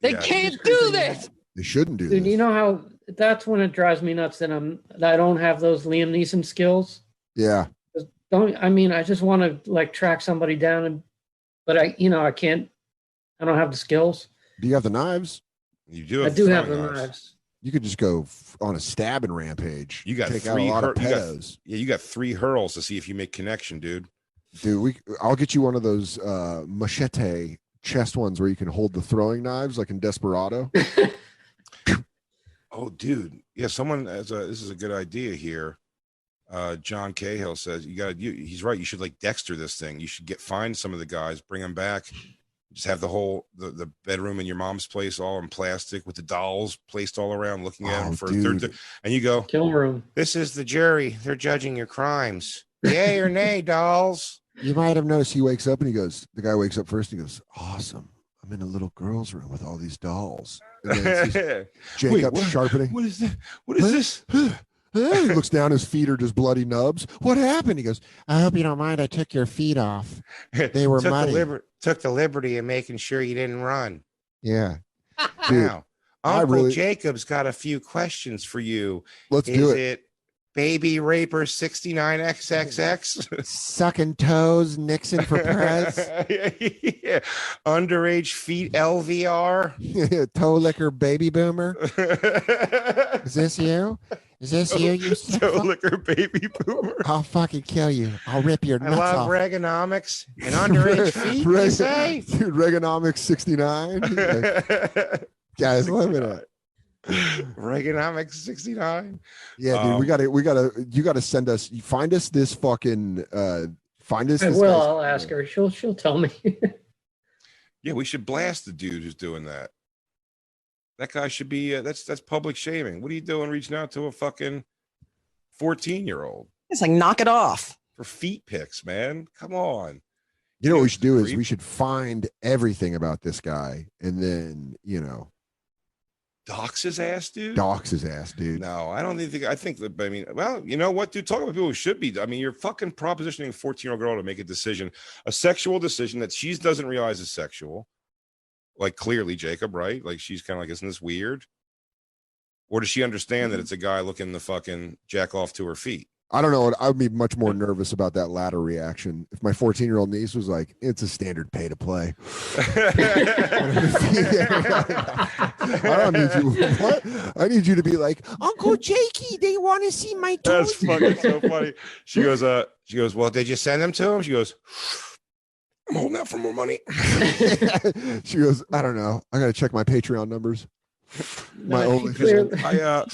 [SPEAKER 8] They
[SPEAKER 3] Yeah,
[SPEAKER 8] can't do this.
[SPEAKER 2] They shouldn't do
[SPEAKER 8] Dude,
[SPEAKER 2] this.
[SPEAKER 8] you know how that's when it drives me nuts that I'm that I don't have those Liam Neeson skills.
[SPEAKER 2] yeah.
[SPEAKER 8] Don't I mean I just want to like track somebody down and but I you know I can't I don't have the skills.
[SPEAKER 2] Do you have the knives?
[SPEAKER 3] You do.
[SPEAKER 8] I do have the
[SPEAKER 3] throwing knives.
[SPEAKER 8] knives.
[SPEAKER 2] You could just go f- on a stabbing rampage.
[SPEAKER 3] You got
[SPEAKER 2] take
[SPEAKER 3] three
[SPEAKER 2] out a lot of
[SPEAKER 3] hur- you got-
[SPEAKER 2] pedos.
[SPEAKER 3] Yeah, you got three hurls to see if you make connection, dude.
[SPEAKER 2] Dude, we I'll get you one of those uh machete chest ones where you can hold the throwing knives like in Desperado.
[SPEAKER 3] Oh, dude. Yeah, someone has a. This is a good idea here. Uh, John Cahill says you got to. He's right. You should like Dexter this thing. You should get find some of the guys, bring them back. Just have the whole the, the bedroom in your mom's place all in plastic with the dolls placed all around, looking at them
[SPEAKER 2] Oh,
[SPEAKER 3] for a third.
[SPEAKER 2] dude.
[SPEAKER 3] and you go,
[SPEAKER 8] Kill room.
[SPEAKER 3] "This is the jury. They're judging your crimes. Yay or nay, dolls."
[SPEAKER 2] You might have noticed he wakes up and he goes, the guy wakes up first and he goes, Awesome. I'm in a little girl's room with all these dolls. And then it's just Jacob
[SPEAKER 3] what-
[SPEAKER 2] sharpening.
[SPEAKER 3] what is that? What is
[SPEAKER 2] Huh?
[SPEAKER 3] this?
[SPEAKER 2] he looks down, his feet are just bloody nubs. What happened? He goes, I hope you don't mind. I took your feet off. They were
[SPEAKER 3] took
[SPEAKER 2] muddy.
[SPEAKER 3] The liber- took the liberty of making sure you didn't run.
[SPEAKER 2] Yeah. Dude,
[SPEAKER 3] Now,
[SPEAKER 2] I
[SPEAKER 3] Uncle
[SPEAKER 2] really-
[SPEAKER 3] Jacob's got a few questions for you.
[SPEAKER 2] let's
[SPEAKER 3] Is
[SPEAKER 2] do
[SPEAKER 3] it. Baby Raper 69XXX?
[SPEAKER 2] it. Sucking toes, Nixon for press.
[SPEAKER 3] yeah. Underage feet LVR.
[SPEAKER 2] Toe licker baby boomer.
[SPEAKER 3] Toe
[SPEAKER 2] Is this you? Is this you? you sick fuck?
[SPEAKER 3] liquor baby boomer.
[SPEAKER 2] I'll fucking kill you. I'll rip your
[SPEAKER 3] I
[SPEAKER 2] nuts
[SPEAKER 3] love
[SPEAKER 2] off.
[SPEAKER 3] Reaganomics and underage feet, you
[SPEAKER 2] Reg-
[SPEAKER 3] say?
[SPEAKER 2] Dude, Reaganomics 69. Like, guys, loving it.
[SPEAKER 3] Reaganomics 69.
[SPEAKER 2] Yeah, dude, we
[SPEAKER 3] Um,
[SPEAKER 2] gotta, we gotta, you gotta send us, you find us this fucking, uh, find us.
[SPEAKER 8] I
[SPEAKER 2] this
[SPEAKER 8] will.
[SPEAKER 2] guy's-
[SPEAKER 8] I'll ask her. She'll she'll tell me.
[SPEAKER 3] Yeah, we should blast the dude who's doing that. That guy should be. Uh, that's that's public shaming. What are you doing reaching out to a fucking fourteen-year-old
[SPEAKER 6] It's like knock it off.
[SPEAKER 3] for feet pics, man? Come on.
[SPEAKER 2] You know what we
[SPEAKER 3] dude,
[SPEAKER 2] should do is
[SPEAKER 3] creep.
[SPEAKER 2] we should find everything about this guy and then you know
[SPEAKER 3] Dox his ass, dude.
[SPEAKER 2] dox his ass, dude.
[SPEAKER 3] No, I don't think. I think that. I mean, well, you know what, dude? Talking about people who should be. I mean, you're fucking propositioning a 14 year old girl to make a decision, a sexual decision that she doesn't realize is sexual. Like clearly, Jacob, right? Like she's kind of like, isn't this weird? Or does she understand that it's a guy looking the fucking jack off to her feet?
[SPEAKER 2] I don't know. I'd be much more nervous about that latter reaction if my 14 year old niece was like, "It's a standard pay to play." I don't need you. What? I need you to be like, Uncle Jakey. They want to see my
[SPEAKER 3] That's
[SPEAKER 2] toes.
[SPEAKER 3] fucking so funny. She goes, uh, she goes, well, did you send them to him? She goes, I'm holding out for more money.
[SPEAKER 2] she goes, I don't know. I gotta check my Patreon numbers. My
[SPEAKER 8] No,
[SPEAKER 2] only
[SPEAKER 8] she clearly-
[SPEAKER 3] I uh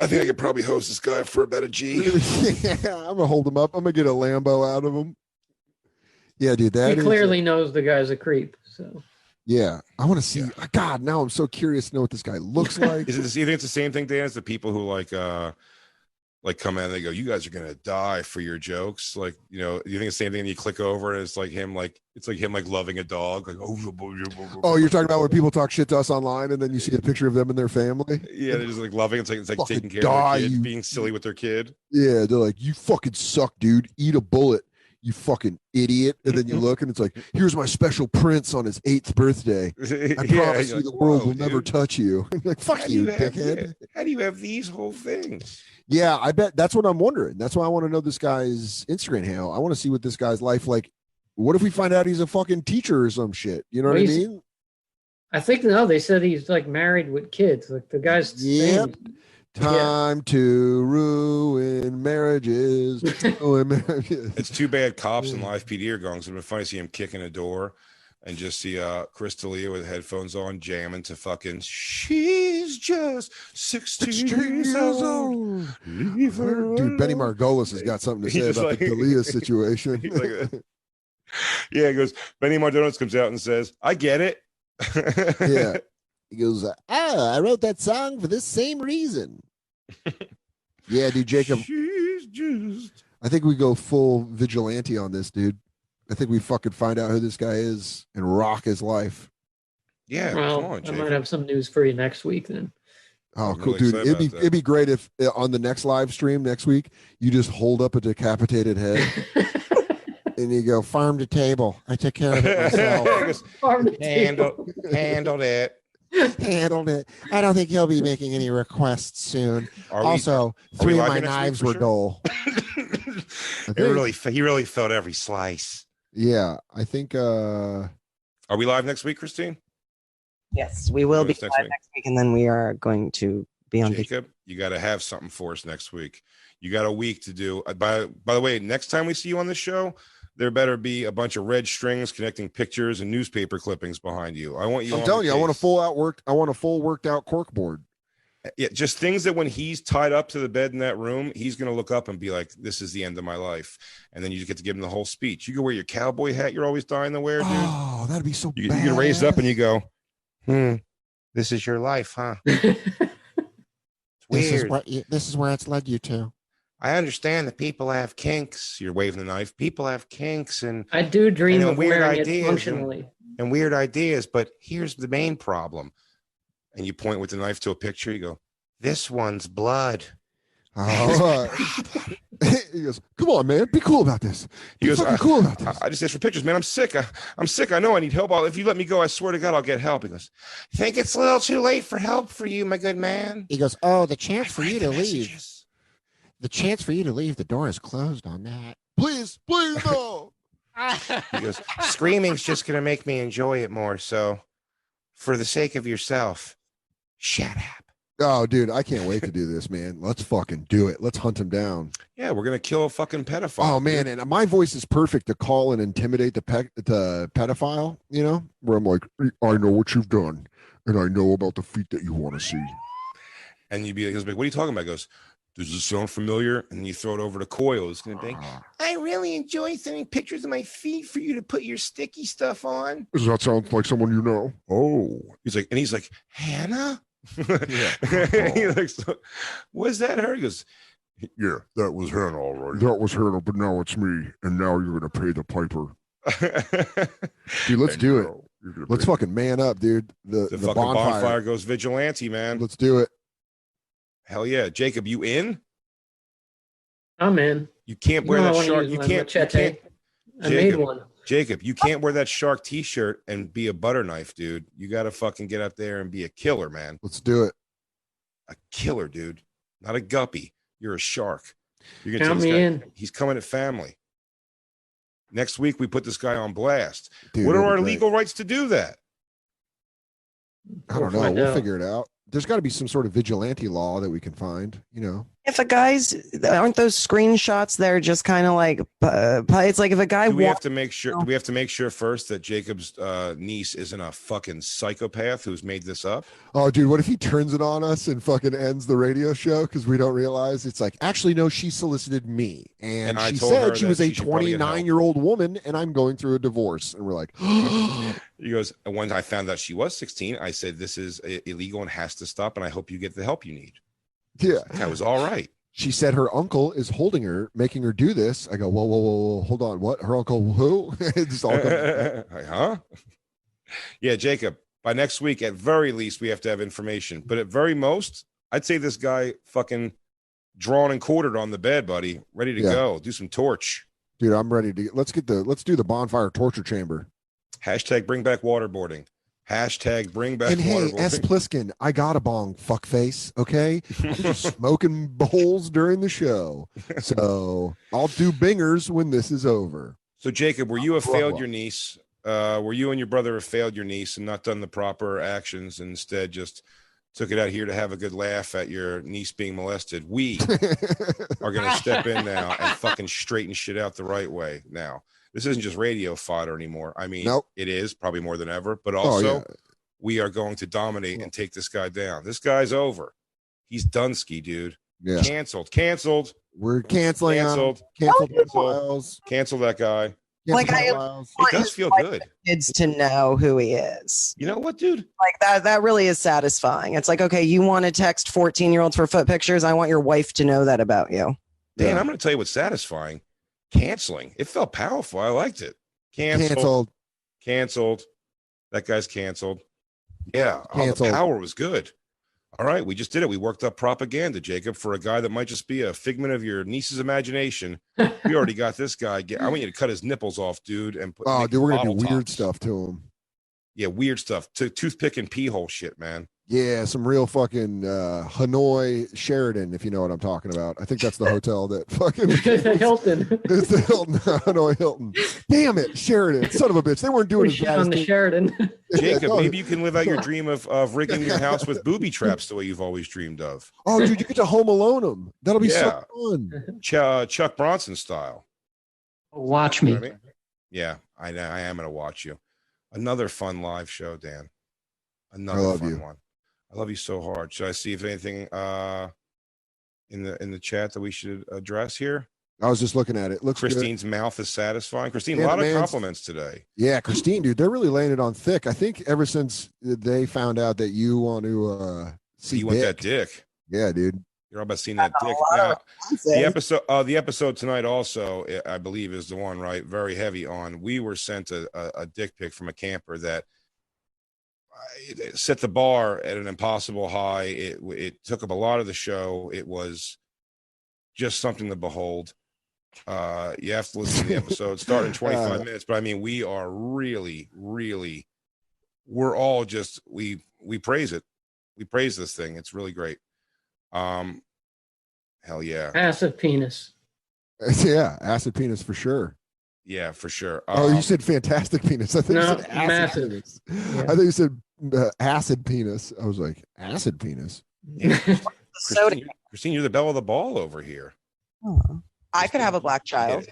[SPEAKER 3] I think I could probably host this guy for about a G.
[SPEAKER 2] yeah, I'm gonna hold him up. I'm gonna get a Lambo out of him. Yeah, dude. That
[SPEAKER 8] she
[SPEAKER 2] is-
[SPEAKER 8] clearly knows the guy's a creep. So
[SPEAKER 2] yeah, I want to see. uh, God, now I'm so curious to know what this guy looks like.
[SPEAKER 3] Is it the- you think it's the same thing, Dan, as the people who like uh like come in and they go, You guys are gonna die for your jokes. Like, you know, you think it's the same thing and you click over and it's like him like it's like him like loving a dog, like oh,
[SPEAKER 2] oh, you're talking about when people talk shit to us online, and then you see a picture of them and their family.
[SPEAKER 3] yeah, they're just like loving. It's like it's like
[SPEAKER 2] Fucking
[SPEAKER 3] taking care
[SPEAKER 2] die,
[SPEAKER 3] of their kid,
[SPEAKER 2] you-
[SPEAKER 3] being silly with their kid.
[SPEAKER 2] Yeah, they're like, "You fucking suck, dude. Eat a bullet, you fucking idiot." And then you look, and it's like, "Here's my special prince on his eighth birthday. I promise you, the world will never touch you." like, fuck you, dickhead.
[SPEAKER 3] How do you have these whole things?
[SPEAKER 2] Yeah, I bet that's what I'm wondering. That's why I want to know this guy's Instagram handle. I want to see what this guy's life like. What if we find out he's a fucking teacher or some shit? You know what I
[SPEAKER 8] Well, he's-
[SPEAKER 2] mean?
[SPEAKER 8] I think no, they said he's like married with kids. Like the guy's
[SPEAKER 2] Yep.
[SPEAKER 8] staying-
[SPEAKER 2] Time to ruin marriages. Ruin marriages.
[SPEAKER 3] It's too bad cops and
[SPEAKER 2] Mm.
[SPEAKER 3] live PD are gone. 'cause It'd been funny to see him kicking a door and just see uh Chris D'Elia with headphones on jamming to fucking she's just 16 years old. Leave her
[SPEAKER 2] Dude, Benny
[SPEAKER 3] alone."
[SPEAKER 2] Margolis has got something to
[SPEAKER 3] He's
[SPEAKER 2] say
[SPEAKER 3] just
[SPEAKER 2] about the
[SPEAKER 3] like-
[SPEAKER 2] Dalia situation.
[SPEAKER 3] He's like that. Yeah, he goes, Benny Mardonis comes out and says, I get it.
[SPEAKER 2] yeah. He goes, ah, I wrote that song for this same reason. yeah, dude, Jacob,
[SPEAKER 3] She's just
[SPEAKER 2] I think we go full vigilante on this, dude. I think we fucking find out who this guy is and rock his life.
[SPEAKER 3] Yeah,
[SPEAKER 8] well,
[SPEAKER 3] come on,
[SPEAKER 8] I
[SPEAKER 3] Jacob.
[SPEAKER 8] might have some news for you next week then.
[SPEAKER 2] Oh,
[SPEAKER 3] I'm
[SPEAKER 2] cool,
[SPEAKER 3] really
[SPEAKER 2] dude!
[SPEAKER 3] excited
[SPEAKER 2] It'd be
[SPEAKER 3] about that.
[SPEAKER 2] it'd be great if uh, on the next live stream next week you just hold up a decapitated head and you go farm to table. I took care of it myself.
[SPEAKER 3] Just
[SPEAKER 8] Farm to table.
[SPEAKER 3] handle, handle that.
[SPEAKER 2] Handled it. I don't think he'll be making any requests soon.
[SPEAKER 3] Are we-
[SPEAKER 2] also,
[SPEAKER 3] we
[SPEAKER 2] three of
[SPEAKER 3] live
[SPEAKER 2] my
[SPEAKER 3] here next week
[SPEAKER 2] knives
[SPEAKER 3] for
[SPEAKER 2] were
[SPEAKER 3] sure?
[SPEAKER 2] dull.
[SPEAKER 3] it
[SPEAKER 2] think-
[SPEAKER 3] really, he really felt every slice.
[SPEAKER 2] Yeah, I think. uh
[SPEAKER 3] Are we live next week, Christine?
[SPEAKER 6] Yes, we will
[SPEAKER 3] Join
[SPEAKER 6] be
[SPEAKER 3] us
[SPEAKER 6] live
[SPEAKER 3] next week.
[SPEAKER 6] next week, and then we are going to be on. vacation.
[SPEAKER 3] Jacob, you got to have something for us next week. You got a week to do. Uh, By by the way, next time we see you on the show, there better be a bunch of red strings connecting pictures and newspaper clippings behind you. I want you.
[SPEAKER 2] I'm
[SPEAKER 3] on
[SPEAKER 2] telling
[SPEAKER 3] the
[SPEAKER 2] you, I want a
[SPEAKER 3] case.
[SPEAKER 2] full out worked. I want a full worked out cork board.
[SPEAKER 3] Yeah, just things that when he's tied up to the bed in that room, he's gonna look up and be like, "This is the end of my life," and then you just get to give him the whole speech. You can wear your cowboy hat you're always dying to wear, dude.
[SPEAKER 2] Oh, that'd be so.
[SPEAKER 3] you, you get raised up and you
[SPEAKER 2] badass.
[SPEAKER 3] go, "Hmm, this is your life, huh?" It's weird.
[SPEAKER 2] what you, this is where it's led you to.
[SPEAKER 3] I understand that people have kinks. You're waving the knife. People have kinks and
[SPEAKER 8] I do dream
[SPEAKER 3] And
[SPEAKER 8] of
[SPEAKER 3] weird
[SPEAKER 8] wearing
[SPEAKER 3] ideas
[SPEAKER 8] it
[SPEAKER 3] and-
[SPEAKER 8] functionally.
[SPEAKER 3] and weird ideas, but here's the main problem. And you point with the knife to a picture. You go, "This one's blood."
[SPEAKER 2] Oh, he goes, come on, man, be cool about this.
[SPEAKER 3] He
[SPEAKER 2] Be
[SPEAKER 3] goes, "Uh,
[SPEAKER 2] fucking
[SPEAKER 3] "I-
[SPEAKER 2] cool about
[SPEAKER 3] I,
[SPEAKER 2] this.
[SPEAKER 3] I just asked for pictures, man. I'm sick. I, I'm sick. I know I need help. I'll, if you let me go, I swear to God, I'll get help. He goes, think it's a little too late for help for you, my good man.
[SPEAKER 2] He goes, oh, the chance
[SPEAKER 3] I've read the messages."
[SPEAKER 2] the chance for you to leave, the door is closed on that. Please, please, no.
[SPEAKER 3] He goes, screaming's just going to make me enjoy it more. So, for the sake of yourself, shut up.
[SPEAKER 2] oh, dude, I can't wait to do this, man. Let's fucking do it. Let's hunt him down.
[SPEAKER 3] Yeah, we're going to kill a fucking pedophile.
[SPEAKER 2] Oh
[SPEAKER 3] dude.
[SPEAKER 2] man, and my voice is perfect to call and intimidate the pe- the pedophile. You know, where I'm like, I know what you've done, and I know about the feet that you want to see.
[SPEAKER 3] And you'd be like, he's like, what are you talking about? He goes, does this sound familiar? And you throw it over to Coil. It's going to be,
[SPEAKER 2] Ah,
[SPEAKER 3] I really enjoy sending pictures of my feet for you to put your sticky stuff on.
[SPEAKER 2] Does that sound like someone you know?
[SPEAKER 3] Oh, he's like, and he's like, Hannah.
[SPEAKER 2] Oh.
[SPEAKER 3] he looks, was that her? He goes,
[SPEAKER 2] Yeah, that was Hannah, all right. That was Hannah, but now it's me, and now you're gonna pay the piper. Dude, let's do it. Let's fucking man up, dude. The,
[SPEAKER 3] The,
[SPEAKER 2] the,
[SPEAKER 3] fucking bonfire.
[SPEAKER 2] bonfire.
[SPEAKER 3] goes vigilante, man.
[SPEAKER 2] Let's do it.
[SPEAKER 3] Hell yeah, Jacob, you in?
[SPEAKER 8] I'm in.
[SPEAKER 3] You can't
[SPEAKER 8] You
[SPEAKER 3] wear
[SPEAKER 8] know I
[SPEAKER 3] that
[SPEAKER 8] want to
[SPEAKER 3] shark.
[SPEAKER 8] use
[SPEAKER 3] You
[SPEAKER 8] my
[SPEAKER 3] can't, you
[SPEAKER 8] machete.
[SPEAKER 3] can't.
[SPEAKER 8] I made
[SPEAKER 3] Jacob.
[SPEAKER 8] one.
[SPEAKER 3] Jacob, you can't wear that shark T-shirt and be a butter knife, dude. You got to fucking get up there and be a killer, man.
[SPEAKER 2] Let's do it.
[SPEAKER 3] A killer, dude. Not a guppy. You're a shark. You're
[SPEAKER 8] Count
[SPEAKER 3] take this
[SPEAKER 8] me
[SPEAKER 3] guy-
[SPEAKER 8] in.
[SPEAKER 3] He's coming at family. Next week we put this guy on blast.
[SPEAKER 2] Dude,
[SPEAKER 3] what are
[SPEAKER 2] it'll be
[SPEAKER 3] our
[SPEAKER 2] great.
[SPEAKER 3] legal rights to do that?
[SPEAKER 2] I don't
[SPEAKER 8] We'll
[SPEAKER 2] know.
[SPEAKER 8] find
[SPEAKER 2] We'll
[SPEAKER 8] out.
[SPEAKER 2] figure it out. There's got to be some sort of vigilante law that we can find. You know,
[SPEAKER 6] If a guy's aren't those screenshots, they're just kind of like uh, it's like if a guy
[SPEAKER 3] Do we
[SPEAKER 6] wa-
[SPEAKER 3] have to make sure? Do we have to make sure first that Jacob's uh, niece isn't a fucking psychopath who's made this up?
[SPEAKER 2] oh, dude, what if he turns it on us and fucking ends the radio show because we don't realize it's like actually no, she solicited me and,
[SPEAKER 3] And I
[SPEAKER 2] she
[SPEAKER 3] told her
[SPEAKER 2] said she
[SPEAKER 3] that
[SPEAKER 2] was a
[SPEAKER 3] she should probably get help.
[SPEAKER 2] 29 year old woman and I'm going through a divorce and we're like,
[SPEAKER 3] He goes. "And When I found out she was 16, I said this is i- illegal and has to stop. And I hope you get the help you need.
[SPEAKER 2] yeah.
[SPEAKER 3] That was all right.
[SPEAKER 2] She said her uncle is holding her, making her do this. I go, whoa, whoa, whoa, whoa hold on, what? Her uncle who? it's all coming.
[SPEAKER 3] Like, huh? Yeah, Jacob. By next week, at very least, we have to have information. But at very most, I'd say this guy fucking drawn and quartered on the bed, buddy, ready to
[SPEAKER 2] Yeah.
[SPEAKER 3] go. Do some torch.
[SPEAKER 2] dude. I'm ready to. Let's get the. Let's do the bonfire torture chamber.
[SPEAKER 3] Hashtag bring back waterboarding. Hashtag bring back
[SPEAKER 2] and hey, S.
[SPEAKER 3] waterboarding.
[SPEAKER 2] Pliskin, I got a bong, fuckface. Okay, I'm just smoking bowls during the show, so I'll do bingers when this is over.
[SPEAKER 3] so, Jacob, were you have
[SPEAKER 2] Blah,
[SPEAKER 3] failed
[SPEAKER 2] blah.
[SPEAKER 3] your niece? Uh, were you and your brother have failed your niece and not done the proper actions and instead just took it out here to have a good laugh at your niece being molested? We are going to step in now and fucking straighten shit out the right way now. This isn't just radio fodder anymore. I mean,
[SPEAKER 2] Nope.
[SPEAKER 3] it is probably more than ever, but
[SPEAKER 2] Oh,
[SPEAKER 3] also
[SPEAKER 2] yeah.
[SPEAKER 3] we are going to dominate and take this guy down. This guy's over. He's Dunsky, dude.
[SPEAKER 2] yeah,
[SPEAKER 3] Canceled. Canceled.
[SPEAKER 2] we're canceling. Canceled.
[SPEAKER 3] Canceled.
[SPEAKER 2] Canceled.
[SPEAKER 6] Oh, no.
[SPEAKER 2] Files.
[SPEAKER 3] Cancel that guy.
[SPEAKER 6] Like,
[SPEAKER 2] Cancel
[SPEAKER 6] I-
[SPEAKER 2] files.
[SPEAKER 3] It does feel good.
[SPEAKER 6] kids to know who he is.
[SPEAKER 3] You know what, dude?
[SPEAKER 6] Like that that really is satisfying. It's like, okay, you want to text 14-year-olds for foot pictures. I want your wife to know that about you.
[SPEAKER 3] Dan,
[SPEAKER 2] Yeah.
[SPEAKER 3] I'm going to tell you what's satisfying. Canceling. It felt powerful. I liked it. Canceled. Canceled.
[SPEAKER 2] Canceled.
[SPEAKER 3] That guy's canceled. Yeah. oh, the
[SPEAKER 2] Canceled.
[SPEAKER 3] power was good. All right, we just did it. We worked up propaganda, Jacob, for a guy that might just be a figment of your niece's imagination. We already got this guy. Get, I want you to cut his nipples off, dude, and put.
[SPEAKER 2] Oh,
[SPEAKER 3] make
[SPEAKER 2] dude, we're gonna do
[SPEAKER 3] bottle
[SPEAKER 2] weird
[SPEAKER 3] tops.
[SPEAKER 2] stuff to him.
[SPEAKER 3] Yeah, weird stuff. To toothpick and pee hole shit, man.
[SPEAKER 2] Yeah, some real fucking uh, Hanoi Sheridan, if you know what I'm talking about. I think that's the hotel that fucking
[SPEAKER 8] Hilton.
[SPEAKER 2] it's the Hilton, Hanoi Hilton. Damn it, Sheridan, son of a bitch. They weren't doing
[SPEAKER 8] We
[SPEAKER 2] as
[SPEAKER 8] shit
[SPEAKER 2] bad as
[SPEAKER 8] on the
[SPEAKER 2] they- oh,
[SPEAKER 8] Sheridan.
[SPEAKER 3] Jacob,
[SPEAKER 2] No,
[SPEAKER 3] maybe you can live out your dream of of rigging your house with booby traps the way you've always dreamed of,
[SPEAKER 2] Oh, dude, you get to Home Alone them. That'll be
[SPEAKER 3] Yeah.
[SPEAKER 2] so fun.
[SPEAKER 3] Ch- uh, Chuck Bronson style.
[SPEAKER 10] Watch
[SPEAKER 3] You
[SPEAKER 10] me.
[SPEAKER 3] know what I mean? Yeah, I know. I am gonna watch you. Another fun live show, Dan. Another
[SPEAKER 2] love
[SPEAKER 3] fun
[SPEAKER 2] you.
[SPEAKER 3] one. I love you so hard. Should I see if anything uh in the in the chat that we should address here?
[SPEAKER 2] I was just looking at it. Looks good.
[SPEAKER 3] Christine's mouth is satisfying. Christine, a
[SPEAKER 2] Yeah, the
[SPEAKER 3] lot of
[SPEAKER 2] man's-
[SPEAKER 3] compliments today.
[SPEAKER 2] Yeah, Christine, dude, they're really laying it on thick. I think ever since they found out that you want to uh, see
[SPEAKER 3] you want
[SPEAKER 2] dick.
[SPEAKER 3] that dick?
[SPEAKER 2] Yeah, dude.
[SPEAKER 3] You're all about seeing that dick.
[SPEAKER 6] lot of
[SPEAKER 3] Now, the episode uh, the episode tonight also I- i believe is the one right very heavy on we were sent a, a, a dick pic from a camper that uh, it set the bar at an impossible high it it took up a lot of the show it was just something to behold uh you have to listen to the episode start in 25
[SPEAKER 2] Uh.
[SPEAKER 3] minutes but i mean we are really really we're all just we we praise it we praise this thing it's really great um hell yeah
[SPEAKER 8] Massive penis.
[SPEAKER 2] Yeah, acid penis for sure.
[SPEAKER 3] Yeah, for sure.
[SPEAKER 2] oh,
[SPEAKER 3] Um,
[SPEAKER 2] you said fantastic penis. I
[SPEAKER 8] No,
[SPEAKER 2] think you said acid
[SPEAKER 8] massive.
[SPEAKER 2] penis.
[SPEAKER 8] Yeah.
[SPEAKER 2] I think you said uh, acid penis. I was like, acid penis.
[SPEAKER 6] soda.
[SPEAKER 3] Christine, you're- Christine, you're the belle of the ball over here.
[SPEAKER 6] I could have a black child.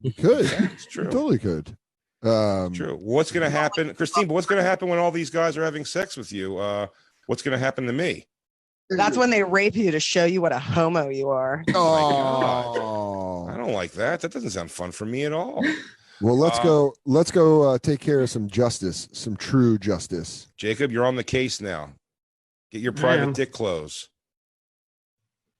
[SPEAKER 2] You could.
[SPEAKER 3] Yeah, it's
[SPEAKER 2] You
[SPEAKER 3] true.
[SPEAKER 2] totally could. Um,
[SPEAKER 3] True. What's going to happen, Christine? But what's going to happen when all these guys are having sex with you? Uh, what's going to happen to me?
[SPEAKER 6] That's when they rape you to show you what a homo you are.
[SPEAKER 2] Oh,
[SPEAKER 3] I don't like that. That doesn't sound fun for me at all.
[SPEAKER 2] well, let's
[SPEAKER 3] Uh,
[SPEAKER 2] go. Let's go uh, take care of some justice, some true justice.
[SPEAKER 3] Jacob, you're on the case now. Get your
[SPEAKER 8] am.
[SPEAKER 3] private dick clothes.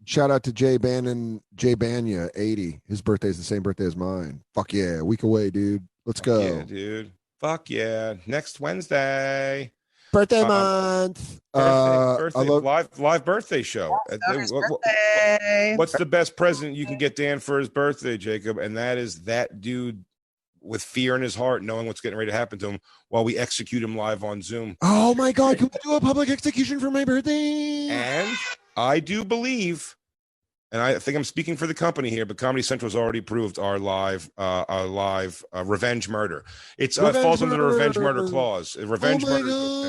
[SPEAKER 2] Shout out to Jay Bannon, Jay Banya, 80. His birthday's the same birthday as mine. Fuck yeah. Week away, dude. Let's go.
[SPEAKER 3] Yeah, dude. Fuck yeah. Next Wednesday.
[SPEAKER 2] Birthday
[SPEAKER 3] Um,
[SPEAKER 2] month.
[SPEAKER 3] Birthday,
[SPEAKER 2] uh,
[SPEAKER 3] birthday,
[SPEAKER 2] I love
[SPEAKER 3] live live birthday show. Uh,
[SPEAKER 6] Daughter's
[SPEAKER 3] what- what-
[SPEAKER 6] birthday.
[SPEAKER 3] What's the best present you can get Dan for his birthday, Jacob? And that is that dude with fear in his heart, knowing what's getting ready to happen to him while we execute him live on Zoom.
[SPEAKER 2] Oh my god, can we do a public execution for my birthday?
[SPEAKER 3] And I do believe, and I think I'm speaking for the company here, but Comedy Central's already approved our live, uh, our live uh, revenge murder. It's uh,
[SPEAKER 2] Revenge
[SPEAKER 3] falls under the revenge murder
[SPEAKER 2] murder.
[SPEAKER 3] clause. Uh,
[SPEAKER 2] Oh
[SPEAKER 3] Revenge
[SPEAKER 2] my
[SPEAKER 3] murder.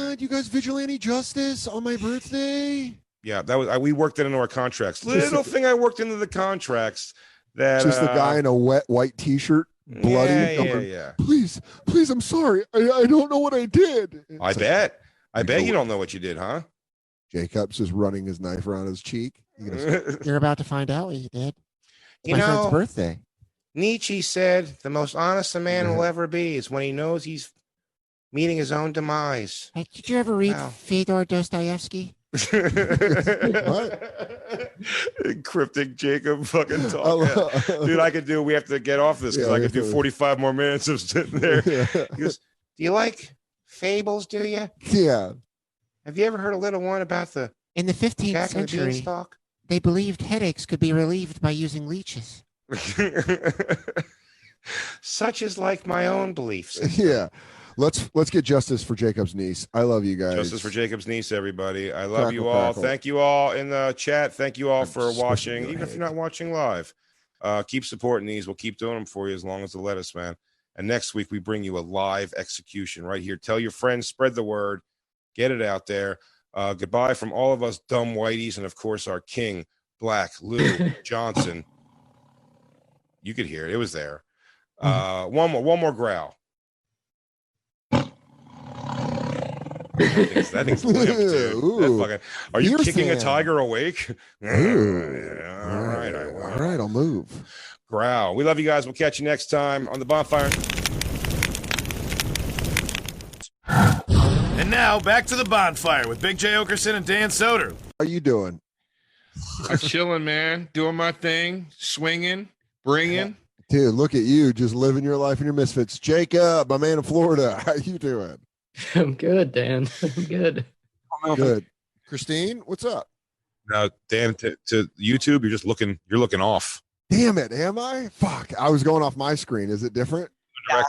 [SPEAKER 2] god, you guys vigilante justice on my birthday?
[SPEAKER 3] Yeah, that was I, we worked that into our contracts. Little thing I worked into the contracts that
[SPEAKER 2] Just the
[SPEAKER 3] uh,
[SPEAKER 2] guy in a wet white t-shirt. bloody
[SPEAKER 3] Yeah, yeah,
[SPEAKER 2] covered.
[SPEAKER 3] yeah.
[SPEAKER 2] Please, please, I'm sorry. I, I don't know what I did.
[SPEAKER 3] I
[SPEAKER 2] It's like,
[SPEAKER 3] bet. I
[SPEAKER 2] You know
[SPEAKER 3] bet you
[SPEAKER 2] what-
[SPEAKER 3] don't know what you did, huh?
[SPEAKER 2] Jacobs is running his knife around his cheek. You're gonna
[SPEAKER 10] You're about to find out what you did.
[SPEAKER 3] you know,
[SPEAKER 10] birthday.
[SPEAKER 3] Nietzsche said the most honest a man
[SPEAKER 2] Mm-hmm.
[SPEAKER 3] will ever be is when he knows he's meeting his own demise.
[SPEAKER 10] Hey, did you ever read
[SPEAKER 3] Wow.
[SPEAKER 10] Fyodor Dostoevsky?
[SPEAKER 3] Cryptic Jacob fucking
[SPEAKER 2] I
[SPEAKER 3] talk. Yeah.
[SPEAKER 2] love-
[SPEAKER 3] Dude, I could do, we have to get off this because
[SPEAKER 2] Yeah,
[SPEAKER 3] I
[SPEAKER 2] we
[SPEAKER 3] could
[SPEAKER 2] have
[SPEAKER 3] do
[SPEAKER 2] to-
[SPEAKER 3] 45 more minutes of sitting there. Do you like fables? Do you?
[SPEAKER 2] yeah.
[SPEAKER 3] Have you ever heard a little one about the
[SPEAKER 10] In the 15th
[SPEAKER 3] Jack and the
[SPEAKER 10] century,
[SPEAKER 3] Beanstalk?
[SPEAKER 10] they believed headaches could be relieved by using leeches.
[SPEAKER 3] Such is like my own beliefs.
[SPEAKER 2] Yeah. Let's let's get justice for Jacob's niece. I love you guys.
[SPEAKER 3] Justice for Jacob's niece, everybody. I love you
[SPEAKER 2] Crackle,
[SPEAKER 3] all.
[SPEAKER 2] crackle.
[SPEAKER 3] Thank you all in the chat. Thank you all
[SPEAKER 2] I'm
[SPEAKER 3] for
[SPEAKER 2] just pushing
[SPEAKER 3] watching.
[SPEAKER 2] your
[SPEAKER 3] Even if you're
[SPEAKER 2] head.
[SPEAKER 3] not watching live, uh, keep supporting these. We'll keep doing them for you as long as they let us, man. And next week, we bring you a live execution right here. Tell your friends, spread the word, get it out there. Uh, goodbye from all of us dumb whiteys and, of course, our king, Black Lou Johnson. You could hear it. It was there.
[SPEAKER 2] Mm-hmm.
[SPEAKER 3] Uh, one more, one more growl. That thing's, that thing's limp, dude. That
[SPEAKER 2] Ooh.
[SPEAKER 3] fucking- are you
[SPEAKER 2] Deer
[SPEAKER 3] kicking a
[SPEAKER 2] stand.
[SPEAKER 3] tiger awake?
[SPEAKER 2] Ooh.
[SPEAKER 3] all right, I will.
[SPEAKER 2] all right, I'll move.
[SPEAKER 3] Growl. We love you guys. We'll catch you next time on the bonfire.
[SPEAKER 1] And now back to the bonfire with Big J Okerson and Dan Soder.
[SPEAKER 2] How are you doing?
[SPEAKER 4] I'm chilling, man, doing my thing, swinging, bringing.
[SPEAKER 2] Dude, look at you just living your life in your misfits. Jacob, my man in Florida, how you doing?
[SPEAKER 8] I'm good, Dan. I'm good.
[SPEAKER 2] Good. Christine, what's up?
[SPEAKER 3] Now, Dan, to, to YouTube, you're just looking. You're looking off.
[SPEAKER 2] Damn it, am I? Fuck, I was going off my screen. Is it different?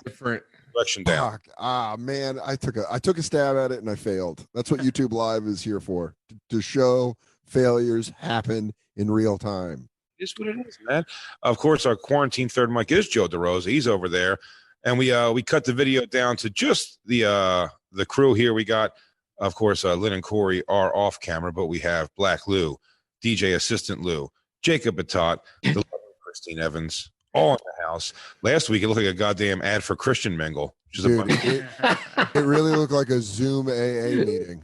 [SPEAKER 4] Different
[SPEAKER 3] direction down.
[SPEAKER 2] Fuck. Ah, man, I took a I took a stab at it and I failed. That's what YouTube Live is here for, to, to show failures happen in real time.
[SPEAKER 3] It is what it is, man. Of course, our quarantine third mic is Joe DeRosa. He's over there, and we uh we cut the video down to just the uh the crew here. We got, of course, uh, Lynn and Corey are off camera, but we have Black Lou, DJ Assistant Lou, Jacob Batot, the lovely Christine Evans, all in the house. Last week it looked like a goddamn ad for Christian Mingle, which is a
[SPEAKER 2] Dude,
[SPEAKER 3] funny.
[SPEAKER 2] it, it really looked like a Zoom AA meeting.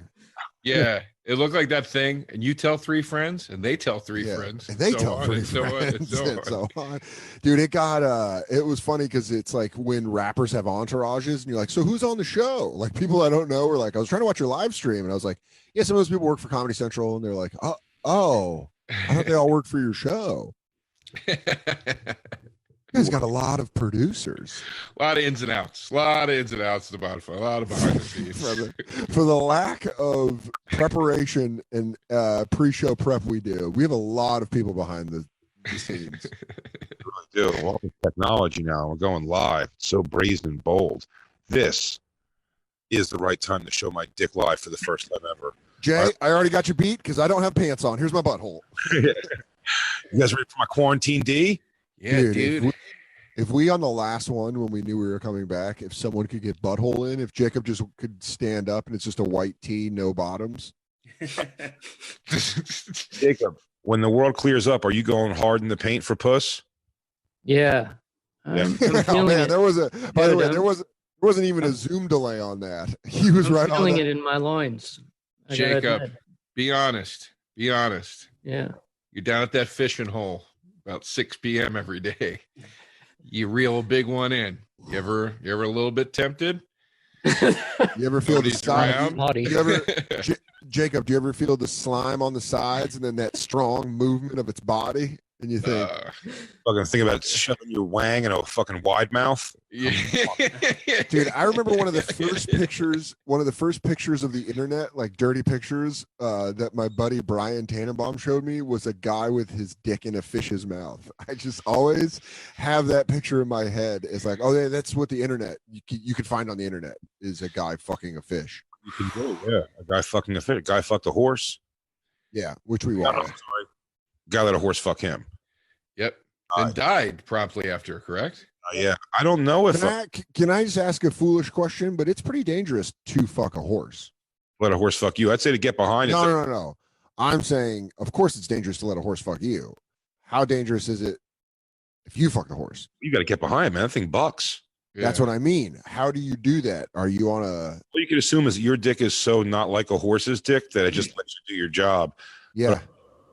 [SPEAKER 4] Yeah, it looked like that thing. And you tell three friends, and they tell three
[SPEAKER 2] Yeah,
[SPEAKER 4] friends.
[SPEAKER 2] and they
[SPEAKER 4] So
[SPEAKER 2] tell
[SPEAKER 4] on
[SPEAKER 2] three
[SPEAKER 4] and so on and
[SPEAKER 2] friends.
[SPEAKER 4] so
[SPEAKER 2] and
[SPEAKER 4] on.
[SPEAKER 2] so on. Dude, it got uh it was funny because it's like when rappers have entourages and you're like, so who's on the show? Like people I don't know were like, I was trying to watch your live stream and I was like, Yeah, some of those people work for Comedy Central and they're like, Oh, oh, I thought they all work for your show. You guys got a lot of producers.
[SPEAKER 4] A lot of ins and outs. A lot of ins and outs of the Spotify. A lot of behind the scenes.
[SPEAKER 2] Brother. For the lack of preparation and uh pre-show prep we do, we have a lot of people behind the, the scenes.
[SPEAKER 3] do. All this technology now. We're going live. It's so brazen and bold. This is the right time to show my dick live for the first time ever.
[SPEAKER 2] Jay, I already got you beat because I don't have pants on. Here's my butthole.
[SPEAKER 3] you guys ready for my quarantine D?
[SPEAKER 4] Yeah,
[SPEAKER 2] If
[SPEAKER 4] dude.
[SPEAKER 2] we, if we on the last one when we knew we were coming back, if someone could get butthole in, if Jacob just could stand up and it's just a white tee, no bottoms.
[SPEAKER 3] Jacob, when the world clears up, are you going hard in the paint for puss?
[SPEAKER 8] Yeah.
[SPEAKER 3] Yeah.
[SPEAKER 8] I'm, I'm
[SPEAKER 2] oh
[SPEAKER 8] feeling
[SPEAKER 2] man,
[SPEAKER 8] it.
[SPEAKER 2] there was a. By the
[SPEAKER 8] Dude,
[SPEAKER 2] way,
[SPEAKER 8] I'm-
[SPEAKER 2] there was there wasn't even a zoom delay on that. He was
[SPEAKER 8] I'm
[SPEAKER 2] right on
[SPEAKER 8] feeling
[SPEAKER 2] that.
[SPEAKER 8] it in my loins. I gotta
[SPEAKER 4] Jacob,
[SPEAKER 8] admit.
[SPEAKER 4] be honest. Be honest.
[SPEAKER 8] Yeah.
[SPEAKER 4] You're down at that fishing hole about 6 p.m. every day. You reel a big one in. You ever, you ever a little bit tempted?
[SPEAKER 2] You ever feel the
[SPEAKER 4] Nobody's
[SPEAKER 2] side?
[SPEAKER 4] around.
[SPEAKER 8] Bloody.
[SPEAKER 2] You ever, J- Jacob? Do you ever feel the slime on the sides and then that strong movement of its body? And you think,
[SPEAKER 4] Uh,
[SPEAKER 3] Fucking think about shoving your wang in a fucking wide mouth.
[SPEAKER 4] yeah.
[SPEAKER 2] dude i remember one of the first pictures one of the first pictures of the internet like dirty pictures uh, that my buddy brian tannenbaum showed me was a guy with his dick in a fish's mouth i just always have that picture in my head it's like oh yeah, that's what the internet you can, you can find on the internet is a guy fucking a fish
[SPEAKER 3] You can do it, yeah. A guy fucking a fit. A guy fucked a horse.
[SPEAKER 2] yeah which we
[SPEAKER 3] God, I'm
[SPEAKER 2] watched
[SPEAKER 3] sorry. Guy let a horse fuck him.
[SPEAKER 4] Yep. And died promptly after, correct?
[SPEAKER 3] Uh, yeah. I don't know if
[SPEAKER 2] can I, can I just ask a foolish question but it's pretty dangerous to fuck a horse
[SPEAKER 3] I let a horse fuck you. I'd say to get behind
[SPEAKER 2] no
[SPEAKER 3] it.
[SPEAKER 2] no no no i'm saying of course it's dangerous to let a horse fuck you how dangerous is it if you fuck a horse
[SPEAKER 3] You got to get behind, man. That thing bucks.
[SPEAKER 2] That's what I mean. How do you do that? Are you on a
[SPEAKER 3] All you can assume is your dick is so not like a horse's dick that it just lets you do your job.
[SPEAKER 2] yeah?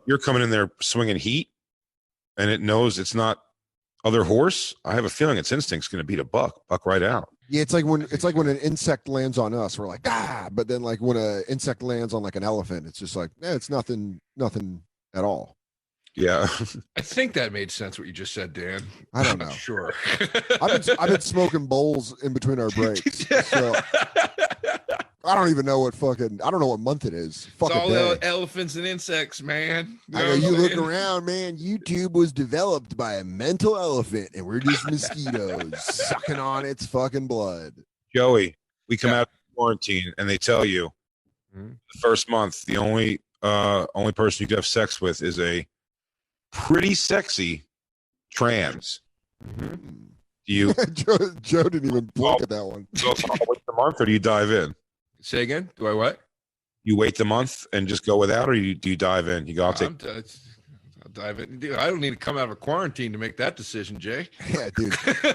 [SPEAKER 3] You're coming in there swinging heat, and it knows it's not other horse. I have a feeling its instinct's going to beat a buck, buck right out.
[SPEAKER 2] Yeah, it's like when it's like when an insect lands on us, we're like ah, but then like when an insect lands on like an elephant, it's just like eh, it's nothing, nothing at all.
[SPEAKER 3] Yeah,
[SPEAKER 4] I think that made sense what you just said, Dan.
[SPEAKER 2] I don't
[SPEAKER 4] I'm
[SPEAKER 2] know.
[SPEAKER 4] not sure.
[SPEAKER 2] I've been I've been smoking bowls in between our breaks, so I don't even know what fucking I don't know what month it is. Fuck
[SPEAKER 4] it's
[SPEAKER 2] a
[SPEAKER 4] all
[SPEAKER 2] day.
[SPEAKER 4] ele- elephants and insects, man.
[SPEAKER 2] I know you look around, man. YouTube was developed by a mental elephant, and we're just mosquitoes sucking on its fucking blood.
[SPEAKER 3] Joey, we come out of quarantine and they tell you
[SPEAKER 4] Hmm?
[SPEAKER 3] the first month the only uh only person you can have sex with is a pretty sexy trans. Do you
[SPEAKER 2] Joe, Joe didn't even blink at that one.
[SPEAKER 3] go wait the month or do you dive in?
[SPEAKER 4] Say again? Do I what?
[SPEAKER 3] You wait the month and just go without, or you do you dive in? You go, I'll take.
[SPEAKER 4] I'm d- I'll dive in. Dude, I don't need to come out of quarantine to make that decision, Jay.
[SPEAKER 2] Yeah, dude. If,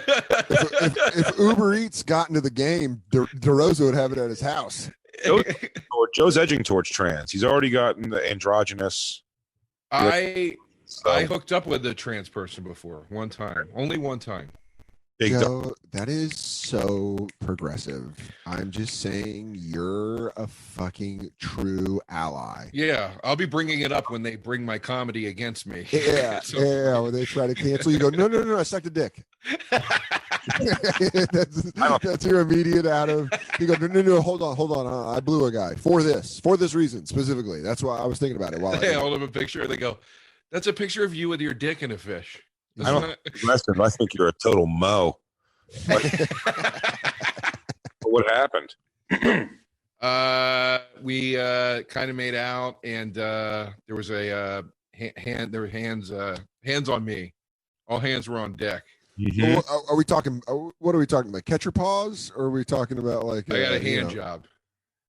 [SPEAKER 2] if Uber Eats got into the game, De- DeRosa would have it at his house.
[SPEAKER 3] Or Joe's edging towards trans. He's already gotten the androgynous.
[SPEAKER 4] I
[SPEAKER 3] So
[SPEAKER 4] I hooked up with a trans person before one time, only one time.
[SPEAKER 3] Big dog.
[SPEAKER 2] Joe, that is so progressive. I'm just saying you're a fucking true ally.
[SPEAKER 4] Yeah, I'll be bringing it up when they bring my comedy against me.
[SPEAKER 2] Yeah,
[SPEAKER 4] So-
[SPEAKER 2] yeah. When they try to cancel, you go, no, no, no, no, I sucked a dick. that's, that's your immediate out of. You go, no, no, no, hold on, hold on. uh, I blew a guy for this, for this reason specifically. That's why I was thinking about it while I.
[SPEAKER 4] They hold up a picture. They go, "That's a picture of you with your dick in a fish."
[SPEAKER 3] I don't think you're aggressive. I think you're a total mo. what happened?
[SPEAKER 4] Uh, we uh, kind of made out, and uh, there was a uh, ha- hand. There were hands. Uh, hands on me. All hands were on deck.
[SPEAKER 11] Mm-hmm.
[SPEAKER 2] Well, Are, are we talking? are- What are we talking about? Catcher paws? Or are we talking about like?
[SPEAKER 4] I got
[SPEAKER 2] uh,
[SPEAKER 4] a
[SPEAKER 2] you
[SPEAKER 4] hand
[SPEAKER 2] know-
[SPEAKER 4] job. Oh,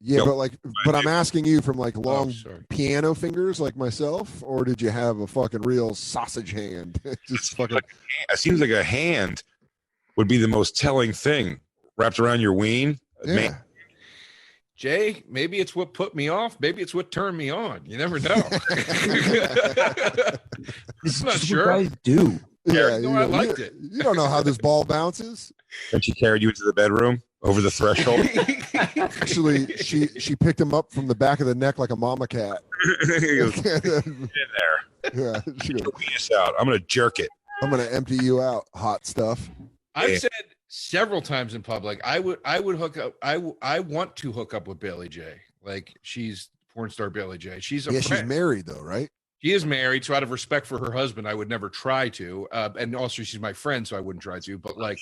[SPEAKER 2] Yeah,
[SPEAKER 3] Nope.
[SPEAKER 2] but like, but I'm asking you from like long
[SPEAKER 4] sorry.
[SPEAKER 2] piano fingers like myself, or did you have a fucking real sausage hand? Just fucking.
[SPEAKER 3] It seems like a hand would be the most telling thing wrapped around your ween.
[SPEAKER 2] Yeah.
[SPEAKER 4] Jay, maybe it's what put me off. Maybe it's what turned me on. You never know. I'm not
[SPEAKER 11] Just
[SPEAKER 4] sure.
[SPEAKER 11] What guys do.
[SPEAKER 2] Yeah,
[SPEAKER 4] no,
[SPEAKER 2] you
[SPEAKER 4] I
[SPEAKER 2] know,
[SPEAKER 4] liked
[SPEAKER 2] you,
[SPEAKER 4] it.
[SPEAKER 2] you don't know how this ball bounces.
[SPEAKER 3] And she carried you into the bedroom over the threshold.
[SPEAKER 2] Actually, she she picked him up from the back of the neck like a mama cat.
[SPEAKER 3] He goes, Get
[SPEAKER 2] yeah,
[SPEAKER 3] in there.
[SPEAKER 2] she goes,
[SPEAKER 3] Your weenus out. I'm going to jerk it.
[SPEAKER 2] I'm gonna empty you out, hot stuff.
[SPEAKER 4] I've said several times in public, I would, I would hook up. I, w- I want to hook up with Bailey J. Like she's porn star Bailey J. She's a
[SPEAKER 2] Yeah, she's
[SPEAKER 4] friend.
[SPEAKER 2] married though, right?
[SPEAKER 4] she is married, so out of respect for her husband, I would never try to. Uh, and also, she's my friend, so I wouldn't try to. But like,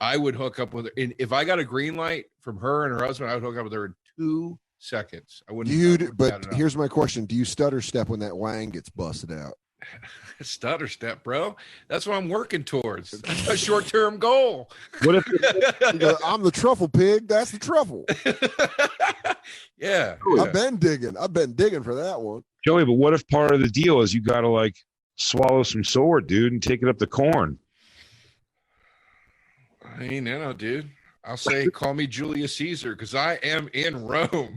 [SPEAKER 4] I would hook up with her. And if I got a green light from her and her husband, I would hook up with her in two seconds. I wouldn't. I
[SPEAKER 2] Dude,
[SPEAKER 4] wouldn't doubt
[SPEAKER 2] but
[SPEAKER 4] it up.
[SPEAKER 2] here's my question: Do you stutter step when that wang gets busted out?
[SPEAKER 4] stutter step, bro. That's what I'm working towards. That's a short term goal.
[SPEAKER 11] What if
[SPEAKER 2] You go, I'm the truffle pig. That's the truffle.
[SPEAKER 4] yeah. yeah.
[SPEAKER 2] I've been digging. I've been digging for that one.
[SPEAKER 3] Joey, but what if part of the deal is you got to like swallow some sword, dude, and take it up the corn?
[SPEAKER 4] I ain't in it, dude. I'll say, call me Julius Caesar because I am in Rome.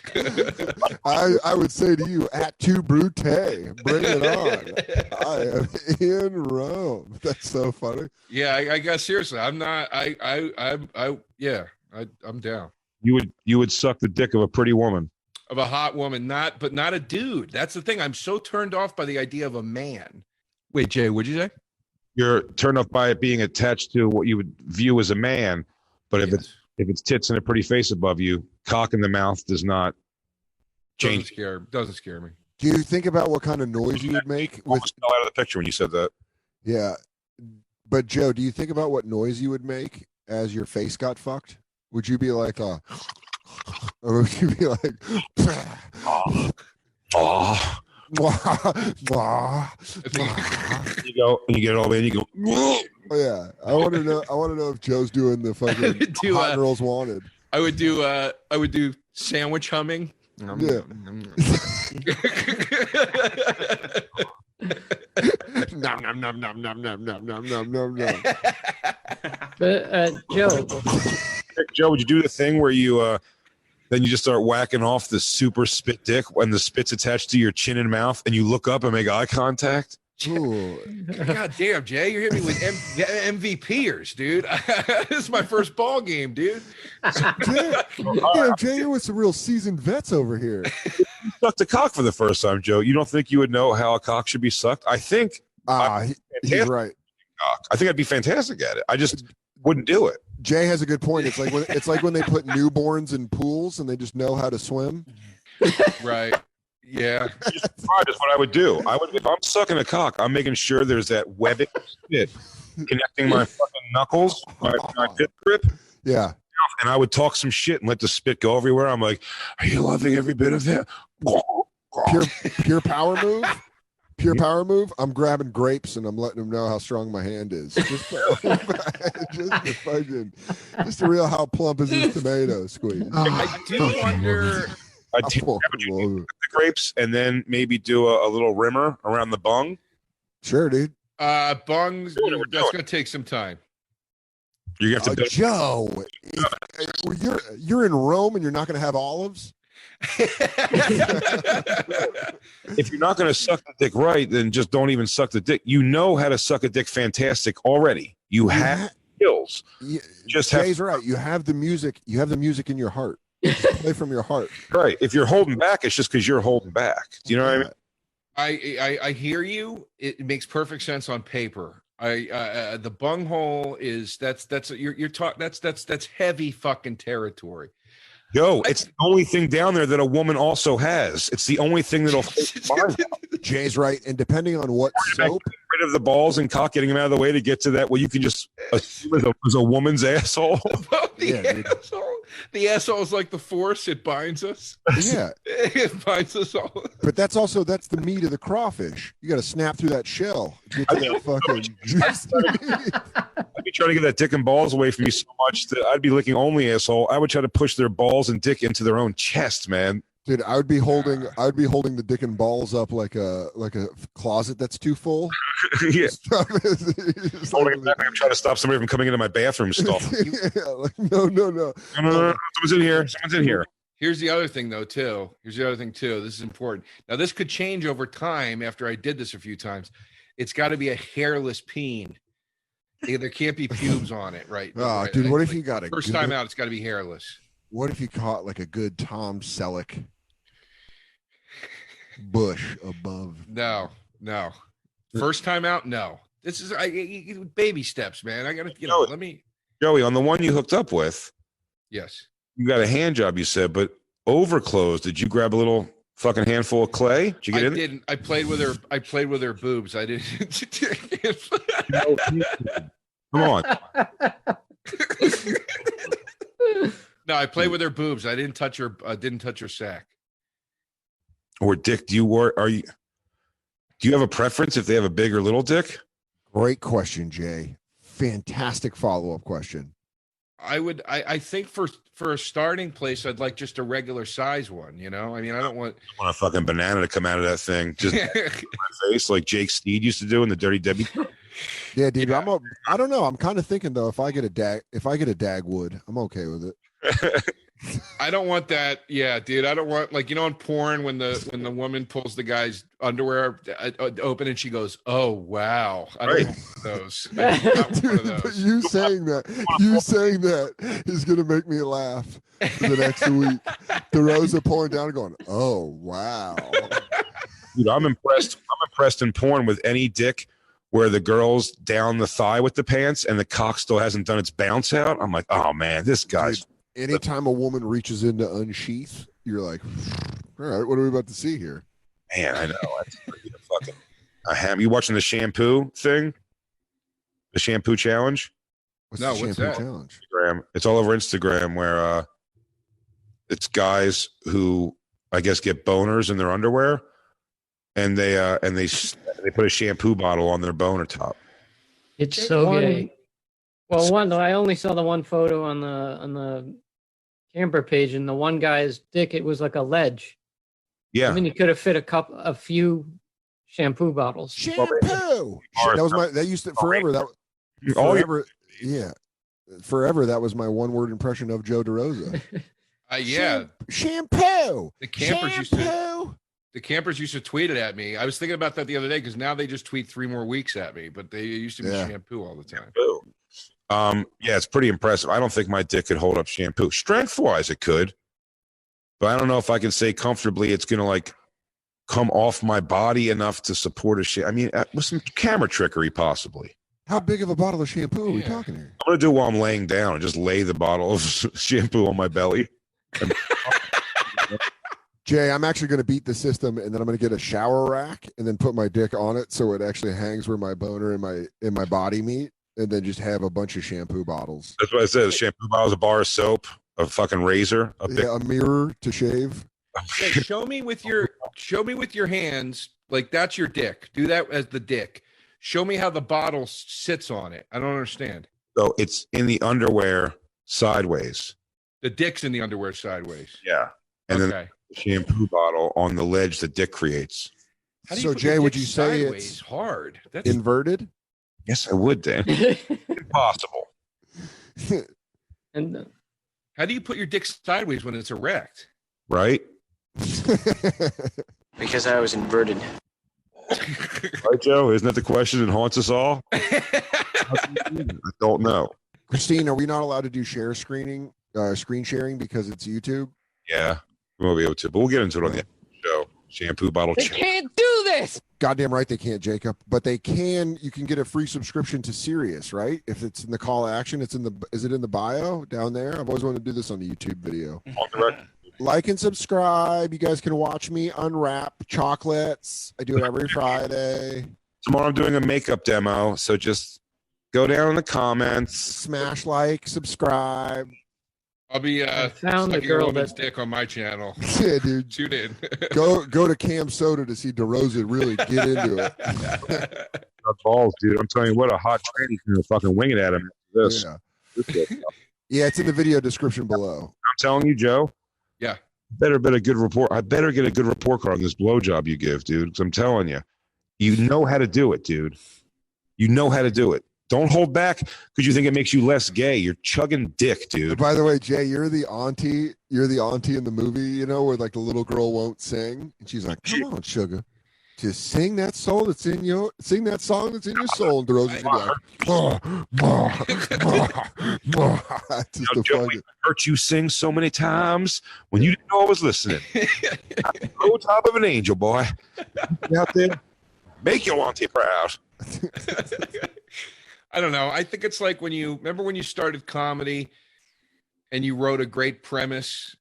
[SPEAKER 2] I, I would say to you, at two brute, bring it on. I am in Rome. That's so funny.
[SPEAKER 4] yeah, I, I got seriously. I'm not. I. I. I. I yeah. I, I'm down.
[SPEAKER 3] You would you would suck the dick of a pretty woman.
[SPEAKER 4] Of a hot woman, not but not a dude. That's the thing. I'm so turned off by the idea of a man. Wait, Jay, what'd you say?
[SPEAKER 3] You're turned off by it being attached to what you would view as a man, but if it's if it's tits and a pretty face above you, cock in the mouth does not
[SPEAKER 4] Doesn't
[SPEAKER 3] change.
[SPEAKER 4] scare. Doesn't scare me.
[SPEAKER 2] Do you think about what kind of noise you would make with?
[SPEAKER 3] Almost fell out of the picture when you said that.
[SPEAKER 2] Yeah, but Joe, do you think about what noise you would make as your face got fucked? Would you be like a, or would you be like,
[SPEAKER 3] Oh,
[SPEAKER 2] mwah, mwah, mwah?
[SPEAKER 3] you go and you get it all in. You go. "Whoa."
[SPEAKER 2] Oh, yeah, I want to know. I want to know if Joe's doing the fucking
[SPEAKER 4] would do,
[SPEAKER 2] hot
[SPEAKER 4] uh,
[SPEAKER 2] girls wanted.
[SPEAKER 4] I would do. uh I would do sandwich humming.
[SPEAKER 2] Yeah. nom nom nom nom nom nom nom nom nom nom nom.
[SPEAKER 8] But uh, Joe,
[SPEAKER 3] Joe, would you do the thing where you uh, then you just start whacking off the super spit dick when the spit's attached to your chin and mouth, and you look up and make eye contact?
[SPEAKER 2] Ooh.
[SPEAKER 4] God damn, Jay, you're hitting me with M- MVPers, dude. this is my first ball game, dude.
[SPEAKER 2] Damn, damn, Jay, you're with some real seasoned vets over here.
[SPEAKER 3] You sucked a cock for the first time, Joe. You don't think you would know how a cock should be sucked? I think
[SPEAKER 2] Ah, he- he's
[SPEAKER 3] Fantastic
[SPEAKER 2] right.
[SPEAKER 3] cock. I think I'd be fantastic at it. I just wouldn't do it.
[SPEAKER 2] Jay has a good point. It's like when, it's like when they put newborns in pools and they just know how to swim.
[SPEAKER 4] Right. Yeah.
[SPEAKER 3] Pride is what I would do. I would if I'm sucking a cock, I'm making sure there's that webbing spit connecting my fucking knuckles, my, my fifth grip,
[SPEAKER 2] Yeah,
[SPEAKER 3] and I would talk some shit and let the spit go everywhere. I'm like, are you loving every bit of it?
[SPEAKER 2] pure pure power move. Pure power move. I'm grabbing grapes and I'm letting them know how strong my hand is. Just, just the fucking, just to real how plump is this tomato squeeze.
[SPEAKER 4] I do wonder.
[SPEAKER 3] I'd take
[SPEAKER 2] Oh, Lord.
[SPEAKER 3] the grapes and then maybe do a, a little rimmer around the bung.
[SPEAKER 2] Sure, dude.
[SPEAKER 4] Uh, bungs.
[SPEAKER 3] Doing it, we're doing
[SPEAKER 4] That's
[SPEAKER 3] it.
[SPEAKER 4] gonna take some time.
[SPEAKER 3] You have to
[SPEAKER 2] Uh,
[SPEAKER 3] bet
[SPEAKER 2] Joe, if- you're you're in Rome and you're not going to have olives.
[SPEAKER 3] if you're not going to suck the dick right, then just don't even suck the dick. You know how to suck a dick fantastic already. You have skills.
[SPEAKER 2] Yeah,
[SPEAKER 3] Just have
[SPEAKER 2] Jay's right. You have the music. You have the music in your heart. Just play from your heart.
[SPEAKER 3] right. If you're holding back, it's just because you're holding back. Do you know what I mean?
[SPEAKER 4] I, I I hear you. It makes perfect sense on paper. I uh, uh, the bunghole is that's that's you're you're talking that's that's that's heavy fucking territory.
[SPEAKER 3] Yo, it's the only thing down there that a woman also has. It's the only thing that'll get
[SPEAKER 2] Jay's right. And depending on what soap,
[SPEAKER 3] rid of the balls and cock, getting them out of the way to get to that. Well, you can just assume it's a, it's a woman's asshole.
[SPEAKER 4] the asshole, the asshole is like the force. It binds us.
[SPEAKER 2] yeah.
[SPEAKER 4] it binds us all.
[SPEAKER 2] But that's also that's the meat of the crawfish. You got to snap through that shell. Get that fucking juice.
[SPEAKER 3] I'd be trying to get that dick and balls away from you so much that I'd be licking only asshole. I would try to push their balls and dick into their own chest, man.
[SPEAKER 2] Dude, I would be holding I would be holding the dick and balls up like a like a closet that's too full.
[SPEAKER 3] yeah.
[SPEAKER 2] It's
[SPEAKER 3] Holding it back like I'm trying to stop somebody from coming into my bathroom stall.
[SPEAKER 2] yeah, like, no, no, no.
[SPEAKER 3] No, no, no, no, Someone's in here. Someone's in here.
[SPEAKER 4] Here's the other thing, though, too. Here's the other thing, too. This is important. Now, this could change over time after I did this a few times. It's got to be a hairless peen. Yeah, There can't be pubes on it, right?
[SPEAKER 2] Oh,
[SPEAKER 4] Right,
[SPEAKER 2] dude, what
[SPEAKER 4] like-
[SPEAKER 2] if you got a
[SPEAKER 4] First
[SPEAKER 2] good-
[SPEAKER 4] time out, it's got to be hairless.
[SPEAKER 2] What if you caught like a good Tom Selleck bush above?
[SPEAKER 4] No, no. First time out, no. This is I, I- I- baby steps, man. I got to, you know, let me.
[SPEAKER 3] Joey, on the one you hooked up with,
[SPEAKER 4] Yes.
[SPEAKER 3] you got a hand job, you said, but overclosed. Did you grab a little fucking handful of clay? Did you get
[SPEAKER 4] I
[SPEAKER 3] in? there?
[SPEAKER 4] didn't. I played with her. I played with her boobs. I didn't.
[SPEAKER 3] Come on.
[SPEAKER 4] no, I
[SPEAKER 3] Mm.
[SPEAKER 4] played with her boobs. I didn't touch her. I didn't touch her sack.
[SPEAKER 3] Or dick, do you wor- are you do you have a preference if they have a big or little dick?
[SPEAKER 2] Great question, Jay. Fantastic follow up question.
[SPEAKER 4] I would I, I think for for a starting place I'd like just a regular size one, you know? I mean I don't want
[SPEAKER 3] I want a fucking banana to come out of that thing. Just in my face like Jake Steed used to do in the Dirty Debbie.
[SPEAKER 2] Yeah, dude, I'm a, I don't know. I'm kind of thinking though, if I get a dag, if I get a Dagwood, I'm okay with it.
[SPEAKER 4] I don't want that yeah dude I don't want like you know in porn when the when the woman pulls the guy's underwear uh, uh, open and she goes oh wow I don't want those I do not want one of
[SPEAKER 2] But
[SPEAKER 4] those
[SPEAKER 2] you saying that, you saying that is gonna make me laugh for the next week. DeRosa pulling down and going, "Oh wow."
[SPEAKER 3] Dude, I'm impressed. I'm impressed in porn with any dick where the girl's down the thigh with the pants and the cock still hasn't done its bounce out. I'm like, oh man, this guy's
[SPEAKER 2] Anytime a woman reaches in to unsheath, you're like, "All right, what are we about to see here?"
[SPEAKER 3] man. I know. That's pretty a fucking. I have you watching the shampoo thing, the shampoo challenge.
[SPEAKER 2] What's
[SPEAKER 4] No, what's that?
[SPEAKER 2] challenge?
[SPEAKER 3] Instagram. It's all over Instagram where uh, it's guys who I guess get boners in their underwear, and they uh, and they s- they put a shampoo bottle on their boner top.
[SPEAKER 8] It's
[SPEAKER 3] so
[SPEAKER 8] gay. Well, one though, I only saw the one photo on the on the camper page, and the one guy's dick it was like a ledge.
[SPEAKER 3] Yeah.
[SPEAKER 8] I mean, he could have fit a cup, a few shampoo bottles.
[SPEAKER 2] Shampoo. Shit, that was my that used to forever. That
[SPEAKER 3] All your-
[SPEAKER 2] forever, yeah, forever. That was my one word impression of Joe DeRosa.
[SPEAKER 4] uh, yeah
[SPEAKER 2] Shampoo.
[SPEAKER 4] the campers used to the campers used to tweet it at me I was thinking about that the other day because now they just tweet three more weeks at me but they used to be
[SPEAKER 3] Yeah.
[SPEAKER 4] shampoo all the time
[SPEAKER 3] Um, yeah, it's pretty impressive. I don't think my dick could hold up shampoo. Strength wise, it could, but I don't know if I can say comfortably it's gonna like come off my body enough to support a shit. I mean, uh, with some camera trickery, possibly.
[SPEAKER 2] How big of a bottle of shampoo are we talking here?
[SPEAKER 3] I'm gonna do while I'm laying down and just lay the bottle of shampoo on my belly.
[SPEAKER 2] Jay, I'm actually going to beat the system, and then I'm going to get a shower rack, and then put my dick on it so it actually hangs where my boner and my and my body meet, and then just have a bunch of shampoo bottles.
[SPEAKER 3] That's what I said. Shampoo bottles, a bar of soap, a fucking razor, a big
[SPEAKER 2] Yeah, a mirror to shave.
[SPEAKER 4] Yeah, show me with your show me with your hands like that's your dick. Do that as the dick. Show me how the bottle s- sits on it. I don't understand.
[SPEAKER 3] so it's in the underwear sideways.
[SPEAKER 4] The dick's in the underwear sideways.
[SPEAKER 3] Yeah. And then the shampoo bottle on the ledge that dick creates.
[SPEAKER 4] How do
[SPEAKER 2] So,
[SPEAKER 4] you put your
[SPEAKER 2] Jay, would
[SPEAKER 4] dick
[SPEAKER 2] you say
[SPEAKER 4] sideways?
[SPEAKER 2] it's
[SPEAKER 4] hard? That's
[SPEAKER 2] Inverted.
[SPEAKER 3] Yes, I would, Dan. Impossible.
[SPEAKER 8] and
[SPEAKER 4] how do you put your dick sideways when it's erect?
[SPEAKER 3] right?
[SPEAKER 11] Because I was inverted.
[SPEAKER 3] Right, Joe? Isn't that the question that haunts us all? I don't know.
[SPEAKER 2] Christine, are we not allowed to do share screening, uh, screen sharing because it's YouTube?
[SPEAKER 3] Yeah, we won't be able to, but we'll get into it on the show. Shampoo bottle.
[SPEAKER 2] They
[SPEAKER 3] cha-
[SPEAKER 2] can't do this. Goddamn right they can't, Jacob. But they can. You can get a free subscription to Sirius, right? If it's in the call to action, it's in the. Is it in the bio down there? I've always wanted to do this on the YouTube video.
[SPEAKER 3] On the record.
[SPEAKER 2] Like and subscribe. You guys can watch me unwrap chocolates. I do it every Friday.
[SPEAKER 3] Tomorrow I'm doing a makeup demo, so just go down in the comments.
[SPEAKER 2] Smash like, subscribe.
[SPEAKER 4] I'll be uh,
[SPEAKER 2] found the
[SPEAKER 4] sucking
[SPEAKER 2] girl
[SPEAKER 4] a woman's dick on my channel.
[SPEAKER 2] Yeah, dude.
[SPEAKER 4] Tune in.
[SPEAKER 2] Go go to Cam Soda to see DeRosa really get into it.
[SPEAKER 3] balls, dude. I'm telling you, what a hot tranny can fucking wing it at him. This.
[SPEAKER 2] Yeah.
[SPEAKER 3] This is- I'm
[SPEAKER 2] Yeah, it's in the video description below.
[SPEAKER 3] telling you, Joe.
[SPEAKER 4] Yeah.
[SPEAKER 3] Better get a good report. I better get a good report card on this blowjob you give, dude. Because I'm telling you, you know how to do it, dude. You know how to do it. Don't hold back because you think it makes you less gay. You're chugging dick, dude.
[SPEAKER 2] By the way, Jay, you're the auntie. You're the auntie in the movie, you know, where like the little girl won't sing, and she's like, "Come on, sugar, just sing that soul that's in your sing that song that's in your soul." And DeRosa's gonna be like, "Oh, "Bah, bah, bah, bah." It's just
[SPEAKER 3] Now,
[SPEAKER 2] the
[SPEAKER 3] Joey,
[SPEAKER 2] fucking-
[SPEAKER 3] I heard you sing so many times when you didn't know I was listening. no top of an angel, boy. You Out there, make your auntie proud.
[SPEAKER 4] I don't know. I think it's like when you remember when you started comedy and you wrote a great premise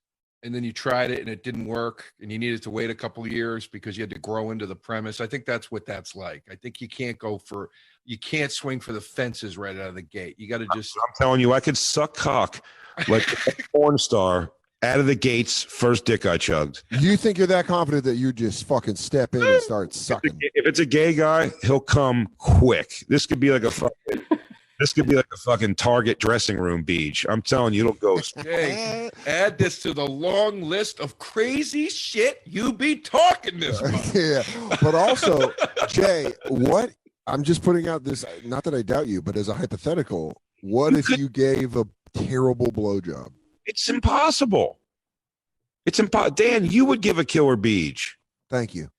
[SPEAKER 4] and then you tried it and it didn't work and you needed to wait a couple years because you had to grow into the premise. I think that's what that's like. I think you can't go for you can't swing for the fences right out of the gate. You got to just
[SPEAKER 3] I'm telling you, I could suck cock like a porn star out of the gates. First dick I chugged.
[SPEAKER 2] You think you're that confident that you just fucking step in and start sucking?
[SPEAKER 3] If it's a gay guy, he'll come quick. This could be like a fucking. This could be like a fucking Target dressing room beach. I'm telling you, it'll go.
[SPEAKER 4] Hey, add this to the long list of crazy shit you be talking this month.
[SPEAKER 2] yeah. But also, Jay, what I'm just putting out this not that I doubt you, but as a hypothetical, what if you gave a terrible blowjob?
[SPEAKER 3] It's impossible. It's impossible. Dan, you would give a killer beach.
[SPEAKER 2] Thank you.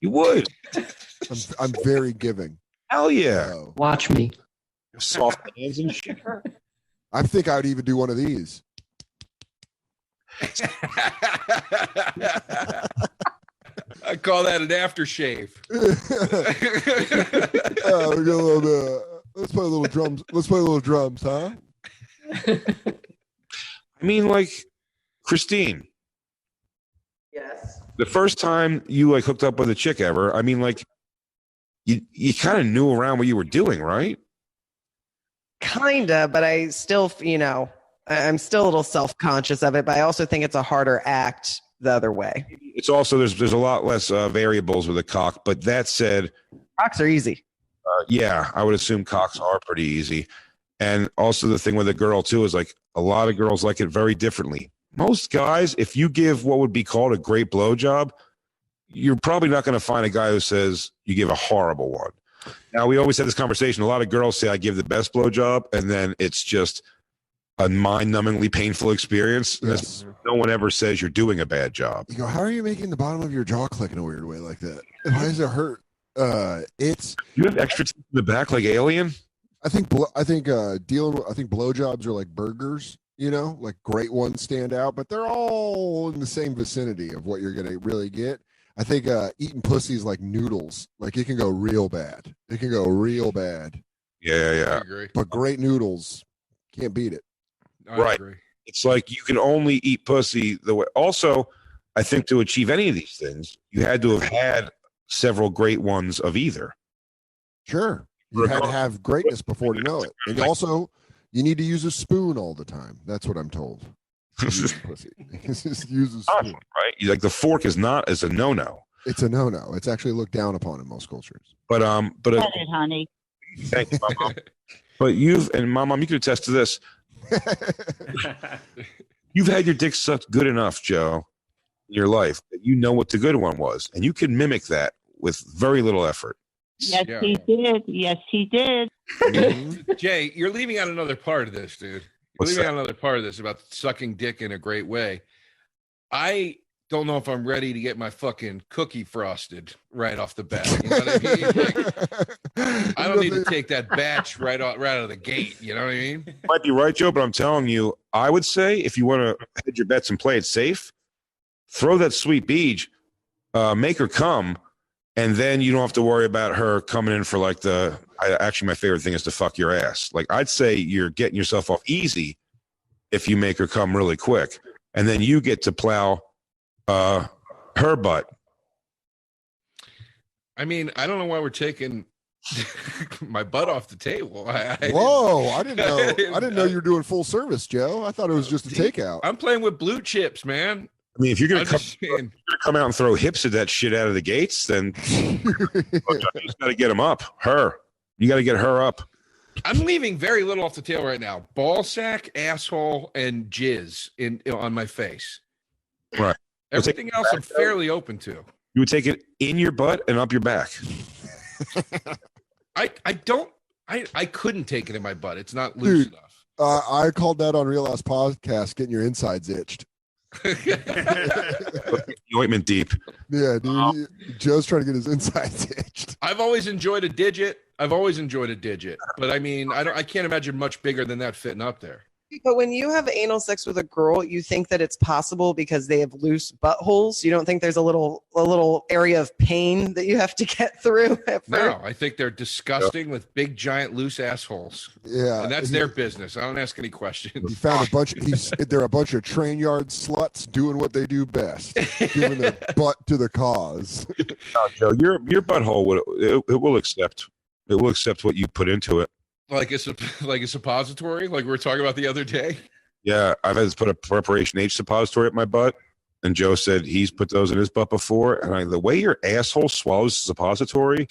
[SPEAKER 3] You would.
[SPEAKER 2] I'm, I'm very giving.
[SPEAKER 3] Hell yeah.
[SPEAKER 8] Watch me.
[SPEAKER 3] Soft hands and shit.
[SPEAKER 2] I think I would even do one of these.
[SPEAKER 4] I call that an aftershave.
[SPEAKER 2] Uh, we got a little bit. of- let's play a little drums. Let's play a little drums, huh?
[SPEAKER 3] I mean, like, Christine,
[SPEAKER 6] Yes.
[SPEAKER 3] the first time you like hooked up with a chick ever, I mean, like, you you kind of knew around what you were doing, right?
[SPEAKER 6] Kinda, but I still, you know, I- I'm still a little self conscious of it, but I also think it's a harder act the other way.
[SPEAKER 3] It's also there's there's a lot less uh, variables with a cock. But that said,
[SPEAKER 6] cocks are easy.
[SPEAKER 3] Uh, yeah, I would assume cocks are pretty easy. And also the thing with a girl too is like a lot of girls like it very differently. Most guys, if you give what would be called a great blowjob, you're probably not going to find a guy who says you give a horrible one. Now we always have this conversation. A lot of girls say I give the best blowjob, and then it's just a mind-numbingly painful experience. And that's- No one ever says you're doing a bad job.
[SPEAKER 2] You go. How are you making the bottom of your jaw click in a weird way like that? Why does it hurt? Uh, it's.
[SPEAKER 3] You have extra teeth in the back, like alien.
[SPEAKER 2] I think. Blo- I think uh, dealing. With, I think blowjobs are like burgers. You know, like great ones stand out, but they're all in the same vicinity of what you're gonna really get. I think uh, eating pussy is like noodles. Like it can go real bad. It can go real bad.
[SPEAKER 3] Yeah, yeah. yeah.
[SPEAKER 2] But great noodles can't beat it.
[SPEAKER 3] right. It's like you can only eat pussy the way. Also, I think to achieve any of these things, you had to have had several great ones of either.
[SPEAKER 2] Sure. You had to have greatness before to know it. And also, you need to use a spoon all the time. That's what I'm told. Pussy. Just use a spoon.
[SPEAKER 3] Right? You- Like the fork is not as a no no.
[SPEAKER 2] It's a no no. It's actually looked down upon in most cultures.
[SPEAKER 3] But um, but uh,
[SPEAKER 10] honey.
[SPEAKER 3] thank you, my mom. But you've and my mom, you can attest to this. you've had your dick sucked good enough, Joe, in your life that you know what the good one was, and you can mimic that with very little effort.
[SPEAKER 10] Yes,
[SPEAKER 4] Yeah.
[SPEAKER 10] he did. Yes, he did.
[SPEAKER 4] Jay, you're leaving out another part of this, dude. You're
[SPEAKER 3] What's
[SPEAKER 4] leaving
[SPEAKER 3] that?
[SPEAKER 4] out another part of this about sucking dick in a great way. I don't know if I'm ready to get my fucking cookie frosted right off the bat. You know what I mean? Like, I don't need to take that batch right out right out of the gate. You know what I mean?
[SPEAKER 3] Might be right, Joe, but I'm telling you, I would say if you want to hedge your bets and play it safe, throw that sweet beach, uh, make her come, and then you don't have to worry about her coming in for like the. I, actually, my favorite thing is to fuck your ass. Like I'd say you're getting yourself off easy if you make her come really quick, and then you get to plow uh, her butt.
[SPEAKER 4] I mean, I don't know why we're taking my butt off the table. I, I
[SPEAKER 2] Whoa! I didn't know. I didn't know you were doing full service, Joe. I thought it was just a takeout.
[SPEAKER 4] I'm playing with blue chips, man.
[SPEAKER 3] I mean, if you're gonna
[SPEAKER 4] I'm
[SPEAKER 3] come,
[SPEAKER 4] just saying.
[SPEAKER 3] you're gonna come out and throw hips at that shit out of the gates, then you just got to get him up. Her, you got to get her up.
[SPEAKER 4] I'm leaving very little off the tail right now. Ball sack, asshole, and jizz in on my face.
[SPEAKER 3] Right. We'll take
[SPEAKER 4] Everything else I'm fairly open to.
[SPEAKER 3] You would take it in your butt and up your back.
[SPEAKER 4] I I don't I I couldn't take it in my butt. It's not loose
[SPEAKER 2] Dude, uh, I called that on Real Ass Podcast, getting your insides itched.
[SPEAKER 3] The ointment deep.
[SPEAKER 2] Yeah, dude.
[SPEAKER 4] Um,
[SPEAKER 2] Joe's trying to get his insides itched.
[SPEAKER 4] I've always enjoyed a digit. I've always enjoyed a digit, but I mean, I don't. I can't imagine much bigger than that fitting up there.
[SPEAKER 6] But when you have anal sex with a girl, you think that it's possible because they have loose buttholes. You don't think there's a little a little area of pain that you have to get through. At first?
[SPEAKER 4] No, I think they're disgusting with big, giant, loose assholes,
[SPEAKER 2] Yeah,
[SPEAKER 4] and that's
[SPEAKER 2] he-
[SPEAKER 4] their business. I don't ask any questions.
[SPEAKER 2] He found a bunch. He's they're a bunch of train yard sluts doing what they do best, giving their butt to the cause.
[SPEAKER 3] No, Joe, your your butthole would it, it will accept it will accept what you put into it.
[SPEAKER 4] Like it's a like a suppository, like we were talking about the other day.
[SPEAKER 3] Yeah, I've had to put a preparation H suppository up my butt, and Joe said he's put those in his butt before. And I, the way your asshole swallows the suppository,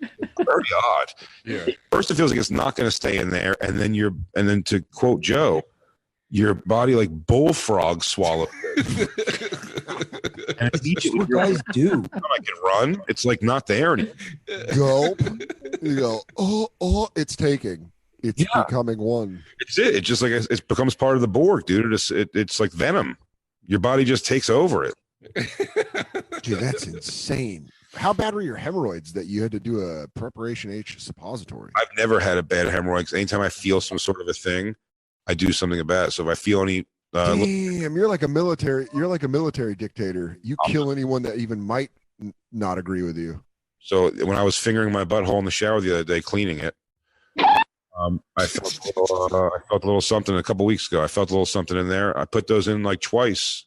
[SPEAKER 3] very odd.
[SPEAKER 4] Yeah.
[SPEAKER 3] First, it feels like it's not going to stay in there, and then your and then to quote Joe, your body like bullfrog swallow. Each
[SPEAKER 11] you guys do.
[SPEAKER 3] I can run. It's like not there anymore.
[SPEAKER 2] Gulp. You go. Oh, oh, it's taking. It's becoming one.
[SPEAKER 3] It's it. It just like it, it becomes part of the Borg, dude. It is, it, it's like venom. Your body just takes over it.
[SPEAKER 2] Dude, that's insane. How bad were your hemorrhoids that you had to do a preparation H suppository?
[SPEAKER 3] I've never had a bad hemorrhoid. 'cause anytime I feel some sort of a thing, I do something about it. So if I feel any, uh, look,
[SPEAKER 2] Damn, you're like a military. You're like a military dictator. You
[SPEAKER 3] Um,
[SPEAKER 2] kill anyone that even might n- not agree with you.
[SPEAKER 3] so when I was fingering my butthole in the shower the other day, cleaning it, um, I felt a little, uh, I felt a little something a couple weeks ago. I felt a little something in there. I put those in like twice,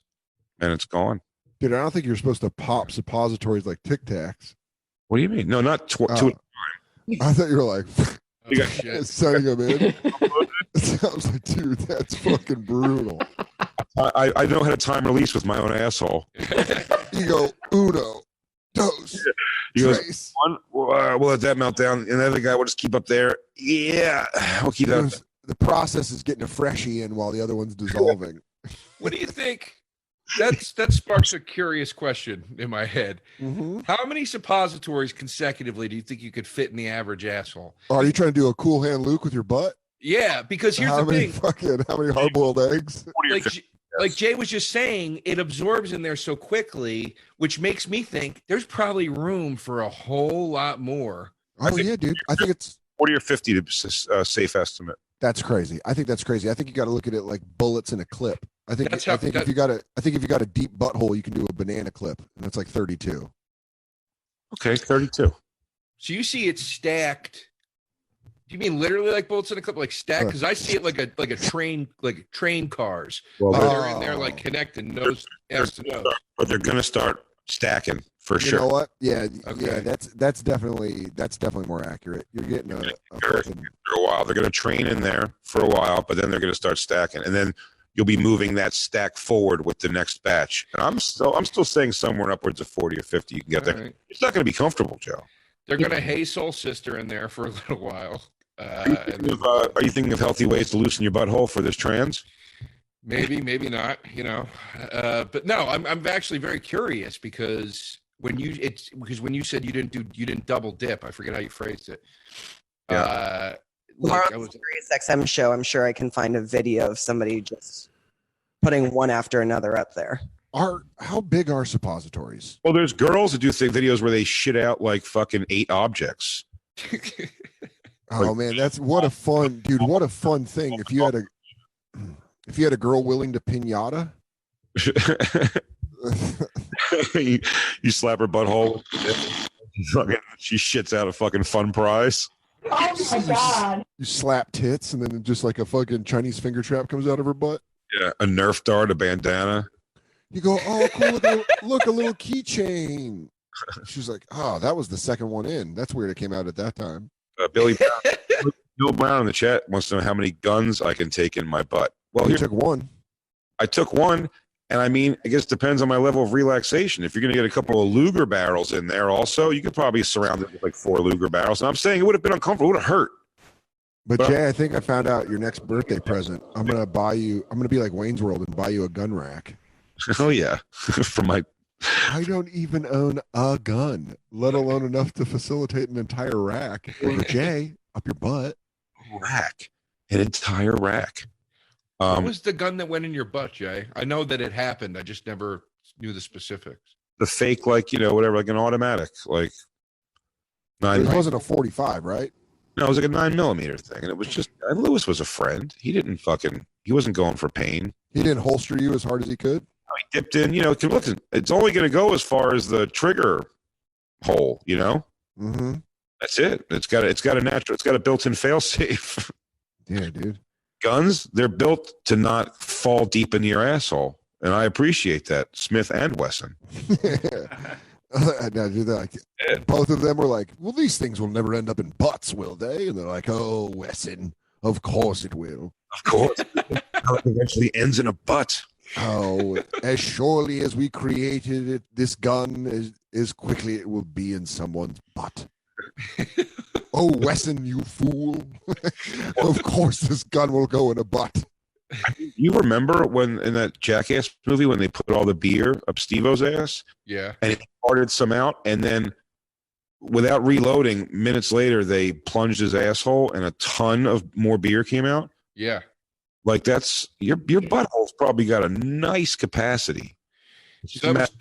[SPEAKER 3] and it's gone.
[SPEAKER 2] Dude, I don't think you're supposed to pop suppositories like Tic Tacs.
[SPEAKER 3] What do you mean? No, not tw-
[SPEAKER 2] Oh.
[SPEAKER 3] two.
[SPEAKER 2] I thought you were like
[SPEAKER 3] You got-
[SPEAKER 2] setting them in. I was like, dude, that's fucking brutal.
[SPEAKER 3] I, I I know how to time release with my own asshole.
[SPEAKER 2] You go uno, dos,
[SPEAKER 3] He goes,
[SPEAKER 2] trace.
[SPEAKER 3] one, uh, we'll let that melt down. And the other guy will just keep up there. Yeah, we'll keep that. up
[SPEAKER 2] Goes, the process is getting a freshie in while the other one's dissolving.
[SPEAKER 4] What do you think? That's that sparks a curious question in my head.
[SPEAKER 2] Mhm.
[SPEAKER 4] How many suppositories consecutively do you think you could fit in the average asshole?
[SPEAKER 2] Are you trying to do a cool hand Luke with your butt?
[SPEAKER 4] Yeah, because here's
[SPEAKER 2] how
[SPEAKER 4] the
[SPEAKER 2] many
[SPEAKER 4] thing.
[SPEAKER 2] fucking how many hard boiled eggs?
[SPEAKER 4] Like, J- like Jay was just saying, it absorbs in there so quickly, which makes me think there's probably room for a whole lot more.
[SPEAKER 2] Oh yeah, dude. I think it's
[SPEAKER 3] 40 or 50 to s- uh, safe estimate.
[SPEAKER 2] that's crazy. I think that's crazy. I think you got to look at it like bullets in a clip. I think
[SPEAKER 4] That's
[SPEAKER 2] I
[SPEAKER 4] how-
[SPEAKER 2] think if
[SPEAKER 4] that-
[SPEAKER 2] you got a I think if you got a deep butthole, you can do a banana clip, and that's like thirty two.
[SPEAKER 3] Okay, 32.
[SPEAKER 4] So you see it stacked. Do you mean literally like bullets in a clip, like
[SPEAKER 2] Uh.
[SPEAKER 4] stacked? Because I see it like a like a train, like train cars.
[SPEAKER 3] Well,
[SPEAKER 4] where
[SPEAKER 3] they're-
[SPEAKER 4] they're in there
[SPEAKER 2] Oh.
[SPEAKER 4] like connecting nose S to nose.
[SPEAKER 3] But they're going to start stacking for
[SPEAKER 2] you
[SPEAKER 3] sure.
[SPEAKER 2] know what? Yeah, yeah.
[SPEAKER 4] Okay.
[SPEAKER 2] That's that's definitely that's definitely more accurate. You're getting a, a
[SPEAKER 3] Sure.
[SPEAKER 2] fucking-
[SPEAKER 3] For a while. They're going to train in there for a while, but then they're going to start stacking. And then you'll be moving that stack forward with the next batch. And I'm still I'm still saying somewhere upwards of 40 or 50 you can get there.
[SPEAKER 4] All right.
[SPEAKER 3] It's not going to be comfortable, Joe.
[SPEAKER 4] They're gonna hay Soul Sister in there for a little while. Uh, and then
[SPEAKER 3] Uh, are you thinking of healthy ways to loosen your butthole for this trans?
[SPEAKER 4] maybe, maybe not. You know, uh, but no, I'm I'm actually very curious because when you it's because when you said you didn't do you didn't double dip, I forget how you phrased it.
[SPEAKER 3] Yeah.
[SPEAKER 4] Uh,
[SPEAKER 6] Tomorrow
[SPEAKER 4] like I
[SPEAKER 6] on the
[SPEAKER 4] was
[SPEAKER 6] Sirius XM show, I'm sure I can find a video of somebody just putting one after another up there.
[SPEAKER 2] Are how big are suppositories?
[SPEAKER 3] Well, there's girls that do th- videos where they shit out like fucking eight objects.
[SPEAKER 2] Oh man, that's what a fun dude. What a fun thing. If you had a if you had a girl willing to pinata,
[SPEAKER 3] you, you slap her butthole. Fucking- she shits out a fucking fun prize.
[SPEAKER 11] Oh my god.
[SPEAKER 2] you slap tits, and then just like a fucking Chinese finger trap comes out of her butt.
[SPEAKER 3] Yeah, a Nerf dart, a bandana.
[SPEAKER 2] You go, oh cool, look, a- look a little keychain. She's like, oh, that was the second one in. That's weird. It came out at that time.
[SPEAKER 3] Uh, Billy Brown, Bill Brown in the chat wants to know how many guns I can take in my butt. Well,
[SPEAKER 2] Well, you
[SPEAKER 3] here,
[SPEAKER 2] took one.
[SPEAKER 3] I took one, and I mean, I guess it depends on my level of relaxation. If you're going to get a couple of Luger barrels in there, also, you could probably surround it with like four Luger barrels. And I'm saying it would have been uncomfortable, it would have hurt.
[SPEAKER 2] But
[SPEAKER 3] Well-
[SPEAKER 2] Jay, I think I found out your next birthday present. I'm gonna buy you. I'm gonna be like Wayne's World and buy you a gun rack.
[SPEAKER 3] Oh yeah, from my
[SPEAKER 2] I don't even own a gun, let alone enough to facilitate an entire rack. But Jay, up your butt.
[SPEAKER 3] rack, an entire rack.
[SPEAKER 4] what
[SPEAKER 3] Um,
[SPEAKER 4] was the gun that went in your butt, Jay? I know that it happened. I just never knew the specifics.
[SPEAKER 3] the fake, like you know, whatever, like an automatic, like nine.
[SPEAKER 2] It wasn't a 45, right?
[SPEAKER 3] No, it was like a nine millimeter thing, and it was just. And Lewis was a friend. He didn't fucking. He wasn't going for pain.
[SPEAKER 2] He didn't holster you as hard as he could.
[SPEAKER 3] He dipped in. You know, can- listen, it's only going to go as far as the trigger hole. You know,
[SPEAKER 2] Mm-hmm.
[SPEAKER 3] that's it. It's got. A, it's got a natural. It's got a built-in fail-safe.
[SPEAKER 2] Yeah, dude.
[SPEAKER 3] Guns, they're built to not fall deep into your asshole, and I appreciate that. Smith and Wesson.
[SPEAKER 2] I know, dude, they're like, both of them were like, "Well, these things will never end up in butts, will they?" And they're like, "Oh, Wesson, of course it will.
[SPEAKER 3] Of course, How it eventually ends in a butt.
[SPEAKER 2] Oh, as surely as we created it, this gun, as, as quickly it will be in someone's butt." oh, Wesson, you fool! of course, this gun will go in a butt.
[SPEAKER 3] You remember when in that Jackass movie when they put all the beer up Steve-O's ass
[SPEAKER 4] Yeah.
[SPEAKER 3] and he farted some out and then without reloading, minutes later they plunged his asshole and a ton of more beer came out.
[SPEAKER 4] Yeah.
[SPEAKER 3] Like that's your your butthole's probably got a nice capacity. It's just a
[SPEAKER 4] So that was
[SPEAKER 3] matter-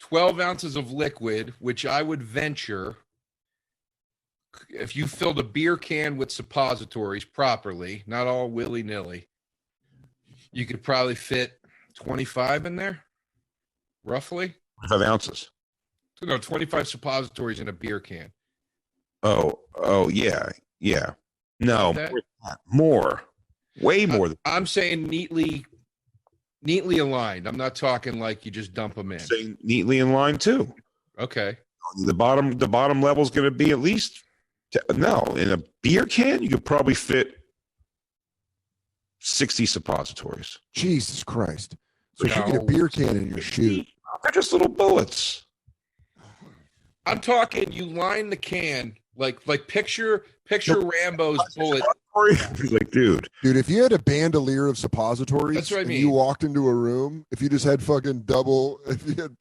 [SPEAKER 4] t- 12 ounces of liquid, which I would venture if you filled a beer can with suppositories properly, not all willy nilly, you could probably fit 25 in there, roughly.
[SPEAKER 3] Five ounces.
[SPEAKER 4] No, 25 suppositories in a beer can.
[SPEAKER 3] Oh, oh yeah, yeah. No,
[SPEAKER 4] That- Uh,
[SPEAKER 3] more, than that. more, way more than
[SPEAKER 4] I'm saying neatly, neatly aligned. I'm not talking like you just dump them in.
[SPEAKER 3] saying neatly in line too.
[SPEAKER 4] Okay.
[SPEAKER 3] the bottom the bottom level's going to be at least t- no in a beer can you could probably fit 60 suppositories
[SPEAKER 2] Jesus Christ! So if you get a beer can in your shoe.
[SPEAKER 3] they're just little bullets
[SPEAKER 4] I'm talking you line the can like like picture picture Rambo's bullet.
[SPEAKER 3] like dude
[SPEAKER 2] Dude, if you had a bandolier of suppositories
[SPEAKER 4] That's what I
[SPEAKER 2] and
[SPEAKER 4] mean.
[SPEAKER 2] you walked into a room, if you just had fucking double, if you had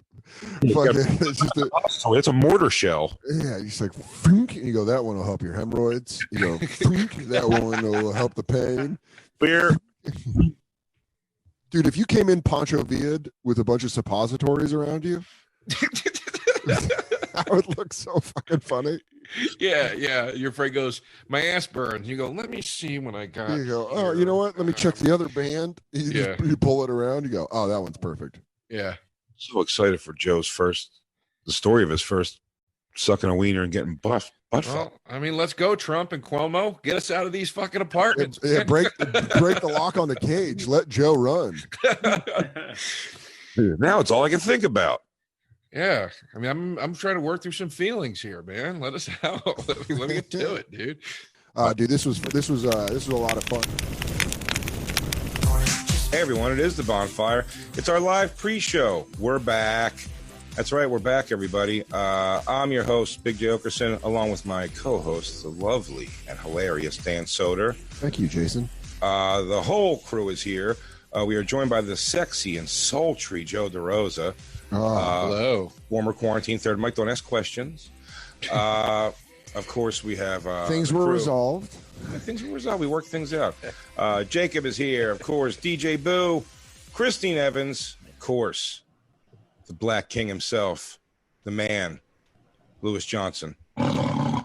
[SPEAKER 3] You got-
[SPEAKER 2] fucking, it's just a,
[SPEAKER 3] so it's a mortar shell
[SPEAKER 2] yeah, you just like, fink, and you go, that one will help your hemorrhoids. You go, fink, that one will help the pain.
[SPEAKER 3] beer
[SPEAKER 2] Dude, if you came in Pancho Villa'd with a bunch of suppositories around you, that would look so fucking funny.
[SPEAKER 4] yeah, yeah. Your friend goes, my ass burns. You go, let me see what I got.
[SPEAKER 2] You go, oh, you know what? Let me check the other band. You, just-
[SPEAKER 4] Yeah.
[SPEAKER 2] you pull it around, you go, oh, that one's perfect.
[SPEAKER 4] Yeah,
[SPEAKER 3] so excited for joe's first the story of his first sucking a wiener and getting buff butt
[SPEAKER 2] Oh,
[SPEAKER 3] fucked.
[SPEAKER 4] Well, I mean, let's go, Trump and Cuomo. Get us out of these fucking apartments.
[SPEAKER 2] Yeah, break break the lock on the cage. Let Joe run.
[SPEAKER 3] now it's all i can think about
[SPEAKER 4] yeah, I mean, I'm I'm trying to work through some feelings here, man. Let us out. let, me, let me get to it, dude.
[SPEAKER 2] Uh, dude, this was this was uh, this was a lot of fun.
[SPEAKER 3] Hey everyone, it is the bonfire. It's our live pre-show. We're back. That's right, we're back, everybody. Uh, I'm your host, Big J Okerson, along with my co-host, the lovely and hilarious Dan Soder.
[SPEAKER 2] Thank you, Jason.
[SPEAKER 3] Uh, the whole crew is here. Uh, we are joined by the sexy and sultry Joe DeRosa, Uh,
[SPEAKER 2] Oh,
[SPEAKER 4] Hello.
[SPEAKER 3] former quarantine third Mike. Don't ask questions. Uh, of course, we have uh,
[SPEAKER 2] things
[SPEAKER 3] the
[SPEAKER 2] were
[SPEAKER 3] crew.
[SPEAKER 2] resolved.
[SPEAKER 3] Things were resolved. We worked things out. Uh, Jacob is here, of course. DJ Boo, Christine Evans, of course. the Black King himself, the man, Lewis Johnson. Yeah.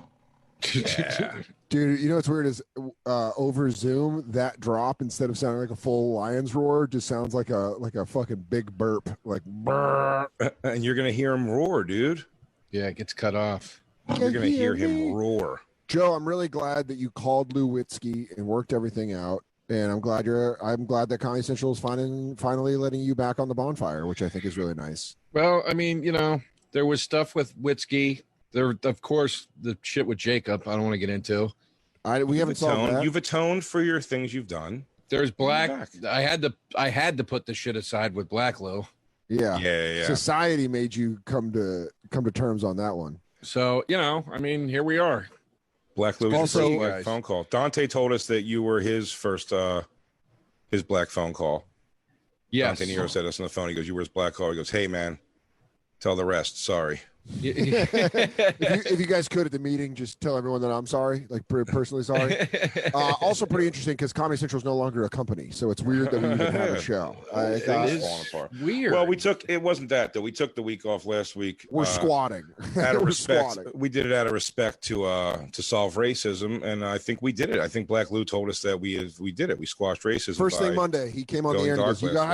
[SPEAKER 2] Dude, you know what's weird is uh, over Zoom that drop instead of sounding like a full lion's roar just sounds like a like a fucking big burp like brrr.
[SPEAKER 3] and you're gonna hear him roar, dude.
[SPEAKER 4] Yeah, it gets cut off.
[SPEAKER 3] You're gonna hear him roar.
[SPEAKER 2] Joe, I'm really glad that you called Lou Witzke and worked everything out. And I'm glad you're. I'm glad that Comedy Central is finding, finally letting you back on the bonfire, which I think is really nice.
[SPEAKER 4] Well, I mean, you know, there was stuff with Witzke. There, of course, the shit with Jacob. I don't want to get into.
[SPEAKER 2] I we haven't solved
[SPEAKER 3] atoned,
[SPEAKER 2] that.
[SPEAKER 3] You've atoned for your things you've done.
[SPEAKER 4] There's black. I had to. I had to put the shit aside with Black Lou.
[SPEAKER 2] Yeah.
[SPEAKER 3] Yeah, yeah.
[SPEAKER 2] Society made you come to come to terms on that one.
[SPEAKER 4] So you know, I mean, here we are.
[SPEAKER 3] Black Lou was
[SPEAKER 4] Also-
[SPEAKER 3] your first black
[SPEAKER 4] Guys.
[SPEAKER 3] phone call. Dante told us that you were his first, uh his black phone call.
[SPEAKER 4] Yes.
[SPEAKER 3] Dante Nero said us on the phone. He goes, "You were his black call." He goes, "Hey, man, tell the rest. Sorry."
[SPEAKER 2] if, you, if you guys could at the meeting, just tell everyone that I'm sorry, like per- personally sorry. Uh, also, pretty interesting because Comedy Central is no longer a company, so it's weird that we even have a show. I,
[SPEAKER 3] It
[SPEAKER 2] uh,
[SPEAKER 3] is
[SPEAKER 4] Weird.
[SPEAKER 3] Well, we took it wasn't that though. We took the week off last week.
[SPEAKER 2] We're
[SPEAKER 3] uh,
[SPEAKER 2] squatting.
[SPEAKER 3] Out of
[SPEAKER 2] We're
[SPEAKER 3] respect,
[SPEAKER 2] squatting.
[SPEAKER 3] we did it out of respect to uh to solve racism, and I think we did it. I think Black Lou told us that we we did it. We squashed racism.
[SPEAKER 2] First thing
[SPEAKER 3] by
[SPEAKER 2] Monday, he came on the
[SPEAKER 3] going
[SPEAKER 2] air and
[SPEAKER 3] dark
[SPEAKER 2] goes, "You
[SPEAKER 3] last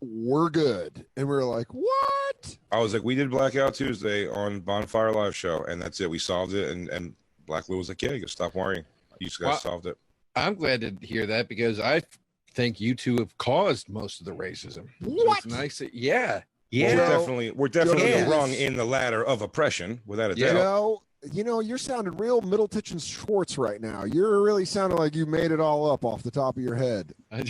[SPEAKER 3] week."
[SPEAKER 2] guys, we're good," and we were like, "What?"
[SPEAKER 3] I was like, we did Blackout Tuesday on Bonfire Live Show, and that's it. We solved it, and and Black Lou was like, yeah, you stop worrying. You guys
[SPEAKER 4] Well-
[SPEAKER 3] solved it.
[SPEAKER 4] I'm glad to hear that because I think you two have caused most of the racism. So
[SPEAKER 2] What?
[SPEAKER 4] it's nice. That, yeah.
[SPEAKER 3] We're
[SPEAKER 4] Yeah.
[SPEAKER 3] definitely we're definitely
[SPEAKER 2] Joe-
[SPEAKER 3] wrong in the ladder of oppression, without a
[SPEAKER 2] You
[SPEAKER 3] doubt.
[SPEAKER 2] know, you know, you're sounding real Middle and Schwartz right now. You're really sounding like you made it all up off the top of your head.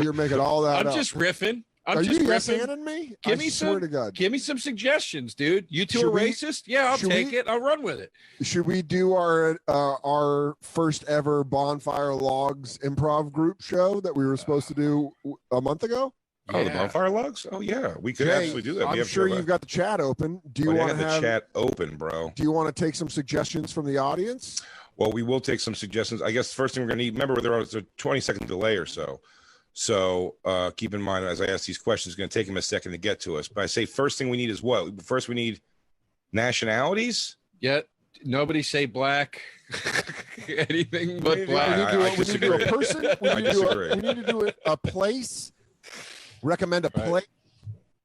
[SPEAKER 2] you're making all that
[SPEAKER 4] I'm
[SPEAKER 2] up.
[SPEAKER 4] just riffing. I'm
[SPEAKER 2] Are
[SPEAKER 4] just
[SPEAKER 2] you yes
[SPEAKER 4] riffing.
[SPEAKER 2] anding me?
[SPEAKER 4] Give
[SPEAKER 2] I
[SPEAKER 4] me
[SPEAKER 2] swear
[SPEAKER 4] some.
[SPEAKER 2] to God.
[SPEAKER 4] Give me some suggestions, dude. You two
[SPEAKER 2] Should
[SPEAKER 4] are
[SPEAKER 2] we-
[SPEAKER 4] racist. Yeah, I'll
[SPEAKER 2] should
[SPEAKER 4] take
[SPEAKER 2] we-
[SPEAKER 4] it. I'll run with it.
[SPEAKER 2] Should we do our uh, our first ever bonfire logs improv group show that we were supposed to do w- a month ago?
[SPEAKER 3] Uh. Oh, the
[SPEAKER 4] Yeah.
[SPEAKER 3] bonfire logs. Oh yeah, we could
[SPEAKER 2] Jay,
[SPEAKER 3] absolutely do that.
[SPEAKER 2] I'm
[SPEAKER 3] we have
[SPEAKER 2] sure
[SPEAKER 3] to, uh,
[SPEAKER 2] you've got the chat open. Do you
[SPEAKER 3] buddy, I
[SPEAKER 2] want to
[SPEAKER 3] got the
[SPEAKER 2] have?
[SPEAKER 3] chat open, bro?
[SPEAKER 2] Do you want to take some suggestions from the audience?
[SPEAKER 3] Well, we will take some suggestions. I guess the first thing we're going to need, remember, there was a 20 second delay or so. So uh, keep in mind, as I ask these questions, it's going to take them a second to get to us. But I say, first thing we need is what? First, we need nationalities.
[SPEAKER 4] Yeah. Nobody say black. Anything but
[SPEAKER 3] Maybe.
[SPEAKER 4] black.
[SPEAKER 2] We need to,
[SPEAKER 3] I-
[SPEAKER 2] do
[SPEAKER 3] I
[SPEAKER 2] a- we need to do a
[SPEAKER 3] disagree.
[SPEAKER 2] person. We
[SPEAKER 3] I
[SPEAKER 2] need to do
[SPEAKER 3] disagree.
[SPEAKER 2] a, we need to do a, a place. Recommend a place.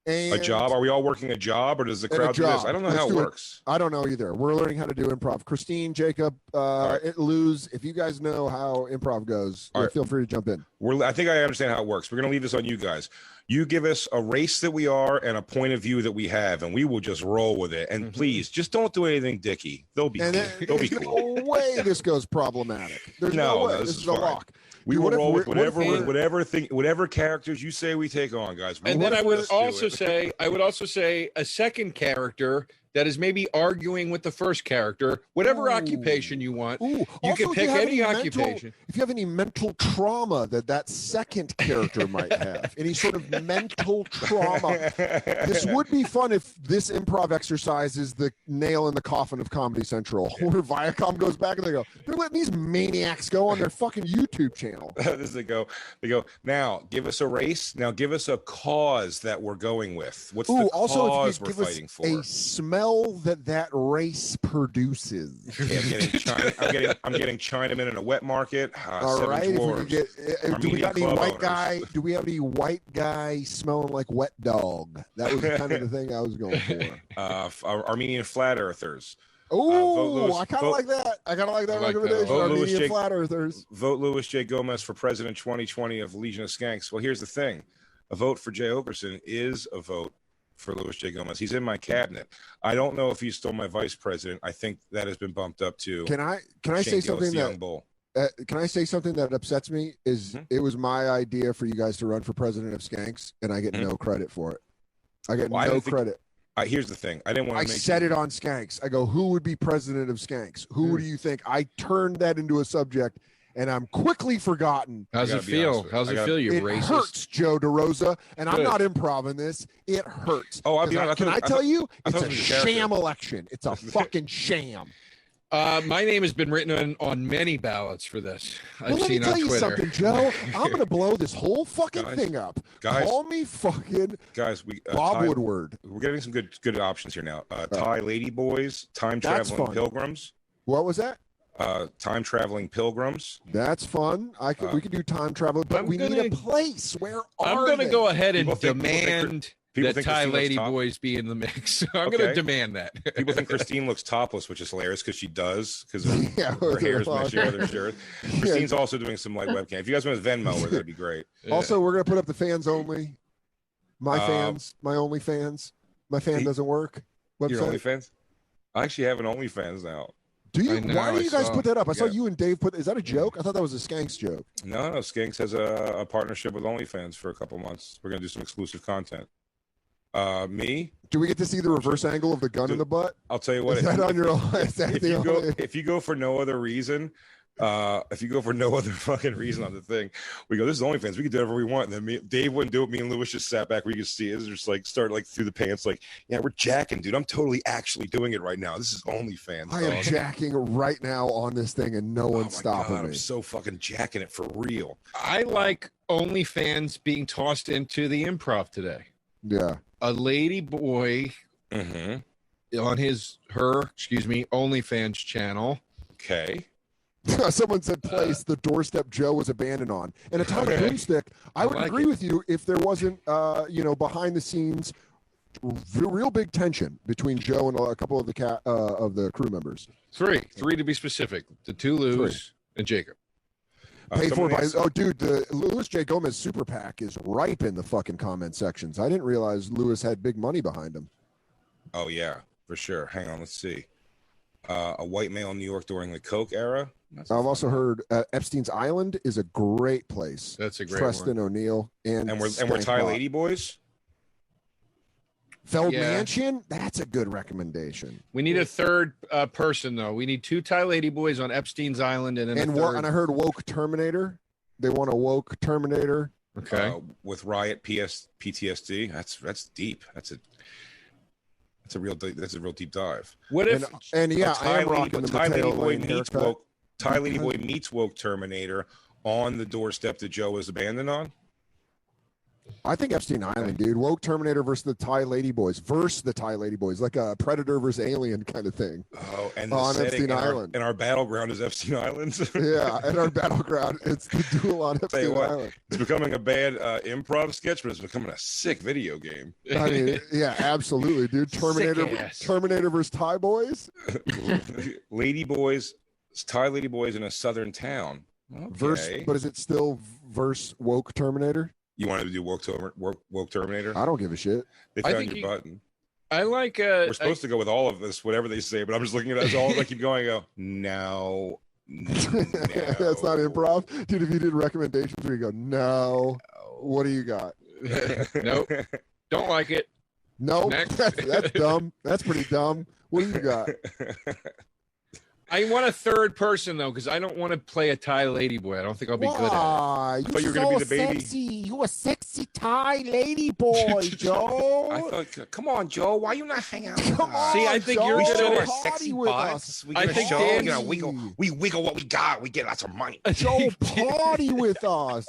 [SPEAKER 2] And
[SPEAKER 3] A job. Are we all working a job or does the
[SPEAKER 2] and a
[SPEAKER 3] crowd do this?
[SPEAKER 2] job.
[SPEAKER 3] I don't know
[SPEAKER 2] Let's
[SPEAKER 3] how it
[SPEAKER 2] do it.
[SPEAKER 3] works.
[SPEAKER 2] I don't know either. We're learning how to do improv. Christine, Jacob, uh, it Luz, if you guys know how improv goes,
[SPEAKER 3] All
[SPEAKER 2] uh,
[SPEAKER 3] right.
[SPEAKER 2] feel free to jump in.
[SPEAKER 3] We're, I think I understand how it works. We're going to leave this on you guys. You give us a race that we are and a point of view that we have, and we will just roll with it. And please, just don't do anything dicky. They'll be cool.
[SPEAKER 2] Mm-hmm. And then,
[SPEAKER 3] They'll be
[SPEAKER 2] there's
[SPEAKER 3] cool.
[SPEAKER 2] no way this goes problematic. There's no,
[SPEAKER 3] No,
[SPEAKER 2] way.
[SPEAKER 3] no, this
[SPEAKER 2] this
[SPEAKER 3] is
[SPEAKER 2] is a
[SPEAKER 3] fine.
[SPEAKER 2] lock.
[SPEAKER 3] We
[SPEAKER 2] Dude,
[SPEAKER 3] will
[SPEAKER 2] what if
[SPEAKER 3] roll
[SPEAKER 2] we're-
[SPEAKER 3] with
[SPEAKER 2] what if
[SPEAKER 3] whatever, with
[SPEAKER 2] we're-
[SPEAKER 3] whatever thing, whatever characters you say we take on, guys.
[SPEAKER 4] And then
[SPEAKER 3] Let's
[SPEAKER 4] I would
[SPEAKER 3] do
[SPEAKER 4] also
[SPEAKER 3] it.
[SPEAKER 4] say, I would also say a second character that is maybe arguing with the first character, whatever occupation you want.
[SPEAKER 2] Ooh,
[SPEAKER 4] You
[SPEAKER 2] also,
[SPEAKER 4] can
[SPEAKER 2] if
[SPEAKER 4] pick
[SPEAKER 2] have
[SPEAKER 4] any
[SPEAKER 2] mental-
[SPEAKER 4] occupation.
[SPEAKER 2] If you have any mental trauma that that second character might have, any sort of mental trauma, this would be fun if this improv exercise is the nail in the coffin of Comedy Central, where Viacom goes back and they go, they're letting these maniacs go on their fucking YouTube channel.
[SPEAKER 3] this is they go. They go now. Give us a race. Now give us a cause that we're going with. What's
[SPEAKER 2] Ooh,
[SPEAKER 3] the
[SPEAKER 2] also, if
[SPEAKER 3] cause
[SPEAKER 2] you
[SPEAKER 3] we're
[SPEAKER 2] could give
[SPEAKER 3] fighting
[SPEAKER 2] us
[SPEAKER 3] for?
[SPEAKER 2] a smell that that race produces.
[SPEAKER 3] Okay, I'm getting China. I'm getting. I'm getting Chinamen in a wet market. Uh,
[SPEAKER 2] All
[SPEAKER 3] Seven
[SPEAKER 2] right. If we
[SPEAKER 3] Dwarfs.
[SPEAKER 2] could get, uh, do we
[SPEAKER 3] Armenian
[SPEAKER 2] got any
[SPEAKER 3] club
[SPEAKER 2] white
[SPEAKER 3] owners.
[SPEAKER 2] guy? Do we have any white guy smelling like wet dog? That was kind of the thing I was going for.
[SPEAKER 3] Uh, f- Ar- Armenian flat earthers.
[SPEAKER 2] Oh,
[SPEAKER 3] Lewis.
[SPEAKER 2] I kind
[SPEAKER 3] Vote-
[SPEAKER 2] of like that. I kind of like that
[SPEAKER 4] I like that a
[SPEAKER 2] recommendation.
[SPEAKER 3] lot. Vote Lewis,
[SPEAKER 2] Armenian
[SPEAKER 3] Jake.
[SPEAKER 2] flat earthers.
[SPEAKER 3] Vote Louis J. Gomez for president 2020 of Legion of Skanks. Well, here's the thing a vote for Jay Ogerson is a vote for Louis J. Gomez. He's in my cabinet. I don't know if he's still my vice president. I think that has been bumped up to.
[SPEAKER 2] Can I can I
[SPEAKER 3] Shane
[SPEAKER 2] say
[SPEAKER 3] Gillis,
[SPEAKER 2] something
[SPEAKER 3] the
[SPEAKER 2] that
[SPEAKER 3] young bull.
[SPEAKER 2] uh, can I say something that upsets me? Is
[SPEAKER 3] Mhm.
[SPEAKER 2] it was my idea for you guys to run for president of Skanks, and I get
[SPEAKER 3] Mhm.
[SPEAKER 2] no credit for it. I get
[SPEAKER 3] Well, I
[SPEAKER 2] no
[SPEAKER 3] didn't think-
[SPEAKER 2] credit.
[SPEAKER 3] I, here's the thing. I didn't want
[SPEAKER 2] I
[SPEAKER 3] to make
[SPEAKER 2] said it on Skanks. I go, who would be president of Skanks?
[SPEAKER 3] Mm.
[SPEAKER 2] Who do you think? I turned that into a subject, and I'm quickly forgotten.
[SPEAKER 4] How's it
[SPEAKER 3] I gotta be honest
[SPEAKER 4] feel?
[SPEAKER 3] with you.
[SPEAKER 4] How's
[SPEAKER 3] I
[SPEAKER 4] it
[SPEAKER 3] gotta-
[SPEAKER 4] feel? You
[SPEAKER 2] it
[SPEAKER 4] racist.
[SPEAKER 2] hurts, Joe DeRosa, and I'm
[SPEAKER 4] Good.
[SPEAKER 2] not improving this. It hurts.
[SPEAKER 3] Oh, I'll be
[SPEAKER 2] 'Cause I-
[SPEAKER 3] honest. I
[SPEAKER 2] Can
[SPEAKER 3] thought-
[SPEAKER 2] I
[SPEAKER 3] I
[SPEAKER 2] tell
[SPEAKER 3] thought-
[SPEAKER 2] you?
[SPEAKER 3] I
[SPEAKER 2] It's
[SPEAKER 3] thought
[SPEAKER 2] a
[SPEAKER 3] it was a character.
[SPEAKER 2] sham election. It's a fucking sham.
[SPEAKER 4] Uh, my name has been written on, on many ballots for this. I've
[SPEAKER 2] well, let me
[SPEAKER 4] seen
[SPEAKER 2] tell
[SPEAKER 4] on
[SPEAKER 2] you
[SPEAKER 4] Twitter.
[SPEAKER 2] something, Joe. I'm going to blow this whole fucking
[SPEAKER 3] Guys,
[SPEAKER 2] thing up.
[SPEAKER 3] guys.
[SPEAKER 2] Call me fucking.
[SPEAKER 3] guys. We uh,
[SPEAKER 2] Bob Woodward. Oh.
[SPEAKER 3] We're getting some good good options here now. Uh, Thai Lady Boys, time
[SPEAKER 2] That's
[SPEAKER 3] traveling
[SPEAKER 2] fun.
[SPEAKER 3] pilgrims,
[SPEAKER 2] What was that?
[SPEAKER 3] uh, time traveling pilgrims.
[SPEAKER 2] That's fun. I could,
[SPEAKER 3] Uh,
[SPEAKER 2] we could do time travel, but
[SPEAKER 4] I'm
[SPEAKER 2] we
[SPEAKER 4] gonna-
[SPEAKER 2] need a place. Where are
[SPEAKER 4] I'm going to
[SPEAKER 2] they?
[SPEAKER 4] go ahead and
[SPEAKER 3] People think- people think-
[SPEAKER 4] demand
[SPEAKER 3] people
[SPEAKER 4] that
[SPEAKER 3] think
[SPEAKER 4] Thai
[SPEAKER 3] Christina's
[SPEAKER 4] Lady
[SPEAKER 3] top.
[SPEAKER 4] Boys be in the mix. I'm going
[SPEAKER 3] Okay.
[SPEAKER 4] to demand that.
[SPEAKER 3] People think Christine looks topless, which is hilarious because she does because her,
[SPEAKER 2] Yeah,
[SPEAKER 3] her hair is
[SPEAKER 2] well,
[SPEAKER 3] much other shirt. Christine's also doing some like webcam. If you guys want to Venmo, her, that'd be great.
[SPEAKER 2] Also, we're going to put up the fans only. My
[SPEAKER 3] Uh,
[SPEAKER 2] fans, my only fans. My fan
[SPEAKER 3] the-
[SPEAKER 2] doesn't work.
[SPEAKER 3] your
[SPEAKER 2] Website.
[SPEAKER 3] OnlyFans. I actually have an OnlyFans now.
[SPEAKER 2] do you?
[SPEAKER 4] I know,
[SPEAKER 2] why do
[SPEAKER 4] I
[SPEAKER 2] you guys
[SPEAKER 4] saw.
[SPEAKER 2] put that up? I saw
[SPEAKER 3] Yeah.
[SPEAKER 2] you and Dave put. Is that a joke? I thought that was a skanks joke.
[SPEAKER 3] No, no, Skinks has a, a partnership with OnlyFans for a couple months. We're gonna do some exclusive content. Uh, me,
[SPEAKER 2] Do we get to see the reverse angle of the gun in the butt?
[SPEAKER 3] I'll tell you what.
[SPEAKER 2] Is that
[SPEAKER 3] if you-
[SPEAKER 2] on your? Is that
[SPEAKER 3] if
[SPEAKER 2] the
[SPEAKER 3] you go
[SPEAKER 2] only-
[SPEAKER 3] if you go for no other reason uh if you go for no other fucking reason on the thing we go this is OnlyFans. we can do whatever we want and then me dave wouldn't do it me and lewis just sat back we could see it It's just like start like through the pants like yeah we're jacking dude i'm totally actually doing it right now this is OnlyFans.
[SPEAKER 2] I am
[SPEAKER 3] dog.
[SPEAKER 2] jacking right now on this thing, and no
[SPEAKER 3] Oh
[SPEAKER 2] one's
[SPEAKER 3] my
[SPEAKER 2] stopping
[SPEAKER 3] God,
[SPEAKER 2] me.
[SPEAKER 3] i'm so fucking jacking it for real
[SPEAKER 4] I like OnlyFans being tossed into the improv today.
[SPEAKER 2] yeah,
[SPEAKER 4] A lady boy
[SPEAKER 3] mm-hmm.
[SPEAKER 4] on his, her, excuse me, OnlyFans channel.
[SPEAKER 3] okay
[SPEAKER 2] someone said place the doorstep Joe was abandoned on, and Atomic
[SPEAKER 4] Okay.
[SPEAKER 2] Boomstick. I
[SPEAKER 4] I
[SPEAKER 2] would
[SPEAKER 4] like
[SPEAKER 2] agree
[SPEAKER 4] it.
[SPEAKER 2] with you if there wasn't, uh, you know, behind the scenes, r- real big tension between Joe and a couple of the cat uh, of the crew members.
[SPEAKER 4] Three, three to be specific. The two lose and Jacob.
[SPEAKER 3] Uh,
[SPEAKER 2] Paid for
[SPEAKER 3] someone
[SPEAKER 2] by
[SPEAKER 3] asked-
[SPEAKER 2] oh, dude, the Louis J Gomez super PAC is ripe in the fucking comment sections. I didn't realize Lewis had big money behind him.
[SPEAKER 3] oh yeah for sure hang on let's see uh a white male in new york during the coke era That's a
[SPEAKER 2] I've
[SPEAKER 3] fun
[SPEAKER 2] also
[SPEAKER 3] one.
[SPEAKER 2] heard uh, Epstein's Island is a great place.
[SPEAKER 4] That's a great
[SPEAKER 3] Uh,
[SPEAKER 2] Preston O'Neill and
[SPEAKER 3] and we're and we're
[SPEAKER 2] Skank
[SPEAKER 3] thai
[SPEAKER 2] Bot.
[SPEAKER 3] lady boys
[SPEAKER 2] Feld
[SPEAKER 4] Yeah.
[SPEAKER 2] Mansion. That's a good recommendation.
[SPEAKER 4] We need a third uh, person though. We need two Thai lady boys on Epstein's Island and then
[SPEAKER 2] And
[SPEAKER 4] a
[SPEAKER 2] wo-
[SPEAKER 4] third.
[SPEAKER 2] and I heard woke Terminator. They want a woke Terminator.
[SPEAKER 4] okay.
[SPEAKER 3] uh, with riot PS PTSD. That's that's deep. That's a that's a real deep- that's a real deep dive.
[SPEAKER 4] what if
[SPEAKER 2] And, and yeah,
[SPEAKER 3] A Thai
[SPEAKER 2] I am
[SPEAKER 3] lady-
[SPEAKER 2] rocking
[SPEAKER 3] a
[SPEAKER 2] the
[SPEAKER 3] Thai lady
[SPEAKER 2] Mateo
[SPEAKER 3] boy
[SPEAKER 2] Lane
[SPEAKER 3] meets
[SPEAKER 2] haircut. Uh-huh.
[SPEAKER 3] woke. Thai lady boy meets woke Terminator on the doorstep that Joe was abandoned on.
[SPEAKER 2] I think Epstein Island, dude. Woke Terminator versus the Thai Lady Boys versus the Thai Lady Boys, like a Predator versus Alien kind of thing.
[SPEAKER 3] Oh, and the
[SPEAKER 2] On
[SPEAKER 3] setting
[SPEAKER 2] Epstein
[SPEAKER 3] and our-
[SPEAKER 2] Island.
[SPEAKER 3] and our battleground is Epstein Island.
[SPEAKER 2] Yeah, and our battleground, it's the duel on
[SPEAKER 3] Tell you
[SPEAKER 2] Epstein
[SPEAKER 3] what.
[SPEAKER 2] Island.
[SPEAKER 3] it's becoming a bad uh, improv sketch, but it's becoming a sick video game.
[SPEAKER 2] I mean, yeah, absolutely, dude. Terminator,
[SPEAKER 4] ass.
[SPEAKER 2] Terminator versus Thai Boys
[SPEAKER 3] lady boys, Thai lady boys in a southern town. Okay.
[SPEAKER 2] versus, but is it still versus woke Terminator?
[SPEAKER 3] you wanted to do woke, Term- woke, woke Terminator?
[SPEAKER 2] I don't give a shit.
[SPEAKER 3] They
[SPEAKER 4] I
[SPEAKER 3] found
[SPEAKER 4] think
[SPEAKER 3] your
[SPEAKER 4] you-
[SPEAKER 3] button.
[SPEAKER 4] I like uh
[SPEAKER 3] We're supposed to go with all of this, whatever they say, but I'm just looking at us all. I keep going. I go no, no
[SPEAKER 2] That's not improv, dude. If you did recommendations, we go no. What do you got?
[SPEAKER 4] Nope. don't like it.
[SPEAKER 2] No,
[SPEAKER 4] Next.
[SPEAKER 2] that's, that's dumb. That's pretty dumb. What do you got?
[SPEAKER 4] I want a third person though, because I don't want to play a Thai lady boy. I don't think I'll be good at it.
[SPEAKER 2] Why?
[SPEAKER 3] thought you were gonna be the baby.
[SPEAKER 10] Sexy. You a sexy Thai lady boy, Joe.
[SPEAKER 3] I thought, come on, Joe, why you not hang out? with
[SPEAKER 2] Come
[SPEAKER 3] us?
[SPEAKER 4] See, I
[SPEAKER 2] on,
[SPEAKER 4] think
[SPEAKER 2] Joe,
[SPEAKER 4] you're
[SPEAKER 3] we
[SPEAKER 4] good
[SPEAKER 3] show
[SPEAKER 4] at
[SPEAKER 3] our
[SPEAKER 4] it.
[SPEAKER 3] sexy
[SPEAKER 2] party with
[SPEAKER 3] butts.
[SPEAKER 2] us.
[SPEAKER 3] We
[SPEAKER 4] I
[SPEAKER 3] gonna
[SPEAKER 4] think
[SPEAKER 3] show, you know,
[SPEAKER 4] Danny-
[SPEAKER 3] we go, we wiggle what we got. We get lots of money.
[SPEAKER 2] Joe, party with us.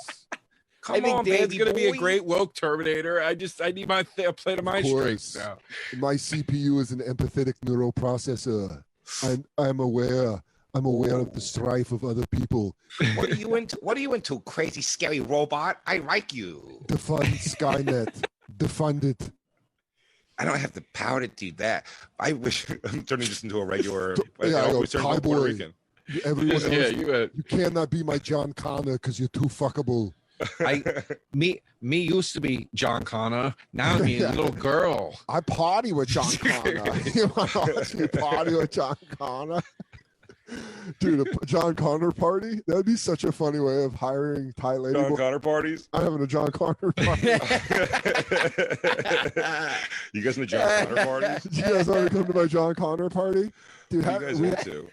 [SPEAKER 3] Come
[SPEAKER 4] I think
[SPEAKER 3] on,
[SPEAKER 4] Dan's
[SPEAKER 3] baby
[SPEAKER 4] gonna be a
[SPEAKER 3] boy.
[SPEAKER 4] great woke Terminator. I just I need my th- a play to my strengths
[SPEAKER 2] course.
[SPEAKER 4] now.
[SPEAKER 2] My CPU is an empathetic neuroprocessor. I'm I'm aware. I'm aware of the strife of other people.
[SPEAKER 3] What are you into? What are you into? Crazy, scary robot. I like you.
[SPEAKER 2] Defund Skynet. Defund it.
[SPEAKER 3] I don't have the power to do that. I wish I'm turning this into a regular. uh, I
[SPEAKER 2] Yeah, I go,
[SPEAKER 3] always turn into a Puerto
[SPEAKER 2] cowboy.
[SPEAKER 3] Rican.
[SPEAKER 2] Everyone else,
[SPEAKER 4] yeah,
[SPEAKER 2] you...
[SPEAKER 4] you uh,
[SPEAKER 2] cannot be my John Connor because you're too fuckable.
[SPEAKER 4] I me me used to be John Connor. Now I'm a little girl.
[SPEAKER 2] I party with John Connor. you want to watch me party with John Connor? Dude, a John Connor party? That would be such a funny way of hiring Thai lady.
[SPEAKER 3] John
[SPEAKER 2] boy.
[SPEAKER 3] Connor parties.
[SPEAKER 2] I'm having a John Connor party.
[SPEAKER 3] you guys in the John Connor parties?
[SPEAKER 2] you guys want to come to my John Connor party? Dude,
[SPEAKER 3] What
[SPEAKER 2] how,
[SPEAKER 3] are you guys
[SPEAKER 2] we-
[SPEAKER 3] into?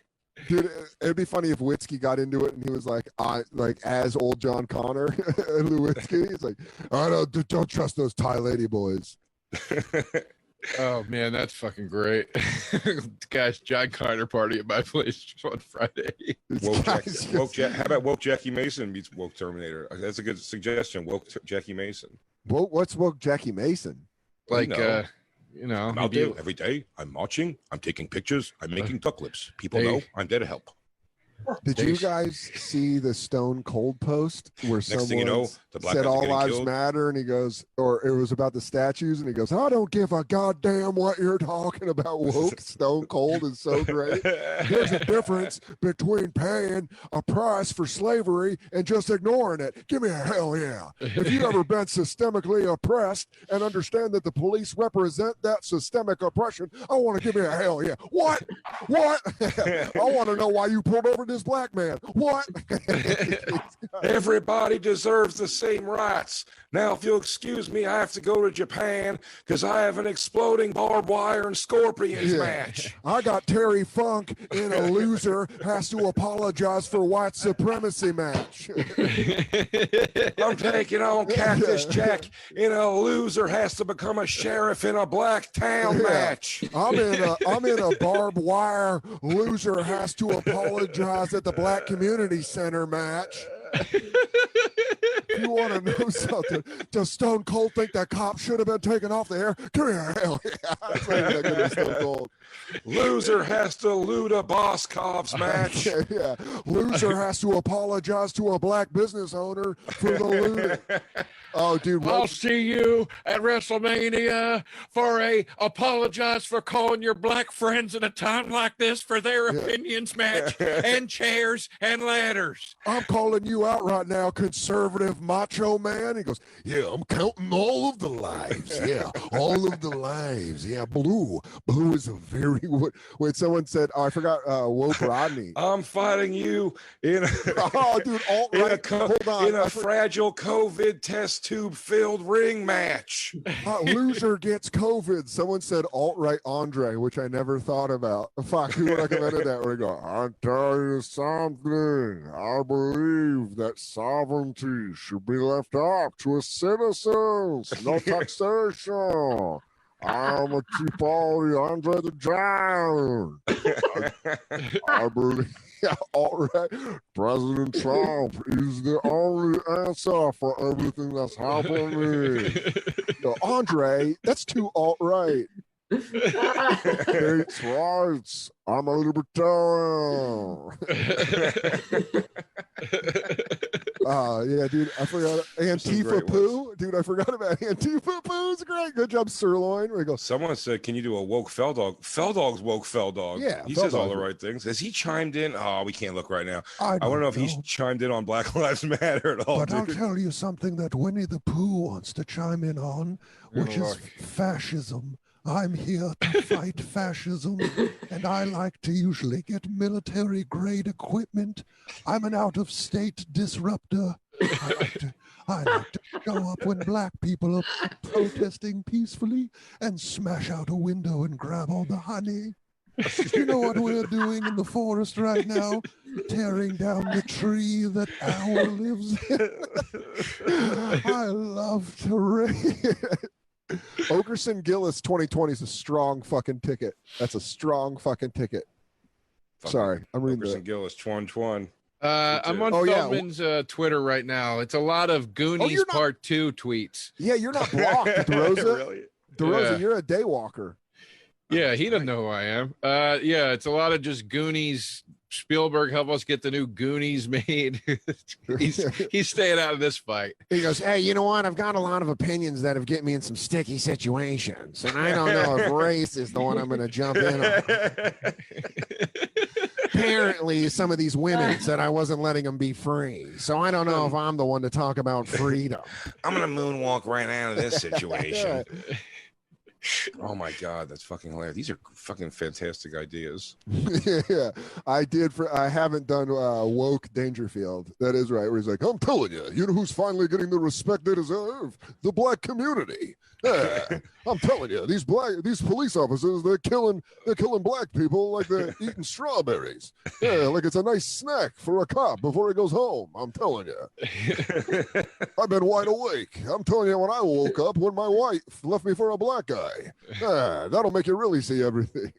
[SPEAKER 2] dude, it- it'd be funny if Witzky got into it and he was like, I like as old John Connor and Lewinsky. He's like, I don't don't trust those Thai lady boys.
[SPEAKER 4] Oh man, that's fucking great. Gosh, John Carter party at my place on Friday.
[SPEAKER 3] Woke Jack, woke Jack, how about woke Jackie Mason meets woke Terminator? That's a good suggestion. Woke T- Jackie Mason.
[SPEAKER 2] Whoa, what's woke Jackie Mason?
[SPEAKER 3] No.
[SPEAKER 4] you know,
[SPEAKER 3] I'm out
[SPEAKER 4] maybe-
[SPEAKER 3] there every day. I'm marching. I'm taking pictures. I'm making duck lips. People
[SPEAKER 2] They-
[SPEAKER 3] know I'm there to help.
[SPEAKER 2] Did
[SPEAKER 3] They-
[SPEAKER 2] you guys see the Stone Cold post where someone
[SPEAKER 3] thing you know, the black
[SPEAKER 2] said
[SPEAKER 3] guys are
[SPEAKER 2] all
[SPEAKER 3] getting
[SPEAKER 2] lives
[SPEAKER 3] killed?
[SPEAKER 2] matter, and he goes, or it was about the statues, and he goes, I don't give a goddamn what you're talking about. Woke Stone Cold is so great. There's a difference between paying a price for slavery and just ignoring it. Give me a hell yeah. If you've ever been systemically oppressed and understand that the police represent that systemic oppression, I want to give me a hell yeah. What? What? I want to know why you pulled over this black man. What?
[SPEAKER 3] Everybody deserves the same rights. Now, if you'll excuse me, I have to go to Japan because I have an exploding barbed wire and scorpions
[SPEAKER 2] Yeah.
[SPEAKER 3] match.
[SPEAKER 2] I got Terry Funk in a loser has to apologize for white supremacy match.
[SPEAKER 3] I'm taking on Cactus Jack in a loser has to become a sheriff in a black town
[SPEAKER 2] Yeah.
[SPEAKER 3] match.
[SPEAKER 2] I'm in a I'm in a barbed wire loser has to apologize at the black community center match. If you want to know something? Does Stone Cold think that cop should have been taken off the air? Come here, hell yeah! It's not even that good of Stone Cold.
[SPEAKER 3] Loser has to loot a boss cops match.
[SPEAKER 2] yeah, loser has to apologize to a black business owner for the looting. Oh, dude,
[SPEAKER 4] I'll
[SPEAKER 2] what,
[SPEAKER 4] see you at WrestleMania for a apologize for calling your black friends at a time like this for their opinions match and chairs and ladders.
[SPEAKER 2] I'm calling you out right now, conservative macho man. He goes, yeah, I'm counting all of the lives. Yeah, all of the lives. Yeah, blue, blue is a very. wo- Wait, someone said, oh, I forgot. Uh, woke Rodney.
[SPEAKER 3] I'm fighting you in a,
[SPEAKER 2] Oh, dude,
[SPEAKER 3] in a,
[SPEAKER 2] alt-right.
[SPEAKER 3] co-
[SPEAKER 2] Hold on.
[SPEAKER 3] in
[SPEAKER 2] I
[SPEAKER 3] a
[SPEAKER 2] for-
[SPEAKER 3] fragile COVID test tube filled ring match.
[SPEAKER 2] Uh, loser gets COVID. Someone said alt right Andre, which I never thought about. Fuck, who recommended that? We go, I tell you something. I believe that sovereignty should be left up to its citizens, no taxation. I'm a tea party, Andre the Giant. I believe. Yeah, all right. President Trump is the only answer for everything that's happening. No, Andre, that's too alt right. Gates rights. I'm a libertarian. uh, yeah, dude, I forgot
[SPEAKER 3] some
[SPEAKER 2] Antifa
[SPEAKER 3] great
[SPEAKER 2] poo, dude. I forgot about Antifa poo. It's great. Good job, sirloin. We go.
[SPEAKER 3] Someone said, "Can you do a woke Feldog?" Feldog's woke Feldog.
[SPEAKER 2] Yeah,
[SPEAKER 3] he says all
[SPEAKER 2] Feldog.
[SPEAKER 3] the right things. Has he chimed in? Oh, we can't look right now.
[SPEAKER 2] I
[SPEAKER 3] I, want to know if he's
[SPEAKER 2] don't
[SPEAKER 3] chimed in on Black Lives Matter at all.
[SPEAKER 2] But I'll
[SPEAKER 3] dude.
[SPEAKER 2] tell you something that Winnie the Pooh wants to chime in on,
[SPEAKER 3] You're
[SPEAKER 2] which is
[SPEAKER 3] lucky.
[SPEAKER 2] fascism. I'm here to fight fascism, and I like to usually get military grade equipment. I'm an out of state disruptor. I like, to, I like to show up when black people are protesting peacefully and smash out a window and grab all the honey. You know what we're doing in the forest right now? Tearing down the tree that owl lives in. I love to read. Ogerson Gillis 2020 is a strong fucking ticket. That's a strong fucking ticket.
[SPEAKER 3] Fucking
[SPEAKER 2] Sorry, I'm reading
[SPEAKER 3] Ferguson Gillis, Twan Twan.
[SPEAKER 4] Uh, I'm on
[SPEAKER 2] Oh, yeah.
[SPEAKER 4] Feldman's uh, Twitter right now. It's a lot of Goonies Part Two tweets.
[SPEAKER 2] Yeah, you're not blocked, DeRosa.
[SPEAKER 3] Really?
[SPEAKER 2] DeRosa,
[SPEAKER 4] Yeah.
[SPEAKER 2] you're a daywalker.
[SPEAKER 4] Yeah, he doesn't know who I am. Uh, yeah, it's a lot of just Goonies. Spielberg help us get the new Goonies made. he's he's staying out of this fight.
[SPEAKER 2] He goes, Hey, you know what? I've got a lot of opinions that have get me in some sticky situations. And I don't know if race is the one I'm going to jump in on. Apparently, some of these women said I wasn't letting them be free. So I don't know if I'm the one to talk about freedom.
[SPEAKER 3] I'm gonna moonwalk right out of this situation.
[SPEAKER 2] Yeah.
[SPEAKER 3] oh my god, that's fucking hilarious. These are fucking fantastic ideas.
[SPEAKER 2] yeah, I did for I haven't done uh, woke Dangerfield. That is right. Where he's like, I'm telling you, you know who's finally getting the respect they deserve? The black community. Yeah, I'm telling you, these black these police officers they're killing they're killing black people like they're eating strawberries. Yeah, like it's a nice snack for a cop before he goes home. I'm telling you. I've been wide awake. I'm telling you, when I woke up, when my wife left me for a black guy, eye. Ah, that'll make you really see everything.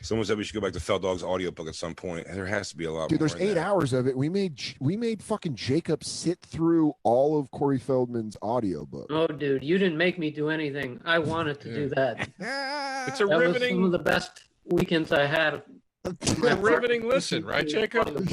[SPEAKER 3] Someone said we should go back to Fell Dog's audiobook at some point. There has to be a lot
[SPEAKER 2] Dude,
[SPEAKER 3] more.
[SPEAKER 2] there's
[SPEAKER 3] in
[SPEAKER 2] eight
[SPEAKER 3] there.
[SPEAKER 2] hours of it. We made we made fucking Jacob sit through all of Corey Feldman's audiobook.
[SPEAKER 8] Oh, dude, you didn't make me do anything. I wanted to do that.
[SPEAKER 4] It's a
[SPEAKER 8] that Was
[SPEAKER 4] riveting-
[SPEAKER 8] some of the best weekends I had.
[SPEAKER 4] a riveting listen, right, Jacob?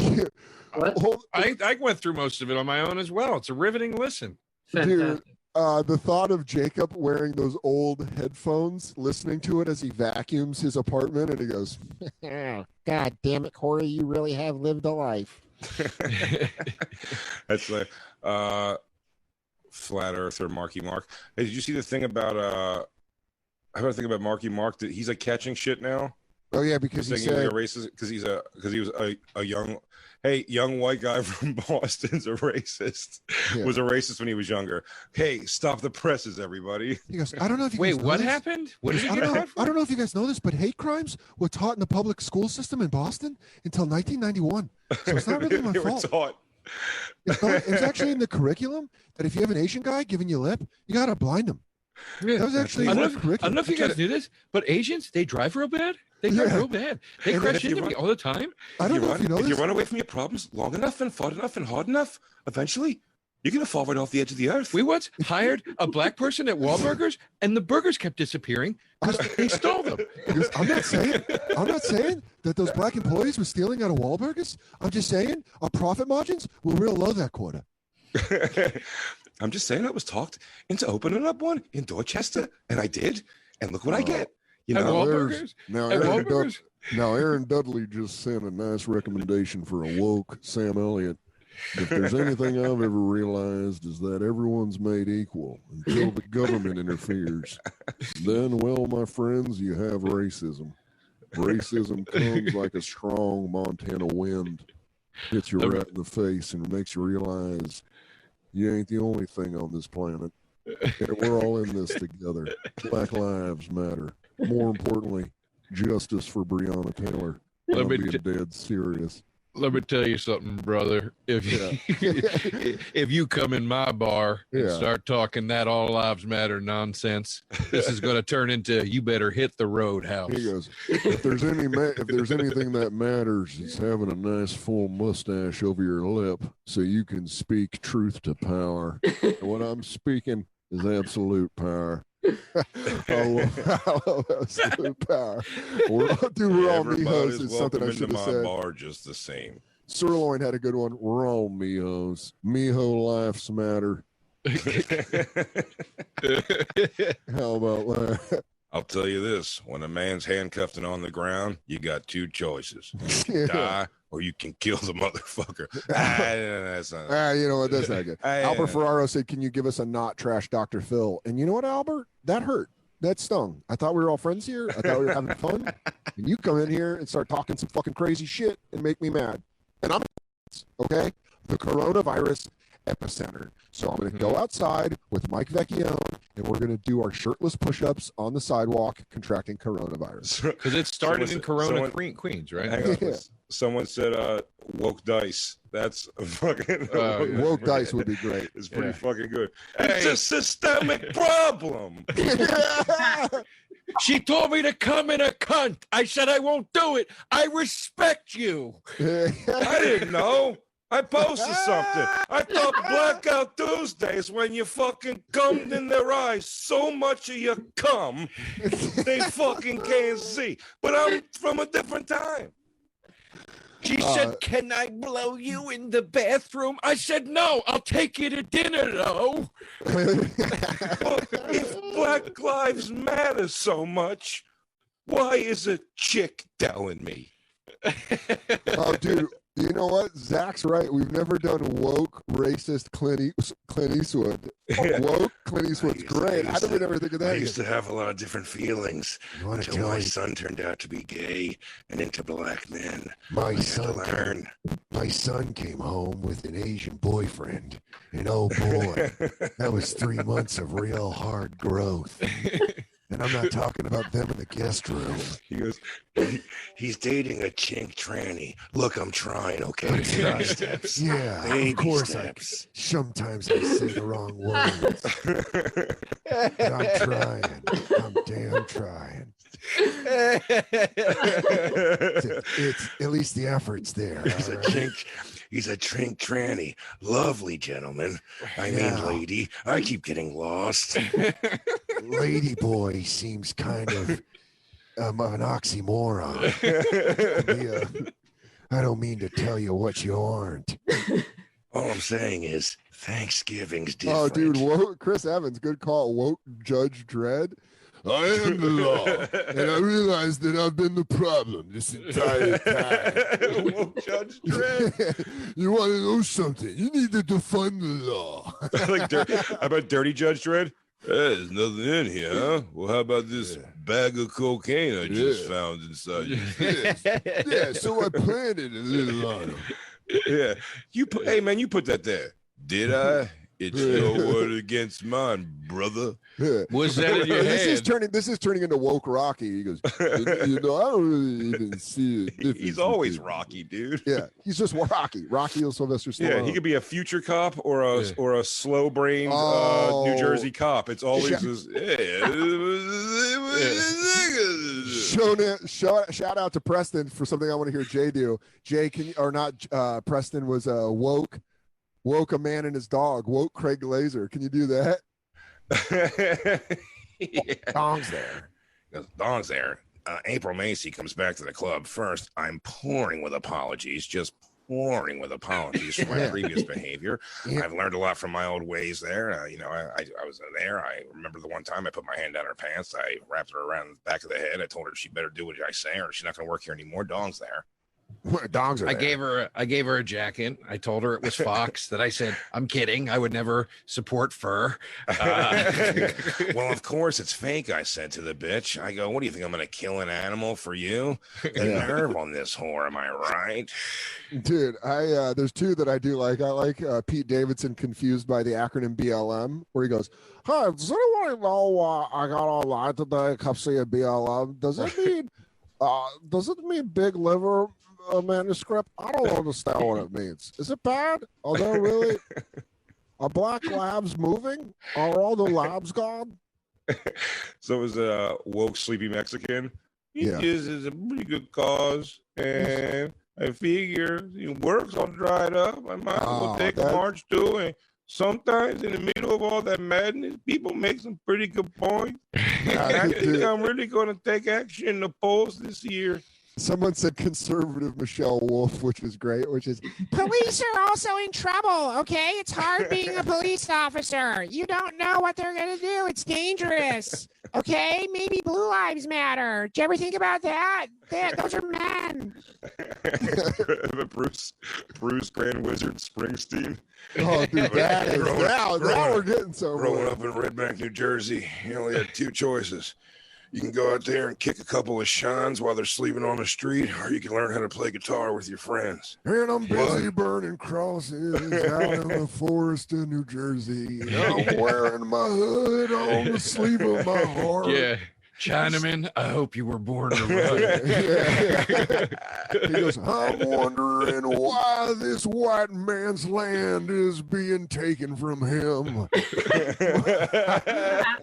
[SPEAKER 4] I, I went through most of it on my own as well. It's a riveting listen.
[SPEAKER 2] Dude, uh, the thought of Jacob wearing those old headphones, listening to it as he vacuums his apartment, and he goes,
[SPEAKER 10] God damn it, Corey, you really have lived a life.
[SPEAKER 3] That's like uh, flat earther Marky Mark. Hey, did you see the thing about uh? How about think about Marky Mark? That he's like catching shit now.
[SPEAKER 2] "Oh yeah, because he
[SPEAKER 3] He's thinking he's
[SPEAKER 2] said."
[SPEAKER 3] a racist because he's a because he was a, a young hey young white guy from Boston's a racist
[SPEAKER 2] Yeah.
[SPEAKER 3] was a racist when he was younger. Hey, stop the presses, everybody!
[SPEAKER 2] He goes, I don't know if you
[SPEAKER 3] Wait,
[SPEAKER 2] guys know
[SPEAKER 3] what
[SPEAKER 2] this."
[SPEAKER 3] happened? What
[SPEAKER 2] He
[SPEAKER 3] did
[SPEAKER 2] goes, I,
[SPEAKER 3] he
[SPEAKER 2] don't
[SPEAKER 3] get
[SPEAKER 2] know,
[SPEAKER 3] that
[SPEAKER 2] I don't know if you guys know this, but hate crimes were taught in the public school system in Boston until 1991. So it's not really my
[SPEAKER 3] They were
[SPEAKER 2] fault.
[SPEAKER 3] taught.
[SPEAKER 2] It's not- it was actually in the curriculum that if you have an Asian guy giving you lip, you gotta blind him. That was actually
[SPEAKER 4] I
[SPEAKER 2] in the
[SPEAKER 4] don't, know if, I
[SPEAKER 2] curriculum.
[SPEAKER 4] don't know if you guys knew this, but Asians they drive real bad. They drive real bad. They
[SPEAKER 3] And
[SPEAKER 4] crash
[SPEAKER 3] if you
[SPEAKER 4] into
[SPEAKER 3] run-
[SPEAKER 4] me all the time.
[SPEAKER 2] I don't
[SPEAKER 3] you
[SPEAKER 2] know
[SPEAKER 3] run,
[SPEAKER 2] if you know
[SPEAKER 3] if you
[SPEAKER 2] this.
[SPEAKER 3] run away from your problems long enough and far enough and hard enough, eventually you're gonna fall right off the edge of the earth.
[SPEAKER 4] We once hired a black person at Wahlburgers, and the burgers kept disappearing because they stole them.
[SPEAKER 2] He goes, I'm not saying I'm not saying that those black employees were stealing out of Wahlburgers. I'm just saying our profit margins were real low that quarter.
[SPEAKER 3] I'm just saying I was talked into opening up one in Dorchester, and I did, and look what I get. You
[SPEAKER 2] At
[SPEAKER 3] know,
[SPEAKER 2] Wahlburgers? Now
[SPEAKER 3] At
[SPEAKER 2] Aaron, Dud-
[SPEAKER 3] Wahlburgers?
[SPEAKER 2] now Aaron Dudley just sent a nice recommendation for a woke Sam Elliott. If there's anything I've ever realized is that everyone's made equal until the government interferes. Then, well, my friends, you have racism. Racism comes like a strong Montana wind, hits you right in the face, and makes you realize you ain't the only thing on this planet. And we're all in this together. Black lives matter. More importantly, justice for Breonna Taylor.
[SPEAKER 4] Let
[SPEAKER 2] I'm
[SPEAKER 4] me
[SPEAKER 2] being
[SPEAKER 4] ju-
[SPEAKER 2] dead serious.
[SPEAKER 4] Let me tell you something, brother. If you if you come in my bar and
[SPEAKER 2] Yeah.
[SPEAKER 4] start talking that all lives matter nonsense, this is going to turn into you better hit the roadhouse.
[SPEAKER 2] He goes, if there's any ma- if there's anything that matters, it's having a nice full mustache over your lip so you can speak truth to power. And what I'm speaking is absolute power. I love, I love absolute power. We're all, dude, we're all
[SPEAKER 3] Everybody's
[SPEAKER 2] mijos is something
[SPEAKER 3] welcome
[SPEAKER 2] I
[SPEAKER 3] into
[SPEAKER 2] should have
[SPEAKER 3] my
[SPEAKER 2] said.
[SPEAKER 3] bar just the same.
[SPEAKER 2] Sirloin had a good one. We're all mijos. Mijo lives matter. How about that?
[SPEAKER 3] I'll tell you this: when a man's handcuffed and on the ground, you got two choices: You can
[SPEAKER 2] Yeah.
[SPEAKER 3] die or you can kill the motherfucker. ah, no, no, that's not.
[SPEAKER 2] Ah, you know what? That's not good.
[SPEAKER 3] Uh, I- uh,
[SPEAKER 2] Albert Ferraro said, "Can you give us a not trash Dr. Phil?" And you know what, Albert? That hurt. That stung. I thought we were all friends here. I thought we were having fun. And you come in here and start talking some fucking crazy shit and make me mad. And I'm okay. The coronavirus epicenter. So I'm going to go outside with Mike Vecchione, and we're going to do our shirtless push-ups on the sidewalk, contracting coronavirus.
[SPEAKER 4] Because it started in Corona
[SPEAKER 3] someone-
[SPEAKER 4] Queen- Queens, right?
[SPEAKER 3] Hang on.
[SPEAKER 2] Yeah.
[SPEAKER 3] Someone said uh, woke dice. That's a fucking
[SPEAKER 4] Oh, yeah.
[SPEAKER 2] Woke dice would be great.
[SPEAKER 3] It's pretty
[SPEAKER 4] Yeah.
[SPEAKER 3] fucking good. It's a systemic problem.
[SPEAKER 4] She told me to come in a cunt. I said I won't do it. I respect you.
[SPEAKER 3] I didn't know. I posted something. I thought Blackout Tuesdays when you fucking gummed in their eyes so much of your cum, they fucking can't see. But I'm from a different time.
[SPEAKER 4] She
[SPEAKER 2] Uh,
[SPEAKER 4] said, "Can I blow you in the bathroom?" I said, "No. I'll take you to dinner, though."
[SPEAKER 3] If Black Lives Matter so much, why is a chick telling me?
[SPEAKER 2] oh, dude, you know what? Zach's right. We've never done woke racist Clint, Eas- Clint Eastwood. Woke Clint Eastwood's great. How did we never think of
[SPEAKER 12] I
[SPEAKER 2] that?
[SPEAKER 12] used
[SPEAKER 2] yet?
[SPEAKER 12] to have a lot of different feelings
[SPEAKER 2] wanna
[SPEAKER 12] until
[SPEAKER 2] tell
[SPEAKER 12] my
[SPEAKER 2] me-
[SPEAKER 12] son turned out to be gay and into black men.
[SPEAKER 2] My
[SPEAKER 12] I had to
[SPEAKER 2] son turned-
[SPEAKER 12] learn.
[SPEAKER 2] My son came home with an Asian boyfriend, and oh boy, that was three months of real hard growth. And I'm not talking about them in the guest room.
[SPEAKER 12] He goes, "He- he's dating a chink tranny. Look, I'm trying, okay? Baby steps.
[SPEAKER 2] Yeah,
[SPEAKER 12] Baby
[SPEAKER 2] of course. I,
[SPEAKER 12] steps.
[SPEAKER 2] sometimes I say the wrong words. But I'm trying. I'm damn trying. It's, it's- at least the effort's there.
[SPEAKER 12] He's
[SPEAKER 2] all
[SPEAKER 12] a
[SPEAKER 2] right?
[SPEAKER 12] chink. He's a trink tranny. Lovely gentleman. I mean,
[SPEAKER 2] Yeah.
[SPEAKER 12] lady. I keep getting lost.
[SPEAKER 2] Lady boy seems kind of um, of an oxymoron. The, uh, I don't mean to tell you what you aren't.
[SPEAKER 12] All I'm saying is Thanksgiving's different.
[SPEAKER 2] Oh, dude, woke, Chris Evans, good call. Woke Judge Dredd. I am the law, and I realize that I've been the problem this entire time. Judge Dredd. you want to know something? You need to defund the law.
[SPEAKER 3] like dir- how about Dirty Judge Dredd? Hey, there's nothing in here, huh? Well, how about this bag of cocaine I just found inside you?
[SPEAKER 2] yeah, so I planted a little on him.
[SPEAKER 3] yeah. You put hey man, you put that there. Did I? It's your word against mine, brother.
[SPEAKER 4] Was that in your
[SPEAKER 2] this is
[SPEAKER 4] hand?
[SPEAKER 2] turning. This is turning into woke Rocky. He goes, "You- you know, I don't really even see it.
[SPEAKER 3] He's always Rocky, dude.
[SPEAKER 2] Yeah, he's just Rocky. Rocky or Sylvester Stallone.
[SPEAKER 3] Yeah, he could be a future cop or a or a slow brained uh,
[SPEAKER 2] Oh.
[SPEAKER 3] New Jersey cop. It's always this,
[SPEAKER 2] Shown it- show- shout out to Preston for something I want to hear Jay do. Jay can you- or not? Uh, Preston was uh, woke, woke a man and his dog. Woke Craig Laser. Can you do that?
[SPEAKER 12] Dong's there. Dong's there. Uh, April Macy comes back to the club first. I'm pouring with apologies, just pouring with apologies for my
[SPEAKER 3] Yeah.
[SPEAKER 12] previous behavior.
[SPEAKER 3] Yeah.
[SPEAKER 12] I've learned a lot from my old ways there. Uh, you know, I, I, I was there. I remember the one time I put my hand down her pants. I wrapped her around the back of the head. I told her she better do what I say or she's not going to work here anymore. Dong's there.
[SPEAKER 2] Dogs are.
[SPEAKER 4] I
[SPEAKER 12] there.
[SPEAKER 4] gave her a, I gave her a jacket. I told her it was Fox. that I said I'm kidding. I would never support fur. Uh,
[SPEAKER 12] well, of course it's fake. I said to the bitch, I go, "What do you think I'm going to kill an animal for you?" The
[SPEAKER 2] Yeah.
[SPEAKER 12] nerve on this whore, am I right?
[SPEAKER 2] Dude, I uh, there's two that I do like. I like uh, Pete Davidson confused by the acronym BLM, where he goes, "Hi, does anyone know uh, I got online today? Cup C of BLM. Does it mean uh, does it mean big liver uh, manuscript? I don't understand what it means. Is it bad? Are there really are black labs moving? Are all the labs gone?
[SPEAKER 3] So it was a woke sleepy Mexican.
[SPEAKER 2] Yeah.
[SPEAKER 3] This is a pretty good cause, and I figure it works all dried up. I might as well
[SPEAKER 2] Ah,
[SPEAKER 12] Oh,
[SPEAKER 3] take
[SPEAKER 12] that-
[SPEAKER 3] a march too. And sometimes in the middle of all that madness, people make some pretty good points. I think I'm really going to take action in the polls this year.
[SPEAKER 2] Someone said conservative Michelle Wolf, which is great. Which is
[SPEAKER 10] Police are also in trouble, okay? It's hard being a police officer. You don't know what they're going to do. It's dangerous, okay? Maybe Blue Lives Matter. Did you ever think about that? That Those are men.
[SPEAKER 3] Bruce, Bruce Grand Wizard Springsteen.
[SPEAKER 2] Oh, dude, that is
[SPEAKER 12] Growing-
[SPEAKER 2] now, now
[SPEAKER 12] growing-
[SPEAKER 2] we're getting
[SPEAKER 12] Growing
[SPEAKER 2] somewhere.
[SPEAKER 12] up in Red Bank, New Jersey, you only had two choices. You can go out there and kick a couple of shines while they're sleeping on the street, or you can learn how to play guitar with your friends.
[SPEAKER 2] And I'm busy burning crosses out in the forest in New Jersey. I'm wearing my hood on the sleeve of my heart.
[SPEAKER 4] yeah, Chinaman. I hope you were born to run.
[SPEAKER 2] He goes, I'm wondering why this white man's land is being taken from him.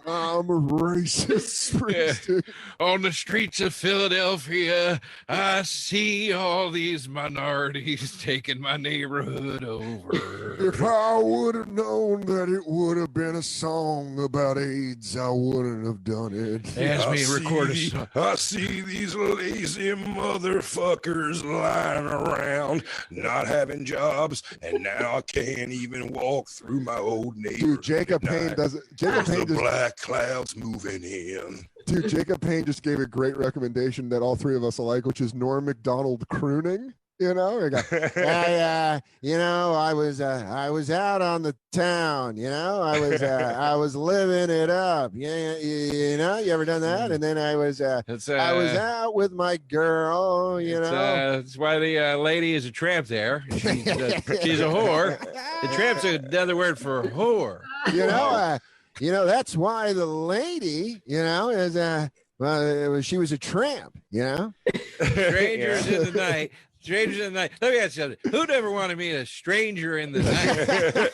[SPEAKER 2] I'm a racist. Springsteen.
[SPEAKER 4] On the streets of Philadelphia, I see all these minorities taking my neighborhood over.
[SPEAKER 2] If I would have known that it would have been a song about AIDS, I wouldn't have done it.
[SPEAKER 4] They asked me
[SPEAKER 12] I
[SPEAKER 4] to record a
[SPEAKER 12] see-
[SPEAKER 4] song.
[SPEAKER 12] I see these lazy motherfuckers lying around, not having jobs, and now I can't even walk through my old neighborhood.
[SPEAKER 2] Dude, Jacob Payne doesn't. Jacob
[SPEAKER 12] As
[SPEAKER 2] Payne
[SPEAKER 12] the
[SPEAKER 2] just
[SPEAKER 12] black clouds moving in.
[SPEAKER 2] Dude, Jacob Payne just gave a great recommendation that all three of us alike, which is Norm McDonald crooning. You know, I, got, I uh, you know, I was, uh, I was out on the town. You know, I was, uh, I was living it up. Yeah, you, you know, you ever done that? And then I was, uh,
[SPEAKER 4] That's,
[SPEAKER 2] I was
[SPEAKER 4] Mm. uh,
[SPEAKER 2] out with my girl. You
[SPEAKER 4] It's,
[SPEAKER 2] know,
[SPEAKER 4] uh, that's why the uh, lady is a tramp there. uh, She's a, she's a whore. The tramp's another word for whore.
[SPEAKER 2] you know, I, you know, that's why the lady, you know, is a well, it was, she was a tramp, you know.
[SPEAKER 4] Strangers in the night. Strangers in the night. Let me ask you something. Who'd ever want to meet a stranger in the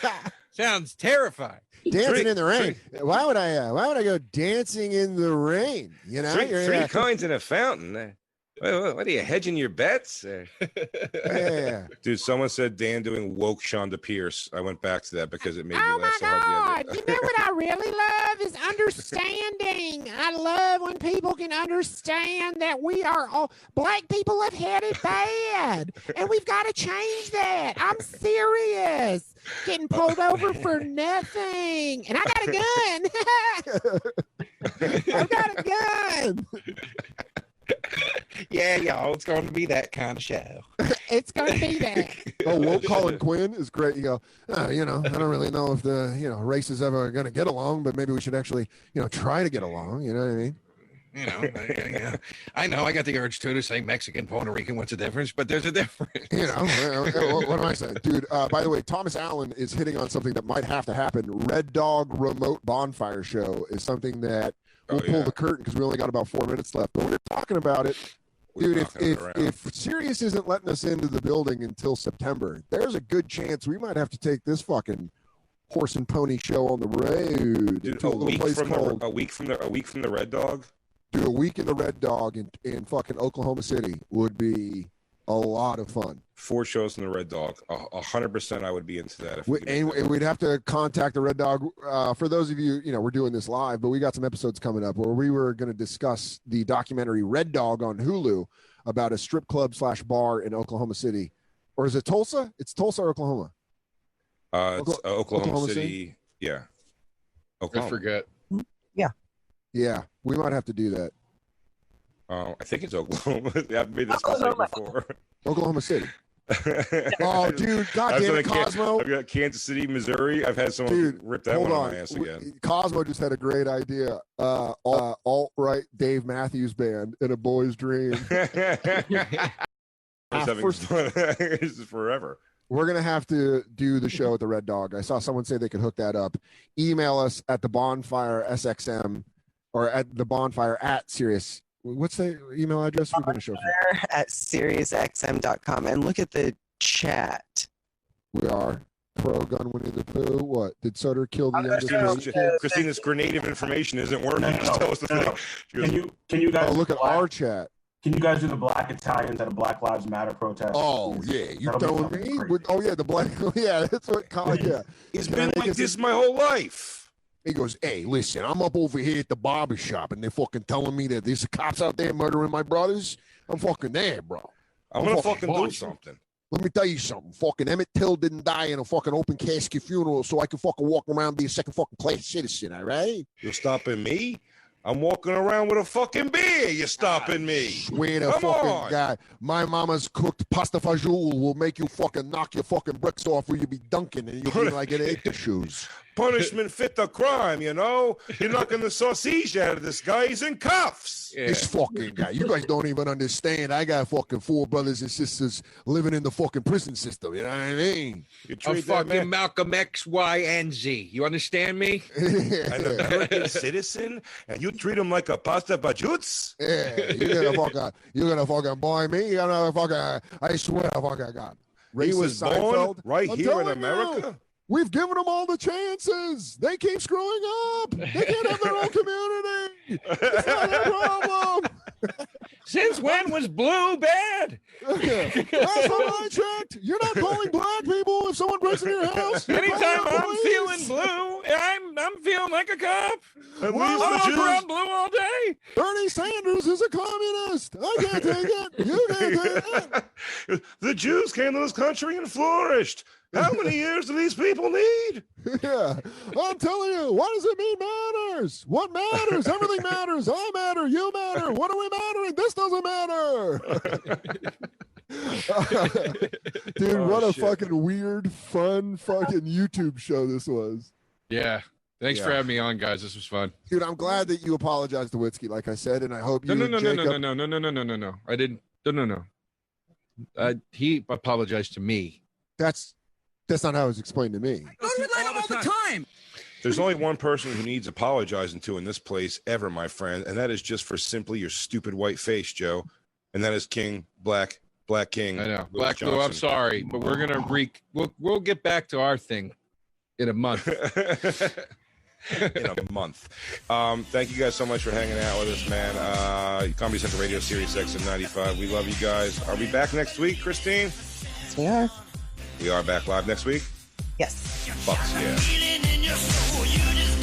[SPEAKER 4] night? Sounds terrifying.
[SPEAKER 2] Dancing
[SPEAKER 4] Three-
[SPEAKER 2] in the rain. Why would I? Uh, why would I go dancing in the rain? You know,
[SPEAKER 12] three,
[SPEAKER 2] You're,
[SPEAKER 12] three
[SPEAKER 2] uh,
[SPEAKER 12] coins in a fountain. Uh, What, what- what are you hedging your bets? Uh,
[SPEAKER 2] yeah.
[SPEAKER 3] Dude, someone said Dan doing woke Shonda Pierce. I went back to that because it made
[SPEAKER 2] Oh
[SPEAKER 3] me laugh so
[SPEAKER 10] God,
[SPEAKER 3] hard. the
[SPEAKER 10] you
[SPEAKER 3] other-
[SPEAKER 10] know what I really love is understanding. I love when people can understand that we are all black people have had it bad, and we've got to change that. I'm serious. Getting pulled over for nothing, and I got a gun. I've got a gun.
[SPEAKER 4] Yeah, y'all. It's going to be that kind of show.
[SPEAKER 10] It's gonna be that.
[SPEAKER 2] Oh, woke Colin Quinn is great. You go, uh, you know, I don't really know if the you know races ever going to get along, but maybe we should actually you know try to get along. You know what I mean?
[SPEAKER 4] You know, I, I know I got the urge too to say Mexican, Puerto Rican. What's the difference? But there's a difference.
[SPEAKER 2] You know, uh, uh, what, what am I saying, dude? Uh, by the way, Thomas Allen is hitting on something that might have to happen. Red Dog Remote Bonfire Show is something that
[SPEAKER 3] Oh,
[SPEAKER 2] we'll pull the curtain because we only got about four minutes left. But we we're talking about it, dude. If if, if Sirius isn't letting us into the building until September, there's a good chance we might have to take this fucking horse and pony show on the road
[SPEAKER 3] Dude,
[SPEAKER 2] to a
[SPEAKER 3] a
[SPEAKER 2] little
[SPEAKER 3] week
[SPEAKER 2] place
[SPEAKER 3] from
[SPEAKER 2] called
[SPEAKER 3] the a week from the a week from the Red Dog.
[SPEAKER 2] do a week in the Red Dog in, in fucking Oklahoma City would be a lot of fun.
[SPEAKER 3] Four shows in the Red Dog. A a hundred percent, I would be into that. If
[SPEAKER 2] We,
[SPEAKER 3] could make
[SPEAKER 2] and
[SPEAKER 3] that
[SPEAKER 2] we'd have to contact the Red Dog. Uh, for those of you, you know, we're doing this live, but we got some episodes coming up where we were going to discuss the documentary Red Dog on Hulu about a strip club slash bar in Oklahoma City, or is it Tulsa? It's Tulsa, or Oklahoma.
[SPEAKER 3] Uh, it's,
[SPEAKER 2] Okla-
[SPEAKER 3] uh, Oklahoma,
[SPEAKER 2] Oklahoma
[SPEAKER 3] City.
[SPEAKER 2] City?
[SPEAKER 3] Yeah. Oklahoma.
[SPEAKER 4] forget.
[SPEAKER 2] Yeah, we might have to do that.
[SPEAKER 3] Uh, I think it's Oklahoma. I've made this mistake before.
[SPEAKER 2] Oklahoma City. oh, dude, goddamn it,
[SPEAKER 3] I've got
[SPEAKER 2] Cosmo.
[SPEAKER 3] Kan- I've got Kansas City, Missouri. I've had someone
[SPEAKER 2] Dude,
[SPEAKER 3] rip that
[SPEAKER 2] hold
[SPEAKER 3] one on.
[SPEAKER 2] on.
[SPEAKER 3] my ass
[SPEAKER 2] We-
[SPEAKER 3] again.
[SPEAKER 2] Cosmo just had a great idea. Uh, uh, alt right Dave Matthews band in a boy's dream.
[SPEAKER 3] Just having
[SPEAKER 2] first-
[SPEAKER 3] fun. this is forever.
[SPEAKER 2] We're gonna have to do the show at the Red Dog. I saw someone say they could hook that up. Email us at the bonfire SXM or at the bonfire at Sirius. What's the email address we're gonna show? For?
[SPEAKER 6] There at SiriusXM.com and look at the chat.
[SPEAKER 2] We are pro gun winning the poo. What did Sutter kill the youngest?
[SPEAKER 3] Christina's,
[SPEAKER 2] Asian kid?
[SPEAKER 3] Christina's grenade of information isn't working. Just tell us the thing. She goes,
[SPEAKER 9] Can you can you guys
[SPEAKER 2] Oh, look at our chat?
[SPEAKER 9] Can you guys do the Black Italians at a Black Lives Matter protest?
[SPEAKER 2] Oh yeah, you
[SPEAKER 9] That'll be
[SPEAKER 2] throwing
[SPEAKER 9] something
[SPEAKER 2] me? With, oh yeah, the black. Yeah, that's what. Colin, yeah,
[SPEAKER 3] It's
[SPEAKER 2] Can I
[SPEAKER 3] been
[SPEAKER 2] make
[SPEAKER 3] like
[SPEAKER 2] us-
[SPEAKER 3] this my whole life.
[SPEAKER 2] He goes, hey, listen, I'm up over here at the barber shop, and they're fucking telling me that there's cops out there murdering my brothers. I'm fucking there, bro.
[SPEAKER 3] I'm
[SPEAKER 2] I'm
[SPEAKER 3] gonna
[SPEAKER 2] fucking
[SPEAKER 3] fucking do
[SPEAKER 2] watching.
[SPEAKER 3] something.
[SPEAKER 2] Let me tell you something. Fucking Emmett Till didn't die in a fucking open casket funeral, so I can fucking walk around and be a second fucking class citizen. All right?
[SPEAKER 3] You're stopping me? I'm walking around with a fucking beer. You're stopping me.
[SPEAKER 2] Swear to
[SPEAKER 3] Come
[SPEAKER 2] fucking
[SPEAKER 3] on.
[SPEAKER 2] God, my mama's cooked pasta fajoule will make you fucking knock your fucking bricks off, or you be dunking, and you'll be like an eight shoes.
[SPEAKER 3] Punishment fit the crime, you know? You're knocking the sausage out of this guy. He's in cuffs.
[SPEAKER 2] This fucking guy. You guys don't even understand. I got fucking four brothers and sisters living in the fucking prison system. You know what I mean?
[SPEAKER 3] You
[SPEAKER 4] I'm
[SPEAKER 3] treat that
[SPEAKER 4] fucking
[SPEAKER 3] man.
[SPEAKER 4] Malcolm X, Y, and Z. You understand me?
[SPEAKER 3] An American citizen, and you treat him like a pasta bajutz?
[SPEAKER 2] Yeah, you're gonna fucking, you're gonna fucking boy me. You're gonna fucking, I swear to fucking God.
[SPEAKER 3] He
[SPEAKER 2] Racist
[SPEAKER 3] was born
[SPEAKER 2] Seinfeld.
[SPEAKER 3] right
[SPEAKER 2] I'm
[SPEAKER 3] here in
[SPEAKER 2] telling you,
[SPEAKER 3] America?
[SPEAKER 2] we've given them all the chances. They keep screwing up. They can't have their own community. It's not their problem.
[SPEAKER 4] Since when was blue bad?
[SPEAKER 2] Last time I checked, you're not calling black people if someone breaks into your house. You're calling
[SPEAKER 4] Anytime
[SPEAKER 2] the
[SPEAKER 4] I'm
[SPEAKER 2] police.
[SPEAKER 4] feeling blue, I'm I'm feeling like a cop.
[SPEAKER 3] At
[SPEAKER 2] Well,
[SPEAKER 3] least
[SPEAKER 2] I'm
[SPEAKER 3] the
[SPEAKER 2] not
[SPEAKER 3] Jews.
[SPEAKER 4] I'm blue all day.
[SPEAKER 2] Bernie Sanders is a communist. I can't take it. You can't take it.
[SPEAKER 3] The Jews came to this country and flourished. How many years do these people need?
[SPEAKER 2] Yeah, I'm telling you, what does it mean matters? What matters? Everything matters. I matter. You matter. What are we mattering? This doesn't matter. Dude,
[SPEAKER 3] Oh,
[SPEAKER 2] what a
[SPEAKER 3] shit.
[SPEAKER 2] fucking weird, fun, fucking YouTube show this was.
[SPEAKER 4] Yeah. Thanks for
[SPEAKER 3] Yeah.
[SPEAKER 4] having me on, guys. This was fun.
[SPEAKER 2] Dude, I'm glad that you apologized to Witzky, like I said, and I hope
[SPEAKER 4] No,
[SPEAKER 2] you
[SPEAKER 4] no,
[SPEAKER 2] and
[SPEAKER 4] no, no,
[SPEAKER 2] Jacob.
[SPEAKER 4] no, no, no, no, no, no, no, no. I didn't. No, no, no. Uh, he apologized to me.
[SPEAKER 2] That's that's not how it was explained to me.
[SPEAKER 13] Go to the all the time.
[SPEAKER 3] There's only one person who needs apologizing to in this place ever, my friend, and that is just for simply your stupid white face, Joe. And that is King Black, Black King.
[SPEAKER 4] I know.
[SPEAKER 3] Lewis
[SPEAKER 4] Black Lou, I'm
[SPEAKER 3] Johnson.
[SPEAKER 4] sorry, but we're gonna re we'll, we'll get back to our thing in a month.
[SPEAKER 3] in a month. Um, thank you guys so much for hanging out with us, man. Uh, Comedy Central Radio, Series X and 95. We love you guys. Are we back next week, Christine?
[SPEAKER 6] We are.
[SPEAKER 3] We are back live next week?
[SPEAKER 6] Yes.
[SPEAKER 3] Fucks yeah.
[SPEAKER 11] Feeling in your soul, you just